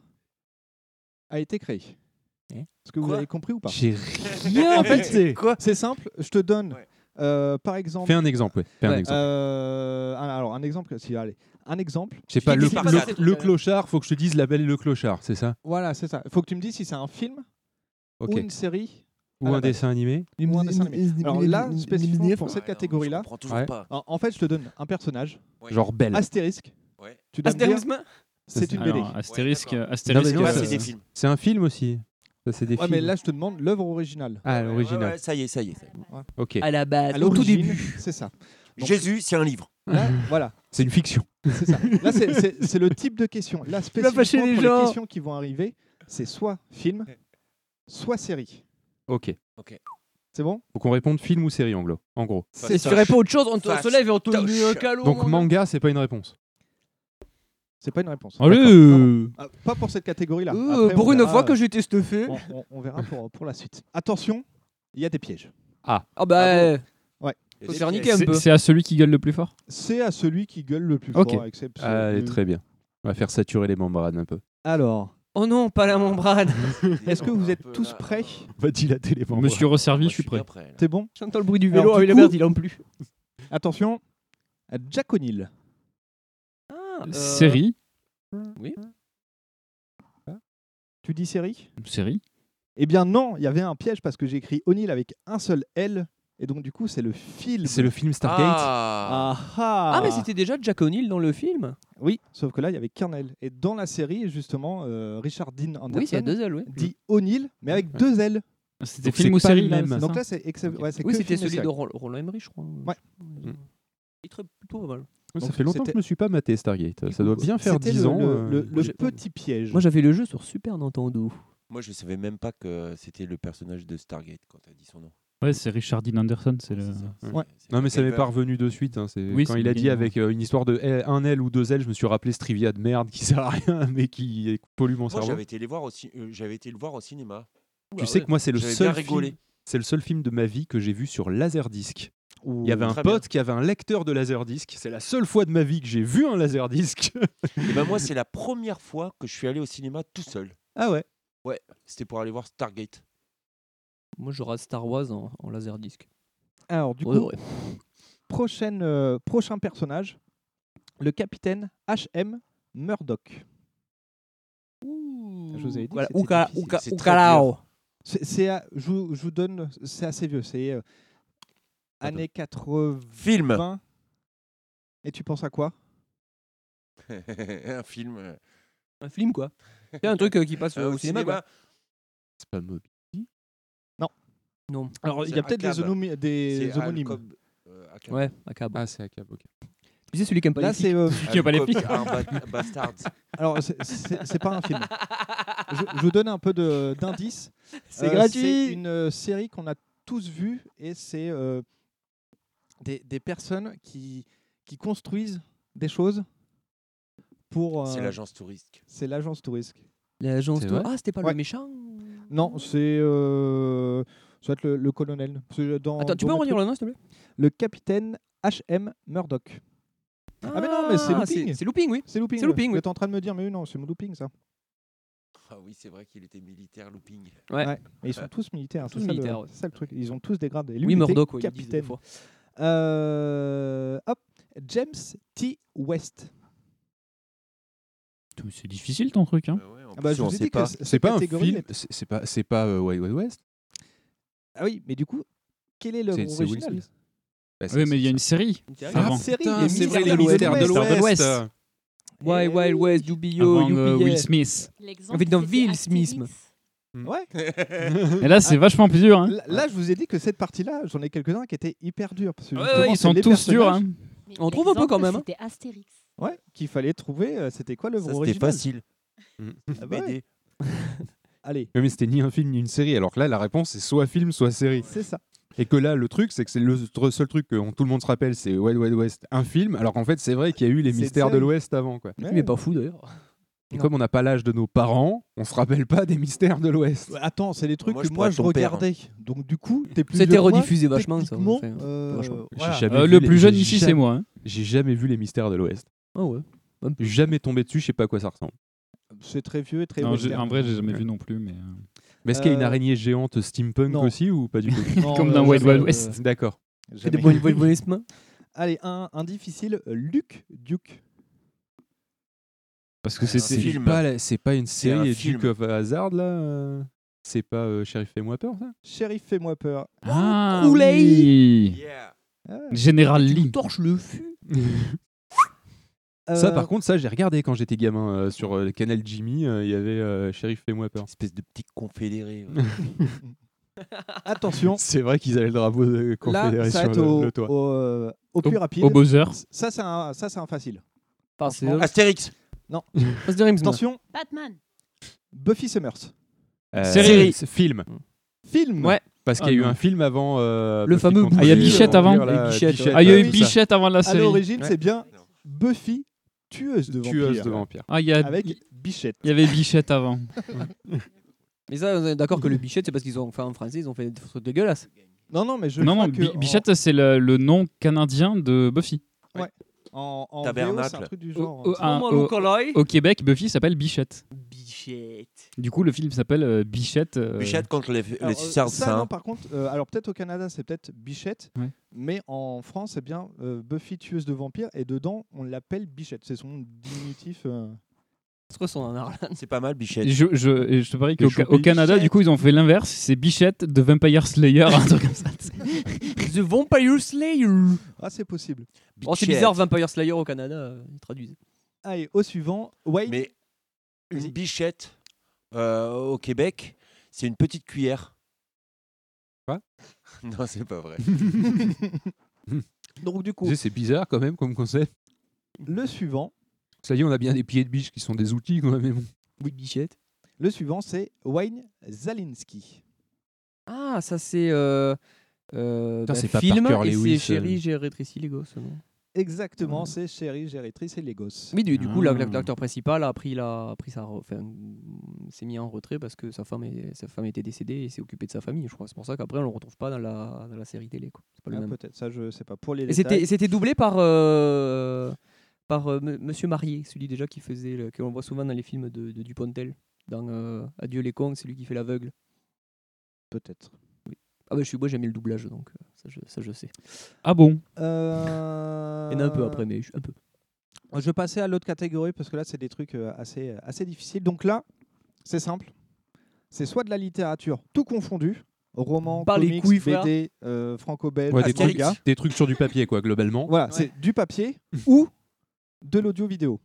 [SPEAKER 5] a été créée. Est-ce que vous
[SPEAKER 7] Quoi
[SPEAKER 5] avez compris ou pas
[SPEAKER 7] Eh? J'ai rien
[SPEAKER 5] En fait,
[SPEAKER 7] capté.
[SPEAKER 5] c'est simple. Je te donne, euh, par exemple.
[SPEAKER 7] Fais un exemple, ouais, fais un exemple.
[SPEAKER 5] Euh, alors un exemple, si allez, un exemple.
[SPEAKER 7] Je sais pas, le,
[SPEAKER 5] Si-
[SPEAKER 7] le- le clochard, faut que je te dise la belle et le clochard, c'est ça
[SPEAKER 5] Voilà, c'est ça. Il faut que tu me dises si c'est un film
[SPEAKER 7] Ok.
[SPEAKER 5] ou une série.
[SPEAKER 7] Ou
[SPEAKER 5] à la
[SPEAKER 7] un
[SPEAKER 5] base.
[SPEAKER 7] dessin animé
[SPEAKER 5] Ou un dessin animé. Alors là, spécifiquement pour cette
[SPEAKER 8] Ouais, non, je
[SPEAKER 5] catégorie-là,
[SPEAKER 8] comprends toujours
[SPEAKER 7] Ouais.
[SPEAKER 8] pas.
[SPEAKER 5] en, en fait, je te donne un personnage.
[SPEAKER 7] Genre Belle.
[SPEAKER 5] Astérisque.
[SPEAKER 8] Ouais.
[SPEAKER 5] Tu dois me
[SPEAKER 6] Astérisque.
[SPEAKER 5] dire, C'est une BD.
[SPEAKER 4] Alors, astérisque,
[SPEAKER 7] Non, mais
[SPEAKER 4] astérisque. euh,
[SPEAKER 7] non,
[SPEAKER 8] Ah,
[SPEAKER 7] ça-
[SPEAKER 8] c'est des films.
[SPEAKER 7] C'est un film aussi. Ça, c'est des
[SPEAKER 5] Ouais,
[SPEAKER 7] films.
[SPEAKER 5] mais là, je te demande l'œuvre originale.
[SPEAKER 7] Ah,
[SPEAKER 8] Ouais,
[SPEAKER 7] l'original.
[SPEAKER 8] ouais, ça y est, ça y est. ça y est.
[SPEAKER 7] Ok.
[SPEAKER 6] À la base,
[SPEAKER 5] À
[SPEAKER 6] au tout
[SPEAKER 5] l'origine,
[SPEAKER 6] début.
[SPEAKER 5] C'est ça. Donc-
[SPEAKER 8] Jésus, c'est un livre.
[SPEAKER 5] Là, voilà.
[SPEAKER 7] C'est une fiction.
[SPEAKER 5] C'est ça. Là, c'est- c'est c'est le type de question. Là,
[SPEAKER 6] vas fâcher
[SPEAKER 5] spécifiquement
[SPEAKER 6] les
[SPEAKER 5] pour
[SPEAKER 6] gens.
[SPEAKER 5] les questions qui vont arriver, c'est soit film, soit série.
[SPEAKER 7] Ok.
[SPEAKER 5] C'est bon
[SPEAKER 7] Faut qu'on réponde film ou série en gros. En gros.
[SPEAKER 6] Si tu réponds autre chose, on te
[SPEAKER 8] Fast
[SPEAKER 6] se lève et on te
[SPEAKER 8] touch.
[SPEAKER 6] met un calot.
[SPEAKER 7] Donc
[SPEAKER 6] mon gars.
[SPEAKER 7] manga, c'est pas une réponse.
[SPEAKER 5] C'est pas une réponse.
[SPEAKER 4] Allez
[SPEAKER 5] D'accord.
[SPEAKER 4] euh,
[SPEAKER 5] Ah, Pas pour cette catégorie-là.
[SPEAKER 6] Euh,
[SPEAKER 5] Après, Ah.
[SPEAKER 6] pour
[SPEAKER 5] on
[SPEAKER 6] une
[SPEAKER 5] verra,
[SPEAKER 6] fois que j'ai été stuffé.
[SPEAKER 5] on, on- on verra pour, pour la suite. Attention, il y a des pièges.
[SPEAKER 6] Ah bah.
[SPEAKER 8] Il y a
[SPEAKER 6] Faut
[SPEAKER 8] des
[SPEAKER 6] se faire
[SPEAKER 8] pièces.
[SPEAKER 6] niquer un
[SPEAKER 4] c'est
[SPEAKER 6] peu.
[SPEAKER 4] c'est à celui qui gueule le plus fort
[SPEAKER 5] C'est à celui qui gueule le plus
[SPEAKER 4] Ok.
[SPEAKER 5] fort. exception-
[SPEAKER 6] Ah,
[SPEAKER 7] Allez, Ah, très bien. On va faire saturer les membranes un peu.
[SPEAKER 5] Alors,
[SPEAKER 6] Oh non, pas la membrane.
[SPEAKER 5] est-ce que
[SPEAKER 8] Attends,
[SPEAKER 5] vous
[SPEAKER 8] un
[SPEAKER 5] êtes
[SPEAKER 8] peu,
[SPEAKER 5] tous
[SPEAKER 8] là. euh,
[SPEAKER 5] prêts
[SPEAKER 7] On va dilater les membranes.
[SPEAKER 4] Monsieur resservi,
[SPEAKER 8] Moi,
[SPEAKER 4] je suis prêt.
[SPEAKER 8] bien là.
[SPEAKER 5] C'est bon
[SPEAKER 6] J'entends le bruit du
[SPEAKER 5] Alors,
[SPEAKER 6] vélo.
[SPEAKER 5] du
[SPEAKER 6] Ah, la
[SPEAKER 5] coup-
[SPEAKER 6] merde, il en plus.
[SPEAKER 5] Attention, Jack O'Neill.
[SPEAKER 6] Euh,
[SPEAKER 4] Série
[SPEAKER 6] Oui.
[SPEAKER 5] Tu dis série
[SPEAKER 4] Série
[SPEAKER 5] Eh bien non, il y avait un piège parce que j'ai écrit O'Neill avec un seul L. Et donc du coup, c'est le film.
[SPEAKER 7] C'est le film Stargate.
[SPEAKER 5] Ah, ah.
[SPEAKER 6] Ah, mais c'était déjà Jack O'Neill dans le film
[SPEAKER 5] Oui, sauf que là, il y avait Kernel. Et dans la série, justement, euh, Richard Dean Anderson
[SPEAKER 6] Oui, il y a deux ailes, oui.
[SPEAKER 5] dit O'Neill, mais avec deux L.
[SPEAKER 4] C'était
[SPEAKER 5] Donc,
[SPEAKER 4] film
[SPEAKER 5] c'est
[SPEAKER 4] ou
[SPEAKER 5] pas
[SPEAKER 4] série,
[SPEAKER 5] le
[SPEAKER 4] là,
[SPEAKER 5] même.
[SPEAKER 4] c'est
[SPEAKER 5] Donc
[SPEAKER 4] ça
[SPEAKER 5] là, c'est ex- ouais, c'est
[SPEAKER 6] Oui,
[SPEAKER 5] que
[SPEAKER 6] c'était
[SPEAKER 5] film et
[SPEAKER 6] celui
[SPEAKER 5] série.
[SPEAKER 6] de Ro- Roland Emmerich, je crois.
[SPEAKER 5] Ouais. Mm.
[SPEAKER 6] Il est très plutôt pas mal.
[SPEAKER 7] Ça
[SPEAKER 5] Donc,
[SPEAKER 7] fait longtemps que
[SPEAKER 5] c'était-
[SPEAKER 7] je me suis pas maté Stargate. Ça doit bien faire
[SPEAKER 5] C'était
[SPEAKER 7] 10
[SPEAKER 5] le-
[SPEAKER 7] ans.
[SPEAKER 5] le-
[SPEAKER 7] euh,
[SPEAKER 5] le- le
[SPEAKER 7] j'ai-
[SPEAKER 5] petit piège.
[SPEAKER 6] Moi, j'avais le jeu sur Super Nintendo.
[SPEAKER 8] Moi, je savais même pas que c'était le personnage de Stargate quand t'as dit son nom.
[SPEAKER 4] Ouais, c'est Richard Dean Anderson, c'est le.
[SPEAKER 8] Ouais.
[SPEAKER 7] Non, mais ça m'est
[SPEAKER 8] Gaver.
[SPEAKER 7] pas revenu de suite. hein, c'est-
[SPEAKER 4] Oui,
[SPEAKER 7] quand
[SPEAKER 4] c'est
[SPEAKER 7] il a
[SPEAKER 4] Gaver.
[SPEAKER 7] dit avec euh, une histoire de L- un L ou deux L, je me suis rappelé ce trivia de merde qui sert à rien, mais qui pollue mon
[SPEAKER 8] Moi,
[SPEAKER 7] cerveau.
[SPEAKER 8] j'avais été, les voir au ci- euh, j'avais été le voir au cinéma.
[SPEAKER 5] bah
[SPEAKER 7] Tu sais que moi, c'est le
[SPEAKER 8] J'avais
[SPEAKER 7] seul
[SPEAKER 8] bien rigolé.
[SPEAKER 7] film. C'est le seul film de ma vie que j'ai vu sur Laserdisc.
[SPEAKER 5] Ouh,
[SPEAKER 7] Il y avait un
[SPEAKER 8] très
[SPEAKER 7] pote qui avait un lecteur de Laserdisc. C'est la seule fois de ma vie que j'ai vu un Laserdisc.
[SPEAKER 8] Et ben moi, c'est la première fois que je suis allé au cinéma tout seul.
[SPEAKER 7] Ah ouais
[SPEAKER 8] Ouais, c'était pour aller voir Stargate.
[SPEAKER 6] Moi, je rase Star Wars en, en laserdisc.
[SPEAKER 5] Alors, du
[SPEAKER 6] Ouais,
[SPEAKER 5] coup,
[SPEAKER 6] ouais.
[SPEAKER 5] prochaine, euh, prochain personnage, le capitaine H.M. Murdoch. Je vous avais dit.
[SPEAKER 6] Voilà,
[SPEAKER 5] que c'était
[SPEAKER 6] Uka-
[SPEAKER 5] difficile.
[SPEAKER 6] Uka-
[SPEAKER 5] C'est très
[SPEAKER 6] Ukalao.
[SPEAKER 5] dur. C'est- c'est à- je, vous- je vous donne, c'est assez vieux. C'est euh, années 80.
[SPEAKER 8] Film.
[SPEAKER 5] Et tu penses à quoi
[SPEAKER 8] un film. euh,
[SPEAKER 6] Un film, quoi. C'est un truc euh, qui passe euh,
[SPEAKER 8] euh,
[SPEAKER 6] au cinéma, quoi.
[SPEAKER 7] C'est pas Moby.
[SPEAKER 6] Non.
[SPEAKER 5] Alors, il y a
[SPEAKER 8] C'est
[SPEAKER 5] peut-être des,
[SPEAKER 8] Akab.
[SPEAKER 5] onomi- des
[SPEAKER 8] C'est
[SPEAKER 5] homonymes.
[SPEAKER 8] Alcob- euh, Akab.
[SPEAKER 6] Ouais, Akab.
[SPEAKER 7] Ah, c'est Akab, ok.
[SPEAKER 6] Tu sais, celui qui aime pas
[SPEAKER 5] Là,
[SPEAKER 6] les flics.
[SPEAKER 5] c'est. euh,
[SPEAKER 4] Qui a pas les
[SPEAKER 8] Alcob-
[SPEAKER 4] flics.
[SPEAKER 8] Arba- Bastards.
[SPEAKER 5] alors, c'est- c'est c'est pas un film. Je, je vous donne un peu de- d'indices.
[SPEAKER 6] C'est
[SPEAKER 5] Euh,
[SPEAKER 6] gratuit.
[SPEAKER 5] C'est une euh, série qu'on a tous vue et c'est euh, des, des personnes qui, qui construisent des choses pour. euh,
[SPEAKER 8] C'est l'agence touristique.
[SPEAKER 5] c'est l'agence touristique.
[SPEAKER 6] L'agence
[SPEAKER 7] C'est
[SPEAKER 6] de-
[SPEAKER 7] vrai
[SPEAKER 6] Ah, c'était pas
[SPEAKER 5] Ouais.
[SPEAKER 6] le méchant
[SPEAKER 5] Non, c'est. euh, ça va être le, le colonel. C'est dans-
[SPEAKER 6] Attends, tu
[SPEAKER 5] dans
[SPEAKER 6] peux en
[SPEAKER 5] mes
[SPEAKER 6] redire
[SPEAKER 5] trucs.
[SPEAKER 6] le nom, s'il te plaît
[SPEAKER 5] Le capitaine H.M. Murdoch. Ah, mais non, mais c'est looping.
[SPEAKER 6] C'est looping, oui.
[SPEAKER 5] C'est looping.
[SPEAKER 6] C'est looping,
[SPEAKER 5] Vous
[SPEAKER 6] oui.
[SPEAKER 5] êtes en train de me dire, mais non, c'est mon looping ça.
[SPEAKER 8] Ah oui, c'est vrai qu'il était militaire looping.
[SPEAKER 6] Ouais.
[SPEAKER 5] Ouais. Mais ils sont tous militaires.
[SPEAKER 6] Tous
[SPEAKER 5] c'est ça le-
[SPEAKER 6] militaires, ouais.
[SPEAKER 5] C'est ça le truc. Ils ont tous des grades. Et lui,
[SPEAKER 6] Oui,
[SPEAKER 5] il était
[SPEAKER 6] Murdoch, ouais, ils disent des
[SPEAKER 5] capitaine.
[SPEAKER 6] fois.
[SPEAKER 5] Euh, hop, James T. West.
[SPEAKER 4] Putain, mais C'est difficile ton truc, hein.
[SPEAKER 8] Ah ouais, en
[SPEAKER 5] Ah bah,
[SPEAKER 8] plus,
[SPEAKER 5] je
[SPEAKER 8] on
[SPEAKER 5] vous ai
[SPEAKER 8] sait
[SPEAKER 5] dit
[SPEAKER 8] pas.
[SPEAKER 5] que c-
[SPEAKER 7] C'est
[SPEAKER 5] cette
[SPEAKER 7] pas un
[SPEAKER 5] catégorie
[SPEAKER 7] film.
[SPEAKER 5] n'est-
[SPEAKER 7] C'est c'est pas, c'est pas euh, Wild Wild West.
[SPEAKER 5] Ah oui, mais du coup, quel est le
[SPEAKER 7] C'est- c'est Will
[SPEAKER 5] original
[SPEAKER 7] Smith. Bah, c'est-
[SPEAKER 4] Oui, mais il y a une série.
[SPEAKER 7] Ah,
[SPEAKER 4] Avant.
[SPEAKER 5] série,
[SPEAKER 7] putain,
[SPEAKER 5] les
[SPEAKER 7] c'est vrai, les
[SPEAKER 5] Mystères de
[SPEAKER 7] mystères de
[SPEAKER 5] l'Ouest.
[SPEAKER 7] l'Ouest.
[SPEAKER 6] Wild
[SPEAKER 5] Eh
[SPEAKER 6] Wild
[SPEAKER 5] oui.
[SPEAKER 6] West, Yubio,
[SPEAKER 4] Avant euh,
[SPEAKER 6] Yubi.
[SPEAKER 4] Will Smith.
[SPEAKER 9] L'exemple,
[SPEAKER 6] Avec dans
[SPEAKER 9] c'était
[SPEAKER 6] Will
[SPEAKER 9] Astérix.
[SPEAKER 6] Smith.
[SPEAKER 5] Ouais.
[SPEAKER 4] Et là, c'est vachement plus dur. Hein.
[SPEAKER 5] Là, là, je vous ai dit que cette partie-là, j'en ai quelques-uns qui étaient hyper durs. Parce que
[SPEAKER 4] Ah Ouais,
[SPEAKER 5] justement,
[SPEAKER 4] ouais, ils
[SPEAKER 5] c'est
[SPEAKER 4] sont
[SPEAKER 5] les
[SPEAKER 4] tous durs.
[SPEAKER 5] personnages,
[SPEAKER 4] Hein.
[SPEAKER 9] Mais
[SPEAKER 6] On trouve un peu quand
[SPEAKER 9] l'exemple,
[SPEAKER 6] même, hein.
[SPEAKER 9] C'était Astérix.
[SPEAKER 5] Ouais, qu'il fallait trouver. euh, C'était quoi
[SPEAKER 8] Ça,
[SPEAKER 5] l'œuvre
[SPEAKER 8] c'était
[SPEAKER 5] originale
[SPEAKER 8] facile.
[SPEAKER 5] Ah bah ouais.
[SPEAKER 8] BD.
[SPEAKER 5] Allez,
[SPEAKER 7] Oui, Mais c'était ni un film ni une série. Alors que là, la réponse c'est soit film, soit série.
[SPEAKER 5] c'est ça.
[SPEAKER 7] Et que là, le truc, c'est que c'est le tr- seul truc que on- tout le monde se rappelle, c'est Wild Wild West, un film. Alors qu'en fait, c'est vrai qu'il y a eu les
[SPEAKER 5] C'est une
[SPEAKER 7] mystères de
[SPEAKER 5] série.
[SPEAKER 7] l'Ouest avant, quoi.
[SPEAKER 6] Il est pas fou d'ailleurs.
[SPEAKER 7] Et
[SPEAKER 5] Non.
[SPEAKER 7] comme on n'a pas l'âge de nos parents, on se rappelle pas des mystères de l'Ouest.
[SPEAKER 5] Ouais, Attends, c'est des trucs
[SPEAKER 8] Moi,
[SPEAKER 5] que
[SPEAKER 8] je
[SPEAKER 5] moi
[SPEAKER 8] pourrais
[SPEAKER 5] je
[SPEAKER 8] être ton père,
[SPEAKER 5] regardais. Donc du coup, t'es plus
[SPEAKER 6] C'était
[SPEAKER 5] vieux que moi,
[SPEAKER 6] rediffusé vachement, ça,
[SPEAKER 5] techniquement,
[SPEAKER 6] enfin,
[SPEAKER 5] euh,
[SPEAKER 6] vachement.
[SPEAKER 5] voilà.
[SPEAKER 7] J'ai jamais
[SPEAKER 4] Euh,
[SPEAKER 7] vu
[SPEAKER 4] le
[SPEAKER 7] les-
[SPEAKER 4] plus jeune
[SPEAKER 7] j'ai
[SPEAKER 4] ici,
[SPEAKER 7] jamais-
[SPEAKER 4] c'est moi. hein.
[SPEAKER 7] J'ai jamais vu les mystères de l'Ouest.
[SPEAKER 6] Ah ouais.
[SPEAKER 7] Jamais tombé dessus, je sais pas à quoi ça ressemble.
[SPEAKER 5] C'est très vieux et très
[SPEAKER 4] Non, j'ai-
[SPEAKER 5] moderne.
[SPEAKER 4] en vrai, j'ai jamais vu non plus. Mais... euh,
[SPEAKER 7] Mais est-ce qu'il y a une
[SPEAKER 5] Euh,
[SPEAKER 7] araignée géante steampunk
[SPEAKER 5] non.
[SPEAKER 7] aussi ou pas du tout
[SPEAKER 5] Non,
[SPEAKER 4] Comme
[SPEAKER 5] euh,
[SPEAKER 4] dans Wild
[SPEAKER 5] jamais,
[SPEAKER 4] Wild
[SPEAKER 5] euh,
[SPEAKER 4] West.
[SPEAKER 7] D'accord.
[SPEAKER 6] C'est des
[SPEAKER 5] jamais.
[SPEAKER 6] bonnes bonnes bonnes mains.
[SPEAKER 5] Allez, un, un difficile, euh, Luc Duke.
[SPEAKER 4] Parce que
[SPEAKER 8] C'est un
[SPEAKER 4] c'était.
[SPEAKER 8] film.
[SPEAKER 7] pas, la- c'est pas une
[SPEAKER 8] un
[SPEAKER 7] série et
[SPEAKER 8] film.
[SPEAKER 7] Duke of Hazard là euh, C'est pas euh, Sheriff et moi peur ça
[SPEAKER 5] Shérif, fais-moi peur.
[SPEAKER 4] Ah,
[SPEAKER 6] Kool-Aid.
[SPEAKER 4] oui.
[SPEAKER 8] Yeah.
[SPEAKER 5] Ah.
[SPEAKER 4] Général Lee.
[SPEAKER 6] Torche le fût.
[SPEAKER 7] Ça
[SPEAKER 5] Euh,
[SPEAKER 7] par contre ça j'ai regardé quand j'étais gamin euh, sur euh, le canal Jimmy, euh, il y avait euh, Sheriff et moi peur.
[SPEAKER 8] Espèce de petit confédéré. ouais.
[SPEAKER 5] Attention,
[SPEAKER 7] C'est vrai qu'ils avaient le drapeau euh, de confédéré
[SPEAKER 5] là, ça
[SPEAKER 7] sur
[SPEAKER 5] va être
[SPEAKER 7] le,
[SPEAKER 5] au,
[SPEAKER 7] le toit.
[SPEAKER 5] au, euh, au plus rapide.
[SPEAKER 4] Au buzzer.
[SPEAKER 5] Ça, c'est un, ça, c'est un facile.
[SPEAKER 6] Parce
[SPEAKER 5] Franchement.
[SPEAKER 8] Astérix.
[SPEAKER 6] de Rims.
[SPEAKER 5] Attention,
[SPEAKER 9] Batman.
[SPEAKER 5] Buffy Summers.
[SPEAKER 7] Euh,
[SPEAKER 4] Série.
[SPEAKER 7] c'est- Film.
[SPEAKER 5] Film.
[SPEAKER 6] Ouais.
[SPEAKER 7] Parce qu'il y a
[SPEAKER 4] Ah
[SPEAKER 7] eu
[SPEAKER 4] non.
[SPEAKER 7] un film avant. euh,
[SPEAKER 6] Le
[SPEAKER 7] Buffy
[SPEAKER 6] fameux
[SPEAKER 7] contre
[SPEAKER 6] Ah, il y a
[SPEAKER 7] les-
[SPEAKER 4] Bichette
[SPEAKER 7] contre
[SPEAKER 4] avant.
[SPEAKER 7] les- la-
[SPEAKER 6] Il y a eu Bichette,
[SPEAKER 7] Bichette,
[SPEAKER 4] Ah, il y a
[SPEAKER 7] ouais.
[SPEAKER 4] eu
[SPEAKER 7] Oui, ça.
[SPEAKER 4] Bichette avant la
[SPEAKER 5] À
[SPEAKER 4] série.
[SPEAKER 5] l'origine,
[SPEAKER 7] Ouais.
[SPEAKER 5] c'est bien Buffy, tueuse de vampires.
[SPEAKER 7] Tueuse de vampires.
[SPEAKER 4] Ah, il y, a...
[SPEAKER 5] Avec
[SPEAKER 4] il
[SPEAKER 5] Bichette.
[SPEAKER 4] y avait Bichette avant.
[SPEAKER 6] Mais ça, on est d'accord que le bichette, c'est parce qu'ils ont enfin en français, ils ont fait des trucs dégueulasses.
[SPEAKER 5] Non, non, mais je
[SPEAKER 4] non,
[SPEAKER 5] crois
[SPEAKER 4] non,
[SPEAKER 5] que
[SPEAKER 4] Bi-
[SPEAKER 5] en-
[SPEAKER 4] Bichette, c'est le, le nom canadien de Buffy.
[SPEAKER 5] En, en
[SPEAKER 8] Tabernacle.
[SPEAKER 5] VO, c'est un truc du genre.
[SPEAKER 4] Au- au-
[SPEAKER 6] Ah,
[SPEAKER 4] un- au, au Québec, Buffy s'appelle Bichette.
[SPEAKER 6] Bichette.
[SPEAKER 4] Du coup, le film s'appelle euh, Bichette. euh,
[SPEAKER 8] Bichette contre les, les
[SPEAKER 5] Alors, euh,
[SPEAKER 8] sardes,
[SPEAKER 5] ça,
[SPEAKER 8] ça,
[SPEAKER 5] non,
[SPEAKER 8] hein.
[SPEAKER 5] par contre, euh, alors peut-être au Canada, c'est peut-être Bichette,
[SPEAKER 4] Ouais.
[SPEAKER 5] mais en France, c'est bien euh, Buffy tueuse de vampires, et dedans, on l'appelle Bichette. C'est son diminutif. euh.
[SPEAKER 6] C'est
[SPEAKER 8] pas mal, Bichette.
[SPEAKER 4] Je, je, et je te parie
[SPEAKER 8] Les
[SPEAKER 4] qu'au
[SPEAKER 8] choux
[SPEAKER 4] au Canada,
[SPEAKER 8] Bichette.
[SPEAKER 4] du coup, ils ont fait l'inverse. C'est Bichette de Vampire Slayer, un truc comme ça.
[SPEAKER 6] The Vampire Slayer.
[SPEAKER 5] Ah, c'est possible.
[SPEAKER 6] Oh, c'est
[SPEAKER 5] Bichette.
[SPEAKER 6] bizarre, Vampire Slayer au Canada, euh, ils traduisent.
[SPEAKER 5] Allez, Ah, au suivant. Wade.
[SPEAKER 8] Mais une bichette euh, au Québec, c'est une petite cuillère.
[SPEAKER 7] Quoi
[SPEAKER 8] Non, c'est pas vrai.
[SPEAKER 5] Donc du
[SPEAKER 7] Tu
[SPEAKER 5] coup,
[SPEAKER 7] sais, C'est bizarre quand même comme concept.
[SPEAKER 5] le suivant.
[SPEAKER 7] Ça y est, on a bien des pieds de biche qui sont des outils quand même. Mais bon.
[SPEAKER 6] Oui, bichette.
[SPEAKER 5] Le suivant, c'est Wayne Zalinski.
[SPEAKER 6] Ah, ça c'est. Euh, euh,
[SPEAKER 7] Putain,
[SPEAKER 6] bah,
[SPEAKER 7] c'est pas
[SPEAKER 6] film
[SPEAKER 7] Parker
[SPEAKER 6] et c'est
[SPEAKER 7] Lewis,
[SPEAKER 6] Chérie,
[SPEAKER 7] euh.
[SPEAKER 6] j'ai rétréci les gosses. non
[SPEAKER 5] Exactement, c'est Chérie, Gérétrice et Légos.
[SPEAKER 6] Oui, du, du coup, la- la- l'acteur principal a pris la, a pris sa, re- enfin, s'est mis en retrait parce que sa femme, est- sa femme était décédée et s'est occupée de sa famille. Je crois c'est pour ça qu'après on le retrouve pas dans la, dans la série télé. Quoi. C'est pas le
[SPEAKER 5] Ah,
[SPEAKER 6] même.
[SPEAKER 5] peut-être, ça je sais pas. Pour les
[SPEAKER 6] Et c'était,
[SPEAKER 5] détails.
[SPEAKER 6] c'était doublé par euh, par euh, M- Monsieur Marié, celui déjà qui faisait, le- que l'on voit souvent dans les films de, de Dupontel, dans euh, Adieu les cons, celui qui fait l'aveugle.
[SPEAKER 5] Peut-être.
[SPEAKER 6] Ah bah je suis moi j'aimais le doublage donc euh, ça je, ça je sais.
[SPEAKER 4] Ah bon
[SPEAKER 5] Euh,
[SPEAKER 6] Il y en a un peu après mais je- un peu.
[SPEAKER 5] Je vais passer à l'autre catégorie parce que là, c'est des trucs euh, assez, euh, assez difficiles. Donc là, c'est simple. C'est soit de la littérature, tout confondu, roman,
[SPEAKER 6] Par les
[SPEAKER 5] comics,
[SPEAKER 6] couilles, frère.
[SPEAKER 5] BD, euh, franco-belge,
[SPEAKER 7] Ouais, des, trucs,
[SPEAKER 5] manga.
[SPEAKER 7] des trucs sur du papier, quoi, globalement.
[SPEAKER 5] Voilà, c'est du papier ou de l'audio-vidéo.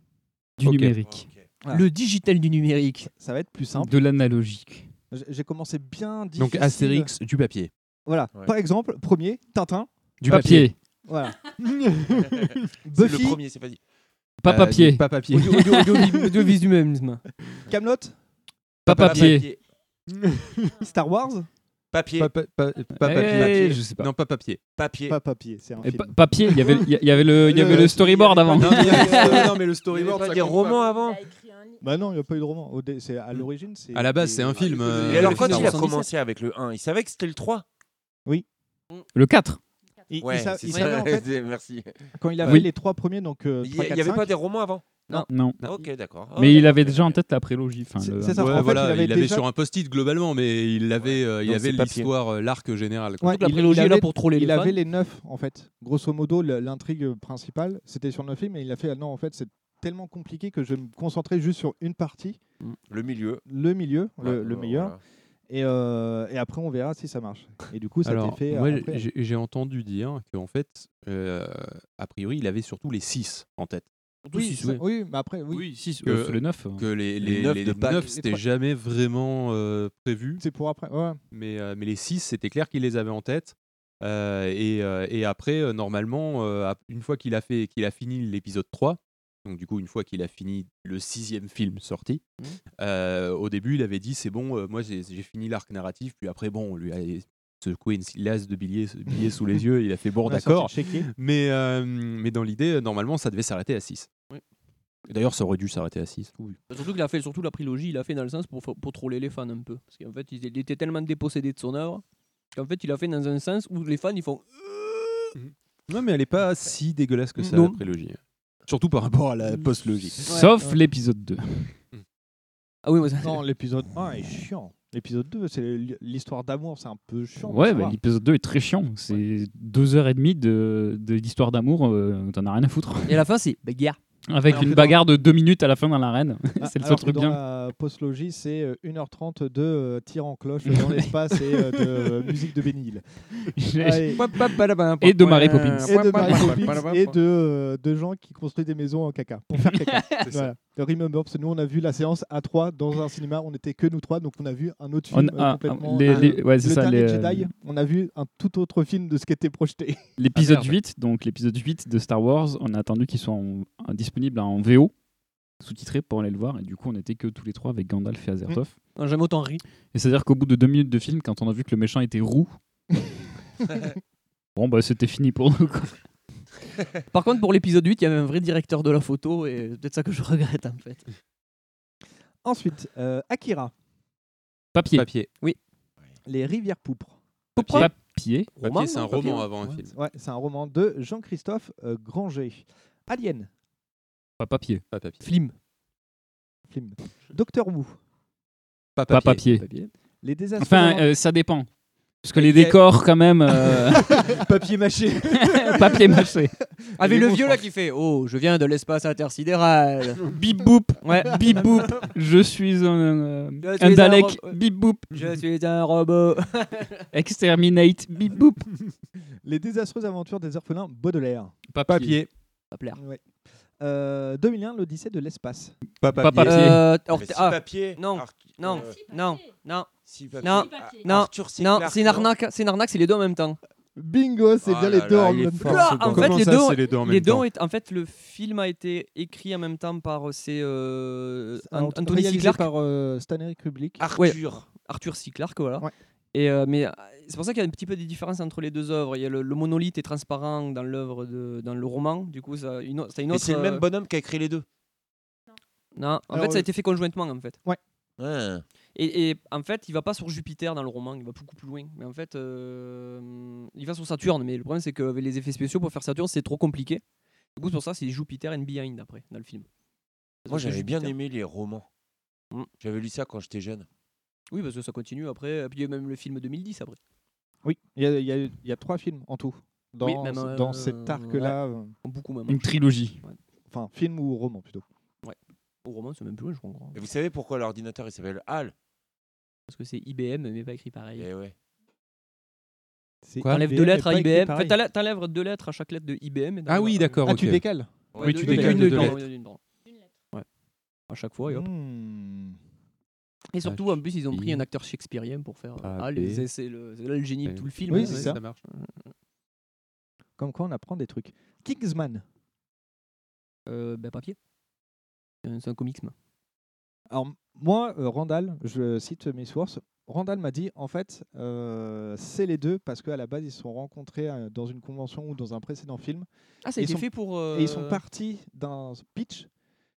[SPEAKER 4] Du
[SPEAKER 7] Ok.
[SPEAKER 4] numérique.
[SPEAKER 5] Voilà.
[SPEAKER 6] Le digital du numérique.
[SPEAKER 5] Ça va être plus simple.
[SPEAKER 4] De l'analogique.
[SPEAKER 5] J- J'ai commencé bien difficile.
[SPEAKER 7] Donc Astérix, du papier.
[SPEAKER 5] Voilà.
[SPEAKER 7] Ouais.
[SPEAKER 5] Par exemple, premier, Tintin.
[SPEAKER 7] Du papier.
[SPEAKER 5] Voilà.
[SPEAKER 8] C'est
[SPEAKER 5] Buffy.
[SPEAKER 8] le premier, c'est pas dit.
[SPEAKER 4] Pas
[SPEAKER 7] Euh,
[SPEAKER 4] papier.
[SPEAKER 7] du- Pas papier.
[SPEAKER 6] Audio, audio, audio, audio visualisme.
[SPEAKER 5] Camelot.
[SPEAKER 4] Pas papier.
[SPEAKER 5] Star Wars.
[SPEAKER 8] Papier.
[SPEAKER 7] Pas, pa- pa- pas
[SPEAKER 4] Eh,
[SPEAKER 7] papier.
[SPEAKER 4] je sais pas.
[SPEAKER 7] Non, pas papier.
[SPEAKER 8] Papier.
[SPEAKER 5] Pas papier, c'est un
[SPEAKER 4] Et
[SPEAKER 5] film.
[SPEAKER 4] pa- papier, il y avait, il y- il y avait le, il y avait le storyboard avant.
[SPEAKER 7] Non, mais, euh, non,
[SPEAKER 8] Il
[SPEAKER 7] mais le
[SPEAKER 8] y avait
[SPEAKER 7] storyboard,
[SPEAKER 8] pas
[SPEAKER 7] ça
[SPEAKER 8] des
[SPEAKER 7] compte
[SPEAKER 8] romans
[SPEAKER 7] pas.
[SPEAKER 8] avant.
[SPEAKER 5] Bah non, il n'y a pas eu de roman. Au dé- c'est à l'origine, c'est.
[SPEAKER 7] Hmm. À la base, c'est un film. euh,
[SPEAKER 8] Et alors,
[SPEAKER 7] le
[SPEAKER 8] quand
[SPEAKER 7] Star
[SPEAKER 8] il a
[SPEAKER 7] Wars.
[SPEAKER 8] commencé avec le 1, il savait que c'était le 3
[SPEAKER 4] Le 4.
[SPEAKER 5] Il, il
[SPEAKER 8] Ouais,
[SPEAKER 5] sa-
[SPEAKER 8] c'est
[SPEAKER 5] il
[SPEAKER 8] ça.
[SPEAKER 5] savait en fait
[SPEAKER 8] Merci.
[SPEAKER 5] quand il avait
[SPEAKER 4] Oui.
[SPEAKER 5] les trois premiers, donc. euh,
[SPEAKER 8] Il y,
[SPEAKER 5] trois,
[SPEAKER 8] il y
[SPEAKER 5] quatre,
[SPEAKER 8] avait
[SPEAKER 5] cinq,
[SPEAKER 8] pas des romans avant
[SPEAKER 4] Non.
[SPEAKER 6] Ah,
[SPEAKER 8] Ok, d'accord.
[SPEAKER 4] Mais
[SPEAKER 8] Ok,
[SPEAKER 4] il avait
[SPEAKER 8] ok,
[SPEAKER 4] déjà en
[SPEAKER 8] ok.
[SPEAKER 4] tête la prélogie. enfin,
[SPEAKER 5] C'est-
[SPEAKER 4] le-
[SPEAKER 5] c'est ça.
[SPEAKER 7] Ouais,
[SPEAKER 5] En fait,
[SPEAKER 7] voilà,
[SPEAKER 5] il
[SPEAKER 7] il
[SPEAKER 5] avait
[SPEAKER 7] avait,
[SPEAKER 5] déjà-
[SPEAKER 7] sur un post-it globalement, mais il avait, euh, il
[SPEAKER 8] Donc,
[SPEAKER 7] avait
[SPEAKER 8] c'est papier.
[SPEAKER 7] l'histoire, euh, l'arc général. quoi.
[SPEAKER 5] Ouais,
[SPEAKER 6] Donc, la
[SPEAKER 5] il-
[SPEAKER 6] prélogie
[SPEAKER 5] il
[SPEAKER 6] est là
[SPEAKER 5] avait-
[SPEAKER 6] pour troller
[SPEAKER 5] Il
[SPEAKER 6] les
[SPEAKER 5] avait
[SPEAKER 6] fans.
[SPEAKER 5] les neuf en fait. Grosso modo, le- l'intrigue principale, c'était sur neuf films, et il a fait ah non en fait c'est tellement compliqué que je vais me concentrer juste sur une partie,
[SPEAKER 8] Le milieu.
[SPEAKER 5] le milieu, le,
[SPEAKER 8] Ouais,
[SPEAKER 5] le
[SPEAKER 8] voilà.
[SPEAKER 5] meilleur, et, euh, et après on verra si ça marche. Et du coup, ça a
[SPEAKER 7] Alors,
[SPEAKER 5] été fait.
[SPEAKER 7] moi,
[SPEAKER 5] euh, après.
[SPEAKER 7] j'ai j'ai entendu dire qu'en fait, euh, a priori, il avait surtout les 6 en tête.
[SPEAKER 5] oui, ça-
[SPEAKER 6] oui.
[SPEAKER 5] oui, mais après oui,
[SPEAKER 4] si,
[SPEAKER 7] que-
[SPEAKER 4] euh, le 9.
[SPEAKER 7] Que les,
[SPEAKER 8] Les
[SPEAKER 7] les,
[SPEAKER 8] neuf
[SPEAKER 7] les
[SPEAKER 8] de Pâques.
[SPEAKER 7] neuf, c'était
[SPEAKER 5] Les trois-
[SPEAKER 7] jamais vraiment euh, prévu,
[SPEAKER 5] c'est pour après. ouais.
[SPEAKER 7] mais, euh, mais les 6, c'était clair qu'il les avait en tête. Euh, et, euh, et après, euh, normalement, euh, ap- une fois qu'il a, fait- qu'il a fini l'épisode 3, donc du coup, une fois qu'il a fini le sixième film sorti,
[SPEAKER 6] Mhm.
[SPEAKER 7] euh, au début, il avait dit c'est bon, euh, moi j'ai j'ai fini l'arc narratif, puis après, bon, on lui a secoué une lasse de billets, billets sous les yeux, et il a fait bon,
[SPEAKER 5] On a
[SPEAKER 7] d'accord.
[SPEAKER 5] sorti le chéquier.
[SPEAKER 7] Mais, euh, mais dans l'idée, euh, normalement, ça devait s'arrêter à 6. D'ailleurs, ça aurait dû s'arrêter à 6.
[SPEAKER 6] Surtout qu'il a fait surtout la prélogie, il a fait dans le sens pour, fa- pour troller les fans un peu. Parce qu'en fait, il il était tellement dépossédé de son œuvre qu'en fait, il a fait dans un sens où les fans ils font.
[SPEAKER 7] Non, mais elle n'est pas si dégueulasse que ça,
[SPEAKER 6] Non.
[SPEAKER 7] la prélogie. Surtout par rapport à la post-logie.
[SPEAKER 4] Sauf
[SPEAKER 5] ouais.
[SPEAKER 4] l'épisode 2.
[SPEAKER 6] Ah oui, moi, ça-
[SPEAKER 5] Non, l'épisode 1 est chiant. L'épisode 2, c'est l- l'histoire d'amour, c'est un peu chiant.
[SPEAKER 4] Ouais,
[SPEAKER 5] mais
[SPEAKER 4] bah,
[SPEAKER 5] ça va.
[SPEAKER 4] l'épisode 2 est très chiant. C'est deux heures et demie de, de l'histoire d'amour, euh, t'en as rien à foutre.
[SPEAKER 6] Et à la fin, c'est ben, bagarre.
[SPEAKER 4] Avec
[SPEAKER 5] Alors que
[SPEAKER 4] une
[SPEAKER 5] dans-
[SPEAKER 4] bagarre de deux minutes à la fin dans l'arène.
[SPEAKER 5] Ah,
[SPEAKER 4] c'est le seul
[SPEAKER 5] alors que
[SPEAKER 4] truc
[SPEAKER 5] dans
[SPEAKER 4] bien.
[SPEAKER 5] la post-logie, c'est euh, 1h30 de euh, tir en cloche dans l'espace et euh, de euh, musique de Benny Hill. Allez.
[SPEAKER 4] Et de
[SPEAKER 5] euh,
[SPEAKER 4] Mary Poppins.
[SPEAKER 5] Et de Mary Poppins et de, euh, de gens qui construisent des maisons en caca pour faire caca. voilà. Le Remember, parce que nous on a vu la séance à 3 dans un cinéma, on n'était que nous trois, donc on a vu un autre film
[SPEAKER 4] On-
[SPEAKER 5] euh,
[SPEAKER 4] ah,
[SPEAKER 5] complètement.
[SPEAKER 4] les- les- ouais, c'est
[SPEAKER 5] le
[SPEAKER 4] ça,
[SPEAKER 5] dernier
[SPEAKER 4] les- euh,
[SPEAKER 5] Jedi, on a vu un tout autre film de ce qui était projeté.
[SPEAKER 4] L'épisode
[SPEAKER 7] Ah, merde.
[SPEAKER 4] 8, donc l'épisode 8 de Star Wars, on a attendu qu'il soit en- en- disponible en VO, sous-titré pour aller le voir, et du coup on était que tous les trois avec Gandalf et Azertov.
[SPEAKER 5] Mm.
[SPEAKER 6] Non, Jamais autant ri.
[SPEAKER 4] Et c'est-à-dire qu'au bout de deux minutes de film, quand on a vu que le méchant était roux, bon bah c'était fini pour nous. quoi.
[SPEAKER 6] Par contre, pour l'épisode 8, il y avait un vrai directeur de la photo et c'est peut-être ça que je regrette en fait.
[SPEAKER 5] Ensuite, euh, Akira,
[SPEAKER 4] Papier.
[SPEAKER 7] Papier.
[SPEAKER 5] Les Rivières Poupres.
[SPEAKER 4] Bah,
[SPEAKER 6] Papier.
[SPEAKER 4] Papier.
[SPEAKER 7] Papier, hein. c'est un
[SPEAKER 6] non, papier,
[SPEAKER 7] roman
[SPEAKER 6] ouais.
[SPEAKER 7] avant un
[SPEAKER 6] Ouais.
[SPEAKER 7] film.
[SPEAKER 5] Ouais, c'est un roman de Jean-Christophe euh, Granger. Alien,
[SPEAKER 4] Pas papier.
[SPEAKER 7] Pas papier.
[SPEAKER 6] Film.
[SPEAKER 5] film. Docteur Wu,
[SPEAKER 7] Pas
[SPEAKER 4] Pas
[SPEAKER 7] papier.
[SPEAKER 4] papier.
[SPEAKER 5] Les désastres.
[SPEAKER 4] Enfin,
[SPEAKER 5] dans-
[SPEAKER 4] euh, ça dépend. Parce que les décors, quand même, euh,
[SPEAKER 5] papier mâché.
[SPEAKER 4] papier mâché.
[SPEAKER 6] Avec
[SPEAKER 4] Il est
[SPEAKER 6] Ah, le
[SPEAKER 4] beau,
[SPEAKER 6] vieux
[SPEAKER 4] ce
[SPEAKER 6] là
[SPEAKER 4] prof.
[SPEAKER 6] qui fait Oh, je viens de l'espace intersidéral.
[SPEAKER 4] Bip boop.
[SPEAKER 6] Ouais.
[SPEAKER 4] Bip boop. Je suis un, euh,
[SPEAKER 6] Je suis
[SPEAKER 4] un Dalek.
[SPEAKER 6] ro-
[SPEAKER 4] Bip boop.
[SPEAKER 6] Je suis un robot.
[SPEAKER 4] Exterminate. Bip boop.
[SPEAKER 5] Les désastreuses aventures des orphelins Baudelaire.
[SPEAKER 4] Papier.
[SPEAKER 6] Papier.
[SPEAKER 5] Ouais. Euh, 2001, l'Odyssée de l'espace.
[SPEAKER 6] Pas papier. Euh, alors,
[SPEAKER 8] Mais si
[SPEAKER 6] ah,
[SPEAKER 8] papier.
[SPEAKER 6] Non, non,
[SPEAKER 9] Ah,
[SPEAKER 8] euh,
[SPEAKER 9] bah,
[SPEAKER 6] non, non,
[SPEAKER 8] Si papier.
[SPEAKER 6] non,
[SPEAKER 8] Si papier.
[SPEAKER 6] non,
[SPEAKER 8] Arthur C.
[SPEAKER 6] non,
[SPEAKER 8] Clarke,
[SPEAKER 6] c'est une
[SPEAKER 8] non
[SPEAKER 6] arnaque, c'est une arnaque, c'est les deux en même temps.
[SPEAKER 5] Bingo, c'est
[SPEAKER 8] Oh
[SPEAKER 5] bien
[SPEAKER 8] là
[SPEAKER 5] les deux
[SPEAKER 8] là,
[SPEAKER 5] en
[SPEAKER 8] il est
[SPEAKER 5] même
[SPEAKER 8] fort,
[SPEAKER 5] temps.
[SPEAKER 8] ce
[SPEAKER 6] en fait,
[SPEAKER 8] Comment
[SPEAKER 6] les
[SPEAKER 8] ça,
[SPEAKER 6] deux,
[SPEAKER 8] c'est les deux en
[SPEAKER 6] les
[SPEAKER 8] même
[SPEAKER 6] deux
[SPEAKER 8] temps
[SPEAKER 6] est- en fait, le film a été écrit en même temps par euh, c'est euh, An-
[SPEAKER 5] Alors,
[SPEAKER 6] Anthony C.
[SPEAKER 5] réalisé
[SPEAKER 6] Clarke.
[SPEAKER 5] par euh, Stanley Kubrick.
[SPEAKER 8] Ah.
[SPEAKER 6] Ouais, Arthur C. Clarke, voilà. Et euh, mais euh, c'est pour ça qu'il y a un petit peu des différences entre les deux œuvres. Il y a le, le monolithe est transparent dans l'œuvre de dans le roman, du coup ça une, o- ça une
[SPEAKER 8] Mais
[SPEAKER 6] autre.
[SPEAKER 8] c'est le même
[SPEAKER 6] euh,
[SPEAKER 8] bonhomme qui a créé les deux.
[SPEAKER 6] Non, en
[SPEAKER 8] Alors,
[SPEAKER 6] fait ça a
[SPEAKER 8] euh,
[SPEAKER 6] été fait conjointement en fait.
[SPEAKER 5] Ouais.
[SPEAKER 8] Ouais.
[SPEAKER 6] Et, et, en fait, il va pas sur Jupiter dans le roman, il va beaucoup plus loin. Mais en fait, euh, il va sur Saturne. Mais le problème, c'est qu'avec les effets spéciaux pour faire Saturne, c'est trop compliqué. Du coup, c'est pour ça, c'est Jupiter and Behind après, dans le film.
[SPEAKER 8] Moi,
[SPEAKER 6] Parce que
[SPEAKER 8] j'avais bien
[SPEAKER 6] Jupiter-
[SPEAKER 8] aimé les romans.
[SPEAKER 6] Mm.
[SPEAKER 8] J'avais lu ça quand j'étais jeune.
[SPEAKER 6] Oui, parce que ça continue après. Et puis il y a même le film 2010 après.
[SPEAKER 5] Oui, il y, a- il y a- il y a trois films en tout dans,
[SPEAKER 6] Oui, même, euh,
[SPEAKER 5] dans cet arc-là.
[SPEAKER 6] ouais.
[SPEAKER 5] euh,
[SPEAKER 6] Beaucoup même.
[SPEAKER 4] Une trilogie.
[SPEAKER 5] Enfin, film ou roman plutôt.
[SPEAKER 6] Ouais. Au roman, c'est même plus loin, je crois.
[SPEAKER 8] Et vous savez pourquoi l'ordinateur il s'appelle HAL
[SPEAKER 6] Parce que c'est IBM, mais pas écrit pareil.
[SPEAKER 8] Eh ouais.
[SPEAKER 6] T'enlèves deux lettres à IBM. Enfin, t'enlè- t'enlèves deux lettres à chaque lettre de IBM. et
[SPEAKER 7] Ah oui,
[SPEAKER 6] t'enlèves-
[SPEAKER 7] d'accord, Ah, tu ok. décales Oui, tu décales
[SPEAKER 6] une
[SPEAKER 7] de deux
[SPEAKER 6] dedans,
[SPEAKER 7] lettres.
[SPEAKER 6] ouais, une dedans. Ouais. À chaque fois, et hop. Hmm.
[SPEAKER 5] Ah,
[SPEAKER 6] Et surtout, en plus, ils ont pris un acteur shakespearien pour faire.
[SPEAKER 5] A,
[SPEAKER 6] euh, Ah,
[SPEAKER 5] B.
[SPEAKER 6] les- c'est c'est le, c'est là le génie de tout le film.
[SPEAKER 5] Oui,
[SPEAKER 6] hein,
[SPEAKER 5] c'est
[SPEAKER 6] ouais.
[SPEAKER 5] ça. Comme quoi, on apprend des trucs. Kingsman.
[SPEAKER 6] Euh, ben, papier. Euh, C'est un comics, man.
[SPEAKER 5] Alors, moi, euh, Randall, je cite mes sources. Randall m'a dit, en fait, euh, c'est les deux parce qu'à la base, ils se sont rencontrés euh, dans une convention ou dans un précédent film.
[SPEAKER 6] Ah, ça a
[SPEAKER 5] Ils
[SPEAKER 6] été
[SPEAKER 5] sont-
[SPEAKER 6] fait pour,
[SPEAKER 5] Et ils sont
[SPEAKER 6] euh,
[SPEAKER 5] partis d'un pitch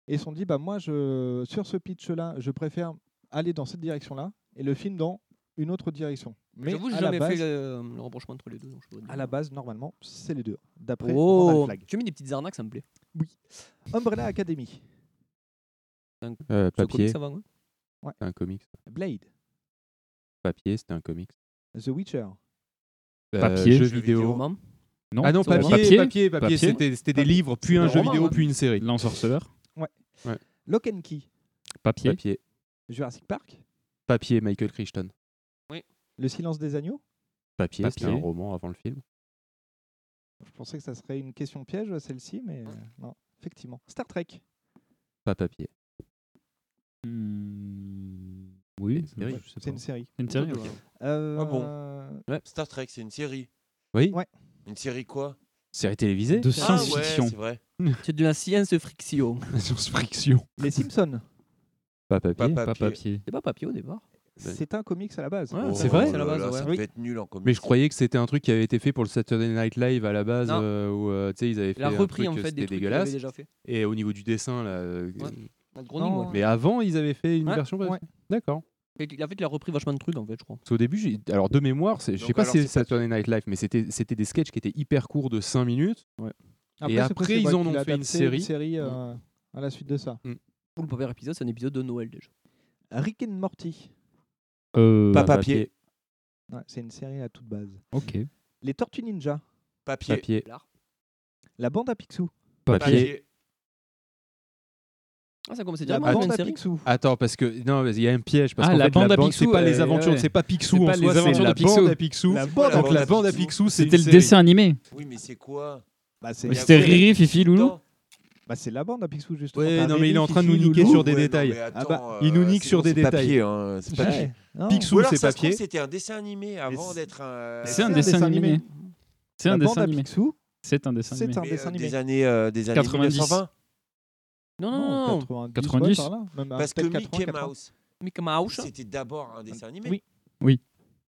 [SPEAKER 5] et ils se sont dit, bah, moi, je, sur ce pitch-là, je préfère aller dans cette direction-là et le film dans une autre direction. Mais
[SPEAKER 6] J'avoue, j'ai
[SPEAKER 5] à la
[SPEAKER 6] jamais fait
[SPEAKER 5] base,
[SPEAKER 6] le, le rapprochement entre les deux. donc je peux pas te
[SPEAKER 5] à
[SPEAKER 6] dire.
[SPEAKER 5] la base, normalement, c'est les deux. D'après Randall
[SPEAKER 6] Oh,
[SPEAKER 5] Flagg.
[SPEAKER 6] tu mets des petites arnaques, ça me plaît.
[SPEAKER 5] Umbrella Academy,
[SPEAKER 6] Donc,
[SPEAKER 7] Euh,
[SPEAKER 6] c'est un
[SPEAKER 7] papier.
[SPEAKER 6] comics hein. avant, ouais.
[SPEAKER 7] C'était un comics.
[SPEAKER 5] Blade,
[SPEAKER 7] Papier, c'était un comics.
[SPEAKER 5] The Witcher.
[SPEAKER 7] Euh,
[SPEAKER 4] Papier.
[SPEAKER 7] jeux
[SPEAKER 4] Jeux
[SPEAKER 7] vidéo.
[SPEAKER 4] vidéo,
[SPEAKER 6] non
[SPEAKER 4] Non,
[SPEAKER 7] ah non,
[SPEAKER 4] c'est-
[SPEAKER 7] papier,
[SPEAKER 4] papier,
[SPEAKER 7] papier, papier,
[SPEAKER 4] papier.
[SPEAKER 7] c'était- c'était des
[SPEAKER 4] Papier.
[SPEAKER 7] livres, puis un
[SPEAKER 4] Des
[SPEAKER 7] jeu
[SPEAKER 4] romans,
[SPEAKER 7] vidéo,
[SPEAKER 4] hein.
[SPEAKER 7] puis une série.
[SPEAKER 4] L'ensorceleur.
[SPEAKER 5] Ouais.
[SPEAKER 7] Ouais.
[SPEAKER 5] Lock and Key,
[SPEAKER 4] Papier.
[SPEAKER 7] Papier.
[SPEAKER 5] Jurassic Park,
[SPEAKER 7] Papier, Michael Crichton.
[SPEAKER 5] Le Silence des Agneaux.
[SPEAKER 7] Papier, c'était un
[SPEAKER 4] Papier.
[SPEAKER 7] roman avant le film.
[SPEAKER 5] Je pensais que ça serait une question piège, celle-ci, mais euh, non, effectivement. Star Trek.
[SPEAKER 7] Pas papier.
[SPEAKER 4] Hmm. Oui,
[SPEAKER 7] c'est vrai.
[SPEAKER 4] je sais
[SPEAKER 5] C'est
[SPEAKER 4] pas.
[SPEAKER 5] une série.
[SPEAKER 4] C'est une série,
[SPEAKER 8] Ok.
[SPEAKER 4] ouais.
[SPEAKER 5] Euh,
[SPEAKER 8] Ah bon Star Trek, c'est une série.
[SPEAKER 7] Oui.
[SPEAKER 5] Ouais.
[SPEAKER 8] Une série quoi
[SPEAKER 7] Série télévisée.
[SPEAKER 4] De
[SPEAKER 8] Ah ouais,
[SPEAKER 4] science-fiction.
[SPEAKER 8] c'est vrai.
[SPEAKER 6] C'est de la science friction.
[SPEAKER 7] Science friction.
[SPEAKER 5] Les Simpsons.
[SPEAKER 7] Pas papier.
[SPEAKER 8] Pas
[SPEAKER 4] Pas
[SPEAKER 8] papier.
[SPEAKER 4] papier.
[SPEAKER 6] C'est pas papier au départ.
[SPEAKER 5] C'est un comics à la base.
[SPEAKER 6] Ouais,
[SPEAKER 7] c'est vrai
[SPEAKER 6] à la
[SPEAKER 8] Oh, là
[SPEAKER 6] base,
[SPEAKER 8] là,
[SPEAKER 6] ouais.
[SPEAKER 8] Ça
[SPEAKER 5] Oui.
[SPEAKER 8] devait être nul en comics.
[SPEAKER 7] Mais je croyais que c'était un truc qui avait été fait pour le Saturday Night Live à la base,
[SPEAKER 6] Non.
[SPEAKER 7] euh, où euh, tu sais ils avaient fait
[SPEAKER 6] Il a
[SPEAKER 7] un
[SPEAKER 6] repris
[SPEAKER 7] truc,
[SPEAKER 6] en
[SPEAKER 7] euh,
[SPEAKER 6] fait
[SPEAKER 7] c'était
[SPEAKER 6] des trucs qu'il
[SPEAKER 7] dégueulasse.
[SPEAKER 6] avait déjà fait.
[SPEAKER 7] Et au niveau du dessin là. euh,
[SPEAKER 6] Ouais. Matt Groening,
[SPEAKER 5] Non,
[SPEAKER 6] ouais.
[SPEAKER 7] Mais avant ils avaient fait une
[SPEAKER 6] Ouais,
[SPEAKER 7] version.
[SPEAKER 5] ouais.
[SPEAKER 7] D'accord.
[SPEAKER 6] Et il- En fait, il a repris vachement de trucs en fait, je crois.
[SPEAKER 7] Parce qu'au début, j'ai- alors de mémoire, c'est- je sais
[SPEAKER 8] Donc
[SPEAKER 7] pas
[SPEAKER 8] alors,
[SPEAKER 7] si
[SPEAKER 8] c'est
[SPEAKER 7] c'est Saturday Night Live, mais c'était c'était des sketchs qui étaient hyper courts de 5 minutes. et
[SPEAKER 5] c'est
[SPEAKER 7] après,
[SPEAKER 5] presque
[SPEAKER 7] ils
[SPEAKER 5] moi
[SPEAKER 7] en
[SPEAKER 5] qui
[SPEAKER 7] ont
[SPEAKER 5] l'ai
[SPEAKER 7] fait une
[SPEAKER 5] adapté,
[SPEAKER 7] série.
[SPEAKER 5] euh, à la suite de ça.
[SPEAKER 6] Pour le premier épisode, c'est un épisode de Noël déjà.
[SPEAKER 5] Rick and Morty.
[SPEAKER 4] Euh,
[SPEAKER 8] Pas papier.
[SPEAKER 5] Ouais, c'est une série à toute base.
[SPEAKER 4] Ok.
[SPEAKER 5] Les Tortues Ninja.
[SPEAKER 8] Papier.
[SPEAKER 7] Papier.
[SPEAKER 5] La bande à Picsou.
[SPEAKER 7] Papier.
[SPEAKER 6] Ah, ça commence
[SPEAKER 5] La
[SPEAKER 6] directement
[SPEAKER 5] bande
[SPEAKER 6] une
[SPEAKER 5] à
[SPEAKER 6] série.
[SPEAKER 5] Picsou.
[SPEAKER 7] Attends, parce que non, mais il y a un piège parce
[SPEAKER 4] Ah,
[SPEAKER 7] qu'en
[SPEAKER 4] la
[SPEAKER 7] fait,
[SPEAKER 4] bande à
[SPEAKER 7] c'est
[SPEAKER 4] Picsou,
[SPEAKER 7] pas
[SPEAKER 4] euh,
[SPEAKER 7] les aventures,
[SPEAKER 4] ouais.
[SPEAKER 7] c'est pas Picsou
[SPEAKER 4] C'est
[SPEAKER 7] en
[SPEAKER 4] pas
[SPEAKER 7] soi,
[SPEAKER 4] les-
[SPEAKER 7] c'est
[SPEAKER 4] c'est
[SPEAKER 7] la
[SPEAKER 4] la
[SPEAKER 7] bande
[SPEAKER 4] Picsou.
[SPEAKER 7] à Picsou.
[SPEAKER 5] La
[SPEAKER 8] quoi,
[SPEAKER 5] bande à
[SPEAKER 4] Donc
[SPEAKER 8] bande
[SPEAKER 4] la
[SPEAKER 8] à
[SPEAKER 4] bande
[SPEAKER 8] Picsou
[SPEAKER 4] à
[SPEAKER 7] Picsou, c'est
[SPEAKER 4] C'était
[SPEAKER 7] une
[SPEAKER 4] le
[SPEAKER 7] série.
[SPEAKER 4] dessin animé.
[SPEAKER 8] Oui, mais c'est quoi
[SPEAKER 5] Bah, c'est
[SPEAKER 8] Il y a
[SPEAKER 4] C'était
[SPEAKER 8] quoi, les
[SPEAKER 4] Riri,
[SPEAKER 8] petits
[SPEAKER 4] Fifi, Loulou
[SPEAKER 8] dedans
[SPEAKER 5] Bah, c'est la bande à Picsou, justement.
[SPEAKER 7] Ouais,
[SPEAKER 5] T'as
[SPEAKER 7] non, mais il est en
[SPEAKER 5] Riri,
[SPEAKER 7] train de nous
[SPEAKER 5] Fifi,
[SPEAKER 7] niquer
[SPEAKER 5] Loulou.
[SPEAKER 7] sur des
[SPEAKER 8] Ouais, non,
[SPEAKER 7] détails.
[SPEAKER 8] mais attends,
[SPEAKER 5] Ah bah,
[SPEAKER 7] il nous
[SPEAKER 8] euh,
[SPEAKER 7] nique
[SPEAKER 8] c'est
[SPEAKER 7] sur
[SPEAKER 8] bon,
[SPEAKER 7] des
[SPEAKER 8] c'est
[SPEAKER 7] détails.
[SPEAKER 8] papier, hein, c'est papier.
[SPEAKER 5] Ouais, non.
[SPEAKER 7] Picsou,
[SPEAKER 8] Ou alors,
[SPEAKER 7] c'est
[SPEAKER 8] ça se trouve,
[SPEAKER 7] papier.
[SPEAKER 8] c'était un dessin animé avant
[SPEAKER 5] c'est-
[SPEAKER 8] d'être un.
[SPEAKER 4] C'est un
[SPEAKER 5] C'est
[SPEAKER 4] dessin animé. C'est
[SPEAKER 5] La
[SPEAKER 4] un
[SPEAKER 5] bande
[SPEAKER 4] dessin
[SPEAKER 5] à
[SPEAKER 4] animé.
[SPEAKER 5] Picsou.
[SPEAKER 4] C'est un dessin
[SPEAKER 5] C'est
[SPEAKER 4] animé.
[SPEAKER 5] un
[SPEAKER 8] Mais, euh,
[SPEAKER 5] dessin animé.
[SPEAKER 8] des années, euh, des années
[SPEAKER 4] 90.
[SPEAKER 8] 1920.
[SPEAKER 6] Non, non, non, non.
[SPEAKER 5] 90.
[SPEAKER 4] 90.
[SPEAKER 5] ouais, par là. Même,
[SPEAKER 8] Parce que
[SPEAKER 5] peut-être
[SPEAKER 8] Mickey
[SPEAKER 5] 80, 80.
[SPEAKER 8] Mouse,
[SPEAKER 6] Mickey Mouse.
[SPEAKER 8] c'était d'abord un dessin animé.
[SPEAKER 5] Oui.
[SPEAKER 4] Oui.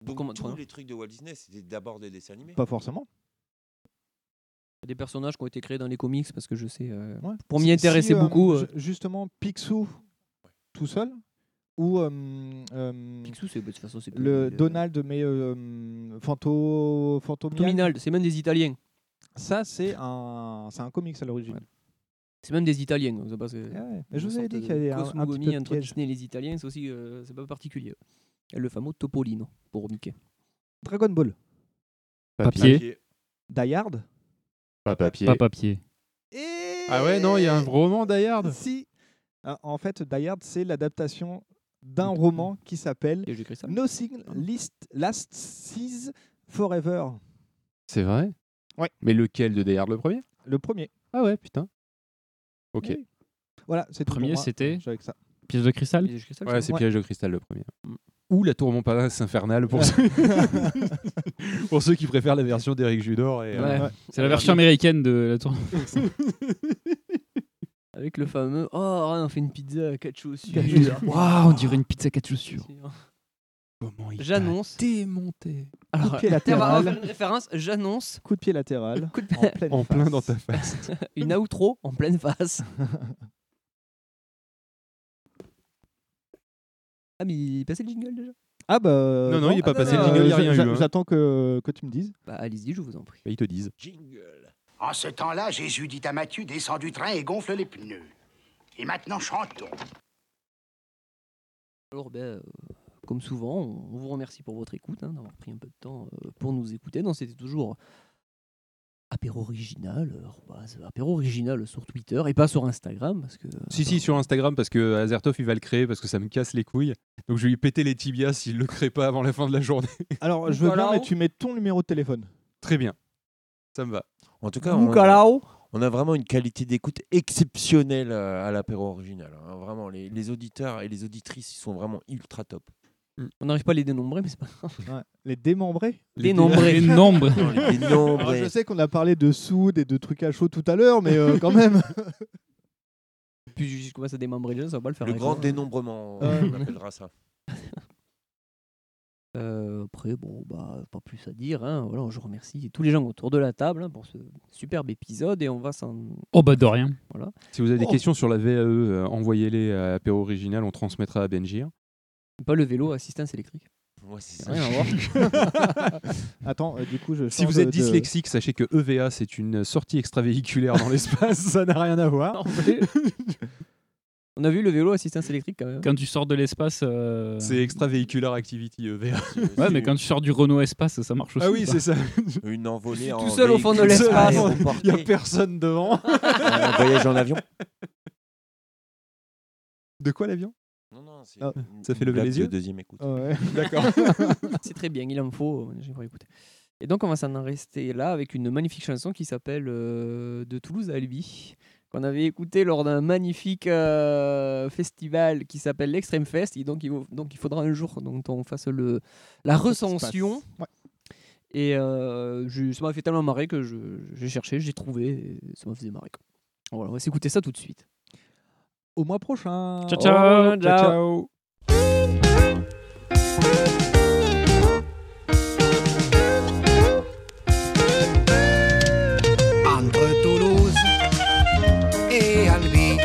[SPEAKER 8] Donc
[SPEAKER 6] Comment-
[SPEAKER 8] tous
[SPEAKER 6] comment
[SPEAKER 8] les trucs de Walt Disney, c'était d'abord des dessins animés.
[SPEAKER 5] Pas forcément.
[SPEAKER 6] Des personnages qui ont été créés dans les comics parce que je sais. euh,
[SPEAKER 5] Ouais.
[SPEAKER 6] Pour m'y
[SPEAKER 5] Si-
[SPEAKER 6] intéresser
[SPEAKER 5] si, euh,
[SPEAKER 6] beaucoup. euh,
[SPEAKER 5] ju- Justement, Picsou tout seul ou euh, euh,
[SPEAKER 6] Picsou, c'est bah, de toute façon c'est.
[SPEAKER 5] le
[SPEAKER 6] plus-
[SPEAKER 5] Donald mais euh, Fanto Fantominal.
[SPEAKER 6] Tominald, c'est même des Italiens.
[SPEAKER 5] Ça c'est un c'est un comics à l'origine.
[SPEAKER 6] C'est même des Italiens. donc c'est pas- c'est-
[SPEAKER 5] Ouais, ouais. Mais Je
[SPEAKER 6] une
[SPEAKER 5] vous avais
[SPEAKER 6] sorte
[SPEAKER 5] dit
[SPEAKER 6] de
[SPEAKER 5] qu'il y avait un, un petit
[SPEAKER 6] cosmogonie
[SPEAKER 5] peu de
[SPEAKER 6] entre
[SPEAKER 5] piège.
[SPEAKER 6] Disney et les Italiens, c'est aussi euh, c'est pas particulier. Et le fameux Topolino pour Mickey.
[SPEAKER 5] Dragon Ball,
[SPEAKER 4] Papier.
[SPEAKER 5] Die Hard,
[SPEAKER 14] Pas papier.
[SPEAKER 4] Pas papier.
[SPEAKER 7] Ah ouais, non, il y a un roman d'Ayard
[SPEAKER 5] Si. Ah, En fait, Die Hard, c'est l'adaptation d'un roman qui s'appelle No Signal List, Last Seas Forever.
[SPEAKER 7] C'est vrai
[SPEAKER 5] Ouais.
[SPEAKER 7] Mais lequel de Dayard le premier
[SPEAKER 5] Le premier.
[SPEAKER 7] Ah ouais, putain. Ok.
[SPEAKER 5] Oui. Voilà, c'est tout
[SPEAKER 4] Premier,
[SPEAKER 5] pour moi.
[SPEAKER 4] c'était
[SPEAKER 5] Avec ça.
[SPEAKER 4] Piège de cristal
[SPEAKER 7] Ouais, c'est Piège de cristal le premier. Ou la tour Montparnasse infernale pour ceux... pour ceux qui préfèrent la version d'Eric Judor. Et, euh,
[SPEAKER 4] C'est la version américaine de la tour.
[SPEAKER 6] Avec le fameux Oh, on fait une pizza à 4 chaussures.
[SPEAKER 4] Waouh, on dirait une pizza 4 chaussures.
[SPEAKER 6] J'annonce.
[SPEAKER 7] Démonté.
[SPEAKER 5] Coup
[SPEAKER 6] Alors,
[SPEAKER 5] de pied
[SPEAKER 6] on va
[SPEAKER 5] latéral.
[SPEAKER 6] faire une référence. J'annonce.
[SPEAKER 5] Coup de pied latéral.
[SPEAKER 6] Coup de pied-
[SPEAKER 5] En, pleine
[SPEAKER 7] En plein
[SPEAKER 5] face.
[SPEAKER 7] dans ta face.
[SPEAKER 6] une outro en pleine face. ah, mais il est passé le jingle déjà
[SPEAKER 5] Ah bah.
[SPEAKER 7] Non, non, il est pas passé le
[SPEAKER 5] Euh,
[SPEAKER 7] jingle, il y a rien
[SPEAKER 5] j'a-
[SPEAKER 7] eu, hein.
[SPEAKER 5] J'attends que, que tu me dises.
[SPEAKER 6] Bah, allez-y, je vous en prie.
[SPEAKER 7] Ils te disent.
[SPEAKER 15] En ce temps-là, Jésus dit à Matthieu descend du train et gonfle les pneus. Et maintenant, chantons.
[SPEAKER 6] Alors, ben, euh, comme souvent, on on vous remercie pour votre écoute, hein, d'avoir pris un peu de temps euh, pour nous écouter. Non, c'était toujours apéro original, euh, arrobase, apéro original sur Twitter et pas sur Instagram parce que
[SPEAKER 7] Si, si, sur Instagram, parce que euh, Azertov, il va le créer, parce que ça me casse les couilles. Donc je vais lui péter les tibias s'il le crée pas avant la fin de la journée.
[SPEAKER 5] Alors, je veux bien, mais tu mets ton numéro de téléphone.
[SPEAKER 7] Très bien. Ça me va.
[SPEAKER 8] En tout cas,
[SPEAKER 6] on,
[SPEAKER 8] on a vraiment une qualité d'écoute exceptionnelle euh, à l'apéro original. hein. Vraiment, les, les auditeurs et les auditrices, ils sont vraiment ultra top.
[SPEAKER 6] on n'arrive pas à les dénombrer, mais c'est pas grave.
[SPEAKER 5] Les démembrés
[SPEAKER 6] Les Dénombrés. dé- Les nombres. Les dénombrés.
[SPEAKER 8] Ah,
[SPEAKER 5] Alors, Ah, Je sais qu'on a parlé de soude et de trucs à chaud tout à l'heure, mais euh, quand même.
[SPEAKER 6] Puis je commence à démembrer les gens, ça va pas le faire.
[SPEAKER 8] Le
[SPEAKER 6] avec
[SPEAKER 8] grand
[SPEAKER 6] moi.
[SPEAKER 8] dénombrement,
[SPEAKER 6] Euh.
[SPEAKER 8] on appellera ça.
[SPEAKER 6] Euh, après, bon, bah, pas plus à dire. hein. Voilà, je remercie tous les gens autour de la table hein, pour ce superbe épisode et on va s'en.
[SPEAKER 4] Oh bah de rien.
[SPEAKER 6] Voilà.
[SPEAKER 7] Si vous avez des
[SPEAKER 6] Oh.
[SPEAKER 7] questions sur la VAE, euh, envoyez-les à Apéro Original, on transmettra à hein. Benjir.
[SPEAKER 6] Pas le vélo, assistance électrique. Rien à voir.
[SPEAKER 5] Attends, euh, du coup, je.
[SPEAKER 7] Si vous êtes dyslexique, sachez que EVA, c'est une sortie extravéhiculaire dans l'espace, ça n'a rien à voir.
[SPEAKER 6] On a vu le vélo assistance électrique quand même.
[SPEAKER 4] Quand tu sors de l'espace. euh,
[SPEAKER 7] C'est Extravehicular Activity euh, EVA.
[SPEAKER 4] Ouais, mais quand tu sors du Renault Espace, ça marche aussi.
[SPEAKER 7] Ah
[SPEAKER 4] ou
[SPEAKER 7] oui,
[SPEAKER 4] pas
[SPEAKER 7] c'est ça.
[SPEAKER 8] Une envolée
[SPEAKER 7] Je suis
[SPEAKER 8] en
[SPEAKER 7] tout seul au fond de
[SPEAKER 8] véhicule
[SPEAKER 7] l'espace.
[SPEAKER 8] aéroporté.
[SPEAKER 7] Il y a personne devant.
[SPEAKER 8] Un voyage en avion.
[SPEAKER 7] De quoi l'avion
[SPEAKER 8] Non, non, c'est
[SPEAKER 7] Ah.
[SPEAKER 8] une-
[SPEAKER 7] Ça fait
[SPEAKER 8] une
[SPEAKER 7] lever
[SPEAKER 8] blague
[SPEAKER 7] les yeux
[SPEAKER 8] de deuxième écoute.
[SPEAKER 5] Oh,
[SPEAKER 7] D'accord.
[SPEAKER 6] c'est très bien, il en faut. euh, J'ai pas écouté. Et donc, on va s'en rester là avec une magnifique chanson qui s'appelle euh, De Toulouse à Albi, qu'on avait écouté lors d'un magnifique euh, festival qui s'appelle l'Extreme Fest. Et donc, il, vaut- donc, il faudra un jour dont on fasse le, la recension. Et euh, je- ça m'a fait tellement marrer que je- j'ai cherché, j'ai trouvé, et ça m'a fait marrer. quoi. Voilà, on va s'écouter ça tout de suite.
[SPEAKER 5] Au mois prochain.
[SPEAKER 6] Ciao,
[SPEAKER 7] Oh,
[SPEAKER 6] ciao. Ciao, ciao.
[SPEAKER 16] entre Toulouse et Albi.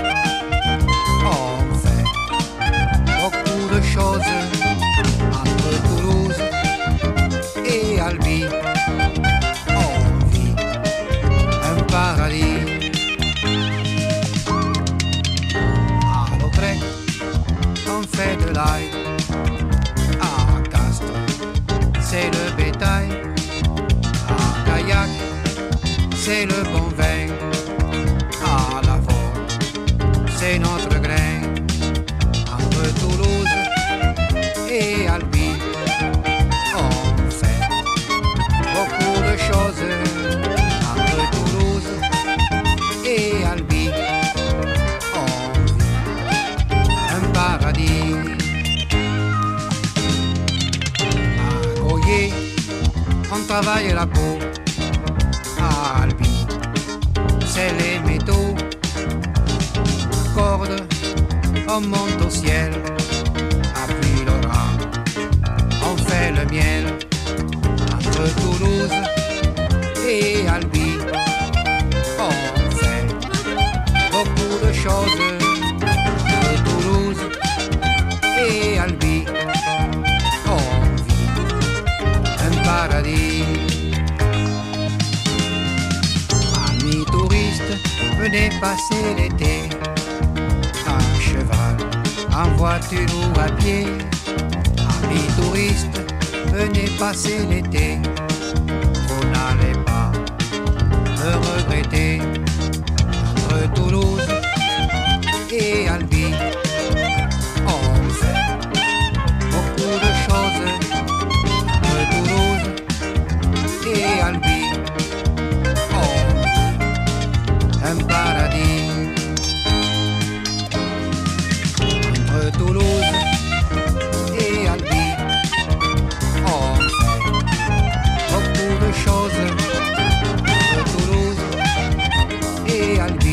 [SPEAKER 16] On fait beaucoup de choses entre Toulouse et Albi. On vit un paradis. À Lautrec, on fait de l'ail. À Castres, c'est le bétail. À Caillac, c'est le bon vin. À la force, c'est notre grain. Entre Toulouse et Albi, on fait beaucoup de choses. Entre Toulouse et Albi, on vit un paradis. À Goyer, on travaille la peau. À Albi, c'est les métaux. Corde, on monte au ciel. Appuie le on fait le miel. Entre Toulouse et Albi, on fait beaucoup de choses. Entre Toulouse et Albi, on vit un paradis. Amis touristes, venez passer l'été à cheval, en voiture ou à pied. Amis touristes, venez passer l'été. Vous n'allez pas me regretter. Entre Toulouse et Albi, on fait beaucoup de choses. Entre Toulouse et Albi, on vit un paradis. Entre Toulouse et Albi, on fait beaucoup de choses. Entre Toulouse et Albi, Oh.